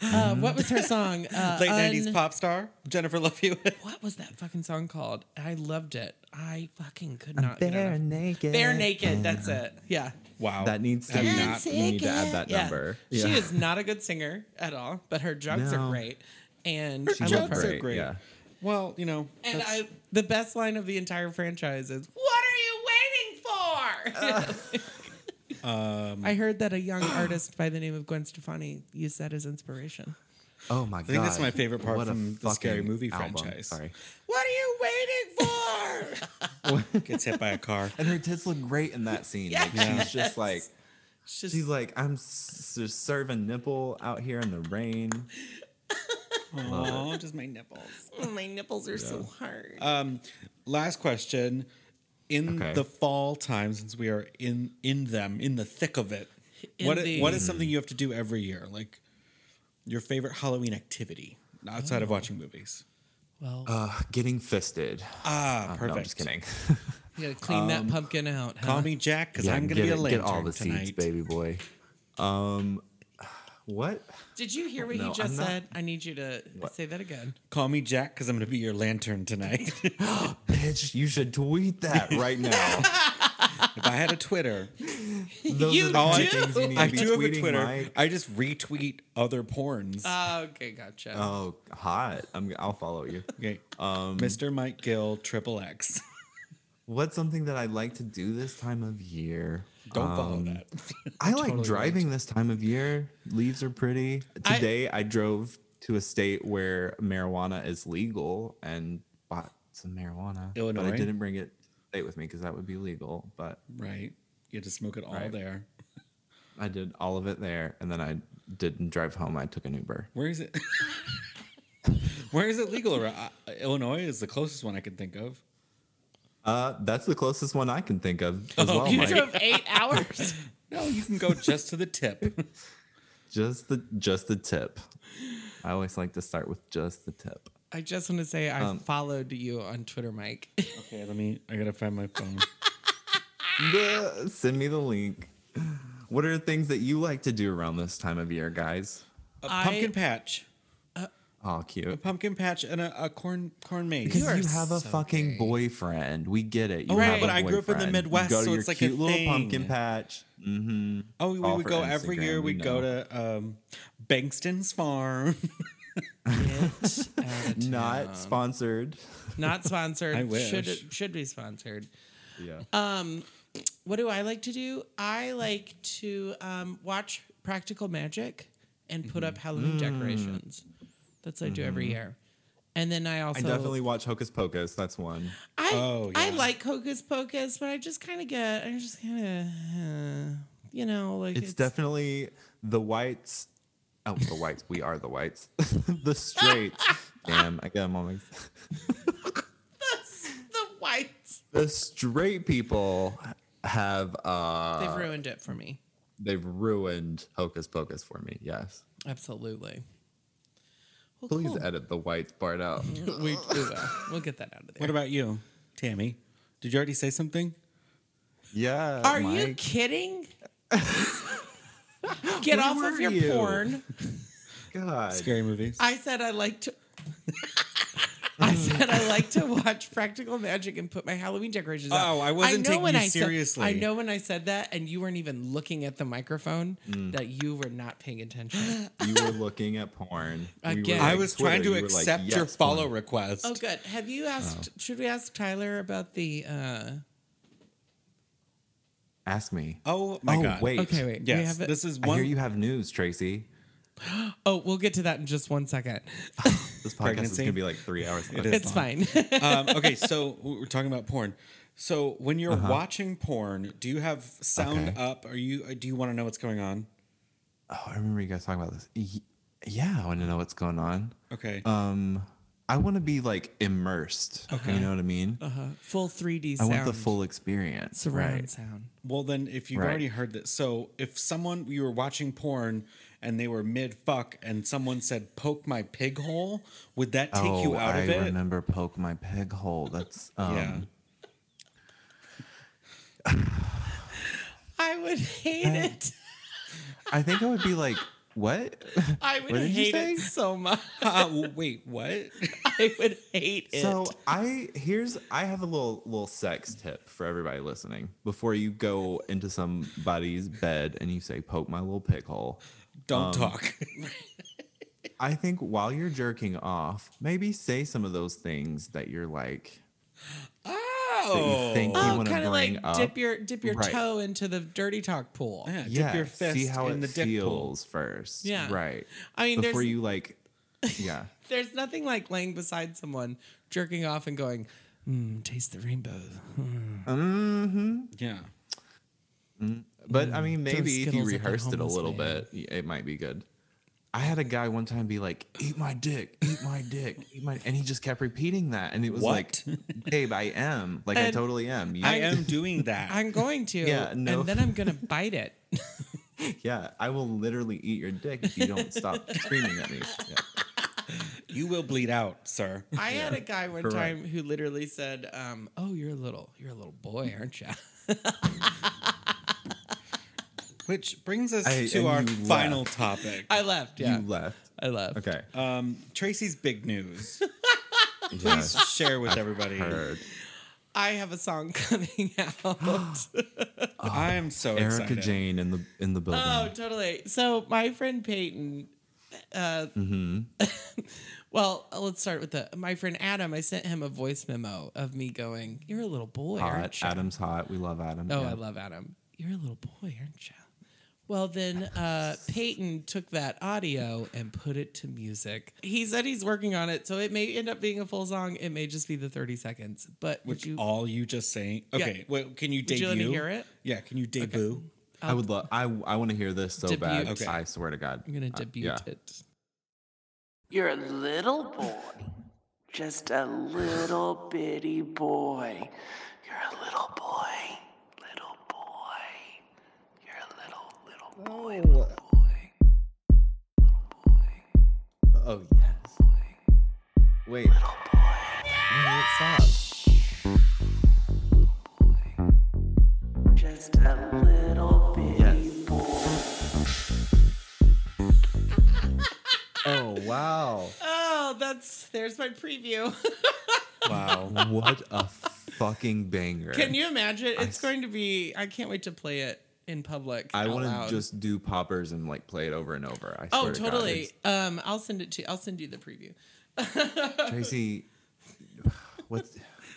Speaker 1: Uh, what was her song? Uh,
Speaker 2: Late 90s
Speaker 1: un-
Speaker 2: pop star, Jennifer Love Hewitt.
Speaker 1: What was that fucking song called? I loved it. I fucking could
Speaker 3: I'm
Speaker 1: not. get
Speaker 3: bare
Speaker 1: enough.
Speaker 3: naked.
Speaker 1: Bare naked. That's it. Yeah.
Speaker 2: Wow.
Speaker 3: That needs to
Speaker 2: Have
Speaker 3: be.
Speaker 2: not-
Speaker 3: we need to add that
Speaker 1: Yeah.
Speaker 3: number.
Speaker 1: She is not a good singer at all, but her jokes
Speaker 3: No.
Speaker 1: are great. And I
Speaker 3: She's
Speaker 1: love
Speaker 2: jokes
Speaker 1: her.
Speaker 2: are
Speaker 3: great,
Speaker 2: great.
Speaker 3: yeah.
Speaker 2: Well, you know.
Speaker 1: And
Speaker 2: that's-
Speaker 1: I, the best line of the entire franchise is, "What are you waiting for?" I heard that a young artist by the name of Gwen Stefani used that as inspiration.
Speaker 3: Oh my god!
Speaker 2: think that's my favorite part
Speaker 3: What a
Speaker 2: from the Scary
Speaker 3: fucking
Speaker 2: Movie
Speaker 3: album.
Speaker 2: franchise.
Speaker 3: Sorry.
Speaker 1: What are you waiting for?
Speaker 2: gets hit by a car.
Speaker 3: And her tits look great in that scene. Like, She's just like
Speaker 1: She's
Speaker 3: she's like I'm s- s- serving nipple out here in the rain.
Speaker 2: Oh, just my nipples.
Speaker 1: my nipples are so hard.
Speaker 2: Last question. In
Speaker 3: Okay.
Speaker 2: the fall time, since we are in in them, in the thick of it,
Speaker 1: In
Speaker 2: what i-
Speaker 1: the-
Speaker 2: what is something you have to do every year? Like your favorite Halloween activity outside
Speaker 3: Oh.
Speaker 2: of watching movies.
Speaker 1: well,
Speaker 3: Uh, getting fisted.
Speaker 2: Ah,
Speaker 3: Uh, No,
Speaker 2: perfect.
Speaker 3: I'm just kidding.
Speaker 1: you gotta clean that pumpkin out. Huh?
Speaker 2: Call me Jack because
Speaker 3: Yeah,
Speaker 2: I'm gonna
Speaker 3: get
Speaker 2: be a
Speaker 3: it-
Speaker 2: lantern
Speaker 3: Get all the
Speaker 2: tonight.
Speaker 3: seeds, baby boy. Um, what?
Speaker 1: Did you hear what
Speaker 3: No,
Speaker 1: he just
Speaker 3: I'm not-
Speaker 1: said? I need you to
Speaker 3: What?
Speaker 1: say that again.
Speaker 2: Call me Jack because I'm gonna be your lantern tonight. if
Speaker 3: Bitch, you should tweet that right now.
Speaker 2: I had a Twitter,
Speaker 3: Those
Speaker 1: You
Speaker 3: are the kind
Speaker 1: do?
Speaker 3: of things you need to
Speaker 2: I
Speaker 3: be
Speaker 2: do have a
Speaker 3: tweeting,
Speaker 2: Twitter.
Speaker 3: Mike.
Speaker 2: I just retweet other porns.
Speaker 3: Uh,
Speaker 1: okay, gotcha.
Speaker 3: Oh, hot. I'm, I'll follow you.
Speaker 2: okay.
Speaker 3: um,
Speaker 2: Mr. Mike Gill, Triple X.
Speaker 3: What's something that I like to do this time of year?
Speaker 2: Don't follow
Speaker 3: Um,
Speaker 2: that.
Speaker 3: I like driving this time of year. Leaves are pretty.
Speaker 1: I-
Speaker 3: Today I, drove to a state where marijuana is legal and bought some marijuana. But
Speaker 2: Illinois?
Speaker 3: I didn't bring it to the state with me because that would be legal. But
Speaker 2: Right. You had to smoke it all
Speaker 3: Right.
Speaker 2: there.
Speaker 3: I did all of it there and then I didn't drive home. I took an Uber.
Speaker 2: Where is it? Where is it legal? around- uh, Illinois is the closest one I can think of.
Speaker 3: Uh, that's the closest one I can think of as well,
Speaker 1: Oh, you
Speaker 3: Mike.
Speaker 1: drove eight hours.
Speaker 2: No, you can go just to the tip.
Speaker 3: Just the just the tip. I always like to start with just the tip.
Speaker 1: I just want to say I followed you on Twitter, Mike.
Speaker 2: Okay, let me. I gotta find my phone.
Speaker 3: Bleh, Send me the link. What are things that you like to do around this time of year, guys?
Speaker 2: A
Speaker 1: I-
Speaker 2: pumpkin patch,
Speaker 3: Oh,
Speaker 2: a
Speaker 3: cute.
Speaker 2: pumpkin patch, and a, a corn corn maze.
Speaker 3: Because
Speaker 1: You are
Speaker 3: you, have a
Speaker 1: so
Speaker 3: fucking
Speaker 1: gay.
Speaker 3: boyfriend. We get it. You
Speaker 2: Oh,
Speaker 3: have
Speaker 1: right.
Speaker 3: a
Speaker 1: but
Speaker 2: I grew up in the
Speaker 3: boyfriend.
Speaker 2: Midwest,
Speaker 3: you go to
Speaker 2: so
Speaker 3: your
Speaker 2: it's like a
Speaker 3: cute little
Speaker 2: thing.
Speaker 3: pumpkin patch.
Speaker 2: oh, we
Speaker 3: all
Speaker 2: would
Speaker 3: for
Speaker 2: go every
Speaker 3: Instagram,
Speaker 2: year.
Speaker 3: we
Speaker 2: We'd go
Speaker 3: know.
Speaker 2: to um, Bankston's farm.
Speaker 3: Not sponsored.
Speaker 1: Not sponsored.
Speaker 2: I wish.
Speaker 1: Should should be sponsored.
Speaker 3: Yeah.
Speaker 1: What do I like to do? I like to um, watch Practical Magic and put up Halloween decorations. That's what I do every year. And then I also
Speaker 3: I definitely watch Hocus Pocus. That's one.
Speaker 1: I,
Speaker 2: Oh,
Speaker 1: I
Speaker 2: yeah.
Speaker 1: like Hocus Pocus, but I just kind of get I'm just kind of uh, you know like
Speaker 3: It's, definitely the whites. Oh, the whites. We are the whites. the straights. Damn, I got them all mixed.
Speaker 1: the whites.
Speaker 3: The straight people have uh
Speaker 1: They've ruined it for me.
Speaker 3: they've ruined Hocus Pocus for me. Yes.
Speaker 1: Absolutely. Well,
Speaker 3: Please
Speaker 1: cool.
Speaker 3: edit the whites part out.
Speaker 1: we, we will. We'll get that out of there.
Speaker 2: what about you, Tammy? Did you already say something?
Speaker 3: yeah.
Speaker 1: Are you
Speaker 3: Mike.
Speaker 1: kidding? Get
Speaker 3: Where
Speaker 1: off
Speaker 3: were
Speaker 1: of your
Speaker 3: you?
Speaker 1: porn.
Speaker 3: God.
Speaker 2: Scary movies.
Speaker 1: I said I like to. I said I like to watch Practical Magic and put my Halloween decorations up.
Speaker 2: Oh, I wasn't taking you
Speaker 1: I said-
Speaker 2: seriously.
Speaker 1: I know when I said that, and you weren't even looking at the microphone, that you were not paying attention.
Speaker 3: You were looking at porn. We were
Speaker 1: Again.
Speaker 3: like
Speaker 2: I was
Speaker 3: Twitter,
Speaker 2: trying to
Speaker 3: you were like,
Speaker 2: accept your
Speaker 3: "Yes,
Speaker 2: follow
Speaker 3: porn."
Speaker 2: request.
Speaker 1: oh, good. Have you asked? Should we ask Tyler about the? Uh,
Speaker 3: Ask me.
Speaker 2: Oh my god.
Speaker 3: wait.
Speaker 1: okay, wait. we
Speaker 3: Oh
Speaker 2: Yes,
Speaker 1: have it-
Speaker 2: this is
Speaker 3: I
Speaker 2: one.
Speaker 3: hear you have news, Tracy.
Speaker 1: Oh, we'll get to that in just one second.
Speaker 3: This podcast is
Speaker 2: Pregnancy?
Speaker 3: going to be like three hours. It
Speaker 2: is.
Speaker 1: It's fine.
Speaker 2: um, okay, so we're talking about porn. So when you're watching porn, do you have sound
Speaker 3: Uh-huh. Okay.
Speaker 2: up? Are you uh, do you want to know what's going on?
Speaker 3: Oh, I remember you guys talking about this. Y- Yeah, I want to know what's going on.
Speaker 2: Okay.
Speaker 3: Um, I want to be like immersed. Okay. You know what I mean?
Speaker 2: Uh-huh.
Speaker 1: uh, full 3D
Speaker 3: I
Speaker 1: sound.
Speaker 3: want the full experience.
Speaker 1: surround
Speaker 3: right.
Speaker 1: sound.
Speaker 2: well, then if you've
Speaker 3: right.
Speaker 2: already heard that, so if someone you were watching porn and they were mid fuck and someone said "poke my pig hole," would that take
Speaker 3: oh,
Speaker 2: you out
Speaker 3: I
Speaker 2: of it?
Speaker 3: remember poke my peg hole. That's um,
Speaker 2: Yeah.
Speaker 1: I would hate it.
Speaker 3: I think I would be like, what?
Speaker 1: I would
Speaker 3: What did you
Speaker 1: hate it
Speaker 3: say?
Speaker 1: so much.
Speaker 2: Uh, w- wait, what?
Speaker 1: I would hate it.
Speaker 3: So I here's I have a little little sex tip for everybody listening. Before you go into somebody's bed and you say poke my little pig hole,
Speaker 2: Don't
Speaker 3: um,
Speaker 2: talk.
Speaker 3: I think while you're jerking off, maybe say some of those things that you're like that
Speaker 2: oh,
Speaker 3: you think you
Speaker 1: oh,
Speaker 3: want to
Speaker 1: kind of
Speaker 3: bring
Speaker 1: like
Speaker 3: up.
Speaker 1: dip your dip your
Speaker 3: Right.
Speaker 1: toe into the dirty talk pool.
Speaker 2: yeah,
Speaker 3: yeah,
Speaker 2: dip your fist
Speaker 3: see how
Speaker 2: in the
Speaker 3: it
Speaker 2: dick pool.
Speaker 3: feels first.
Speaker 1: Yeah.
Speaker 3: right.
Speaker 1: I mean,
Speaker 3: before
Speaker 1: there's
Speaker 3: you like, yeah.
Speaker 1: there's nothing like laying beside someone, jerking off, and going, mm, "Taste the rainbow."
Speaker 2: Yeah.
Speaker 3: But I mean, maybe if you
Speaker 1: Mm. Skittles at the
Speaker 3: rehearsed it a
Speaker 1: homeless
Speaker 3: little
Speaker 1: man.
Speaker 3: bit, y- it might be good. I had a guy one time be like, "Eat my dick, eat my dick, eat my," and he just kept repeating that, and it was
Speaker 2: What?
Speaker 3: like, "Babe, I am. Like, I
Speaker 1: And
Speaker 3: totally am. You-
Speaker 2: I am doing that.
Speaker 1: I'm going to,
Speaker 3: Yeah, no.
Speaker 1: and then I'm gonna bite it.
Speaker 3: yeah, I will literally eat your dick if you don't stop screaming at me." Yeah.
Speaker 2: you will bleed out, sir.
Speaker 1: I had a guy one
Speaker 3: correct.
Speaker 1: time who literally said, um, "Oh, you're a little, you're a little boy, aren't you?"
Speaker 2: Which brings us
Speaker 3: I-
Speaker 2: to
Speaker 3: and
Speaker 2: our
Speaker 3: you
Speaker 2: final topic.
Speaker 1: I left. Yeah, Uh,
Speaker 3: You left.
Speaker 1: I left.
Speaker 3: Okay.
Speaker 2: Um, Tracy's big news.
Speaker 3: Yes.
Speaker 2: Share with everybody.
Speaker 3: Heard.
Speaker 1: I have a song coming out.
Speaker 2: I am so
Speaker 3: Oh, Erica
Speaker 2: excited.
Speaker 3: Jane in the in the building.
Speaker 1: Oh, totally. So my friend Peyton. Uh, well, let's start with the my friend Adam. I sent him a voice memo of me going, "You're a little boy,
Speaker 3: hot.
Speaker 1: aren't you?"
Speaker 3: Adam's hot. We love Adam.
Speaker 1: Oh,
Speaker 3: Yeah.
Speaker 1: I love Adam. You're a little boy, aren't you? Well, then uh, Peyton took that audio and put it to music. He said he's working on it, so it may end up being a full song. It may just be the thirty seconds. But would
Speaker 2: Which
Speaker 1: you?
Speaker 2: all you just saying? Okay. Well, can you
Speaker 1: Would
Speaker 2: debut?
Speaker 1: you let me hear it?
Speaker 2: Yeah. Can you debut?
Speaker 3: I would love. I I want to hear this so
Speaker 1: Debut.
Speaker 3: bad.
Speaker 2: Okay.
Speaker 3: I swear to God.
Speaker 1: I'm gonna
Speaker 3: Uh,
Speaker 1: debut
Speaker 3: yeah.
Speaker 1: it.
Speaker 4: You're a little boy, just a little bitty boy. You're a little boy, little boy. You're a little, little boy, little boy.
Speaker 3: Oh yes. Wait. Little boy. What's
Speaker 4: Just a little bitty boy.
Speaker 3: up? Oh wow.
Speaker 1: Oh, that's there's my preview.
Speaker 2: Wow.
Speaker 3: What a fucking banger.
Speaker 1: Can you imagine? It's going to be. I can't wait to play it in public.
Speaker 3: I
Speaker 1: want
Speaker 3: want to just do poppers and like play it over and over. I
Speaker 1: Oh,
Speaker 3: swear to God.
Speaker 1: totally. Um, I'll send it to. I'll send you the preview.
Speaker 3: It's- Tracy, what's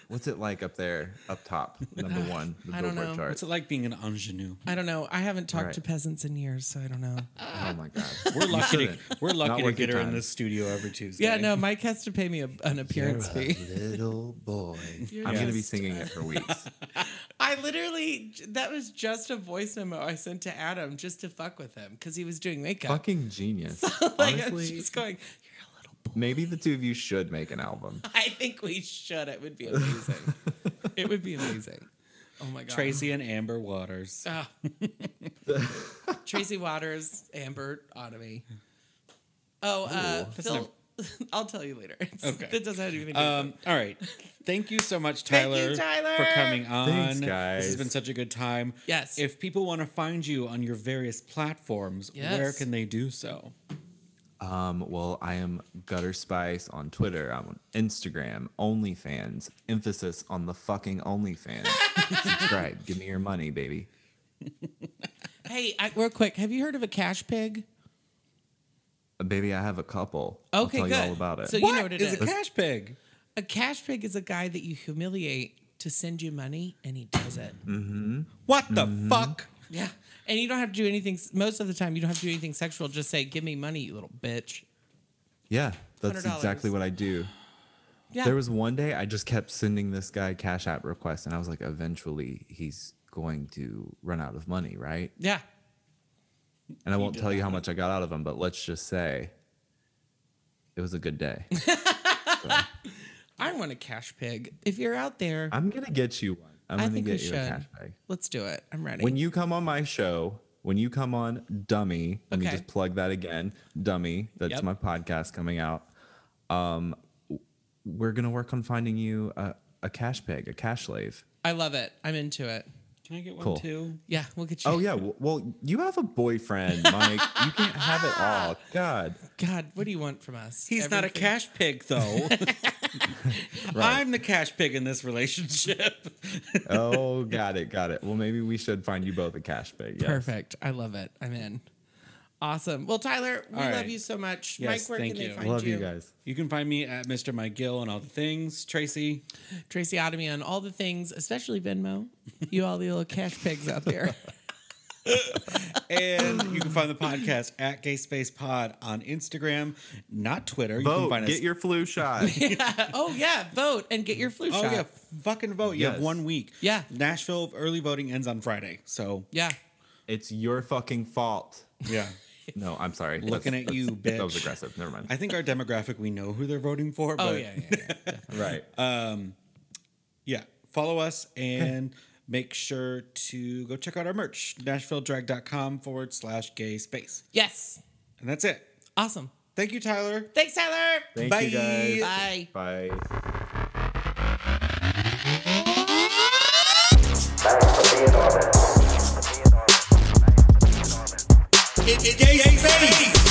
Speaker 3: what's it like up there, up top, number one, the
Speaker 1: I don't
Speaker 3: Billboard
Speaker 1: know.
Speaker 3: chart?
Speaker 2: What's it like being an ingenue?
Speaker 1: I don't know. I haven't talked
Speaker 3: Right.
Speaker 1: to peasants in years, so I don't know.
Speaker 3: oh my God.
Speaker 2: We're lucky. To,
Speaker 3: shouldn't.
Speaker 2: we're
Speaker 3: Not
Speaker 2: lucky to
Speaker 3: worth
Speaker 2: get her
Speaker 3: your
Speaker 2: in
Speaker 3: time.
Speaker 2: this studio every Tuesday.
Speaker 1: yeah, no. Mike has to pay me a, an appearance fee.
Speaker 3: little boy.
Speaker 1: You're
Speaker 3: I'm gonna be
Speaker 1: just-
Speaker 3: singing it for weeks.
Speaker 1: I literally. That was just a voice memo I sent to Adam just to fuck with him because he was doing makeup.
Speaker 3: Fucking genius.
Speaker 1: like
Speaker 3: Honestly,
Speaker 1: I'm just going. You're a little boy.
Speaker 3: maybe the two of you should make an album.
Speaker 1: I think we should. It would be amazing. it would be amazing. Oh my god.
Speaker 2: Tracy and Amber Waters.
Speaker 1: Ah. Tracy Waters, Amber Ottomy. Oh, uh, Phil. I'll tell you later. It's,
Speaker 2: Okay.
Speaker 1: That doesn't have anything to do with
Speaker 2: Um, all right. Thank you so much,
Speaker 1: Thank
Speaker 2: Tyler,
Speaker 1: you, Tyler.
Speaker 2: for coming on.
Speaker 3: Thanks,
Speaker 2: This
Speaker 3: guys.
Speaker 2: has been such a good time.
Speaker 1: Yes.
Speaker 2: If people want to find you on your various platforms,
Speaker 1: Yes.
Speaker 2: where can they do so?
Speaker 3: Um, well, I am Gutter Spice on Twitter. I'm on Instagram, OnlyFans. Emphasis on the fucking OnlyFans. Subscribe. Give me your money, baby.
Speaker 1: it. Hey, I, real quick. Have you heard of a cash pig?
Speaker 3: Uh, Baby, I have a couple. I'll
Speaker 1: Okay,
Speaker 3: tell
Speaker 1: good.
Speaker 3: you all about it.
Speaker 1: So You know what it
Speaker 2: is
Speaker 1: is.
Speaker 2: a cash pig?
Speaker 1: A cash pig is a guy that you humiliate to send you money, and he does it.
Speaker 3: Mm-hmm.
Speaker 2: What the fuck?
Speaker 1: Yeah. And you don't have to do anything, most of the time, you don't have to do anything sexual. Just say, give me money, you little bitch.
Speaker 3: Yeah, that's
Speaker 1: $100.
Speaker 3: exactly what I do.
Speaker 1: Yeah.
Speaker 3: There was one day I just kept sending this guy Cash App requests, and I was like, eventually he's going to run out of money, right?
Speaker 1: yeah.
Speaker 3: And I won't tell you how much I got out of him, but let's just say it was a good day.
Speaker 1: I want a cash pig. If you're out there,
Speaker 3: I'm gonna get you one. I'm
Speaker 1: I
Speaker 3: gonna
Speaker 1: think we
Speaker 3: get you
Speaker 1: should.
Speaker 3: a cash bag.
Speaker 1: Let's do it. I'm ready.
Speaker 3: When you come on my show, when you come on Dummy, let me
Speaker 1: Okay.
Speaker 3: just plug that again. Dummy, that's
Speaker 1: Yep.
Speaker 3: my podcast coming out. Um, w- we're gonna work on finding you a, a cash pig, a cash slave.
Speaker 1: I love it. I'm into it.
Speaker 2: Can I get one
Speaker 3: Cool.
Speaker 2: too?
Speaker 1: Yeah, we'll get you.
Speaker 3: Oh yeah. w- Well, you have a boyfriend, Mike. you can't have it all. God.
Speaker 1: God, what do you want from us?
Speaker 2: He's not a
Speaker 1: Everything.
Speaker 2: cash pig, though. I'm the cash pig in this relationship.
Speaker 3: Oh, got it. Got it. Well, maybe we should find you both a cash pig. Yes.
Speaker 1: Perfect. I love it. I'm in. Awesome. Well, Tyler, we
Speaker 2: All
Speaker 1: love
Speaker 2: right.
Speaker 1: you so much. Mike,
Speaker 2: Yes,
Speaker 1: where
Speaker 2: thank
Speaker 1: can they
Speaker 2: you.
Speaker 1: find
Speaker 3: Love
Speaker 1: you?
Speaker 3: you guys.
Speaker 2: You can find me at Mr. Mike Gill and all the things. Tracy,
Speaker 1: Tracy Otomy on all the things, especially Venmo. you all the little cash pigs out there.
Speaker 2: and you can find the podcast at Gay Space Pod on Instagram, not Twitter. You can
Speaker 3: Vote.
Speaker 2: find
Speaker 3: Get your flu shot.
Speaker 1: oh yeah, vote and get your flu
Speaker 2: oh
Speaker 1: shot.
Speaker 2: yeah, fucking vote. You have
Speaker 3: Yes.
Speaker 2: one week.
Speaker 1: Yeah.
Speaker 2: Nashville early voting ends on Friday, so
Speaker 1: Yeah.
Speaker 3: it's your fucking fault.
Speaker 2: yeah.
Speaker 3: No, I'm sorry.
Speaker 2: Looking at you,
Speaker 3: That was
Speaker 2: bitch.
Speaker 3: aggressive. Never mind.
Speaker 2: I think our demographic we know who they're voting for.
Speaker 1: Oh
Speaker 2: But
Speaker 1: yeah, yeah, yeah.
Speaker 3: right.
Speaker 2: Uh, Yeah. Follow us and make sure to go check out our merch, nashvilledrag.com forward slash gay space.
Speaker 1: yes.
Speaker 2: And that's it.
Speaker 1: Awesome.
Speaker 2: Thank you, Tyler.
Speaker 1: Thanks, Tyler.
Speaker 3: Thank
Speaker 2: Bye.
Speaker 3: you guys.
Speaker 1: Bye.
Speaker 3: Bye.
Speaker 2: Gay space!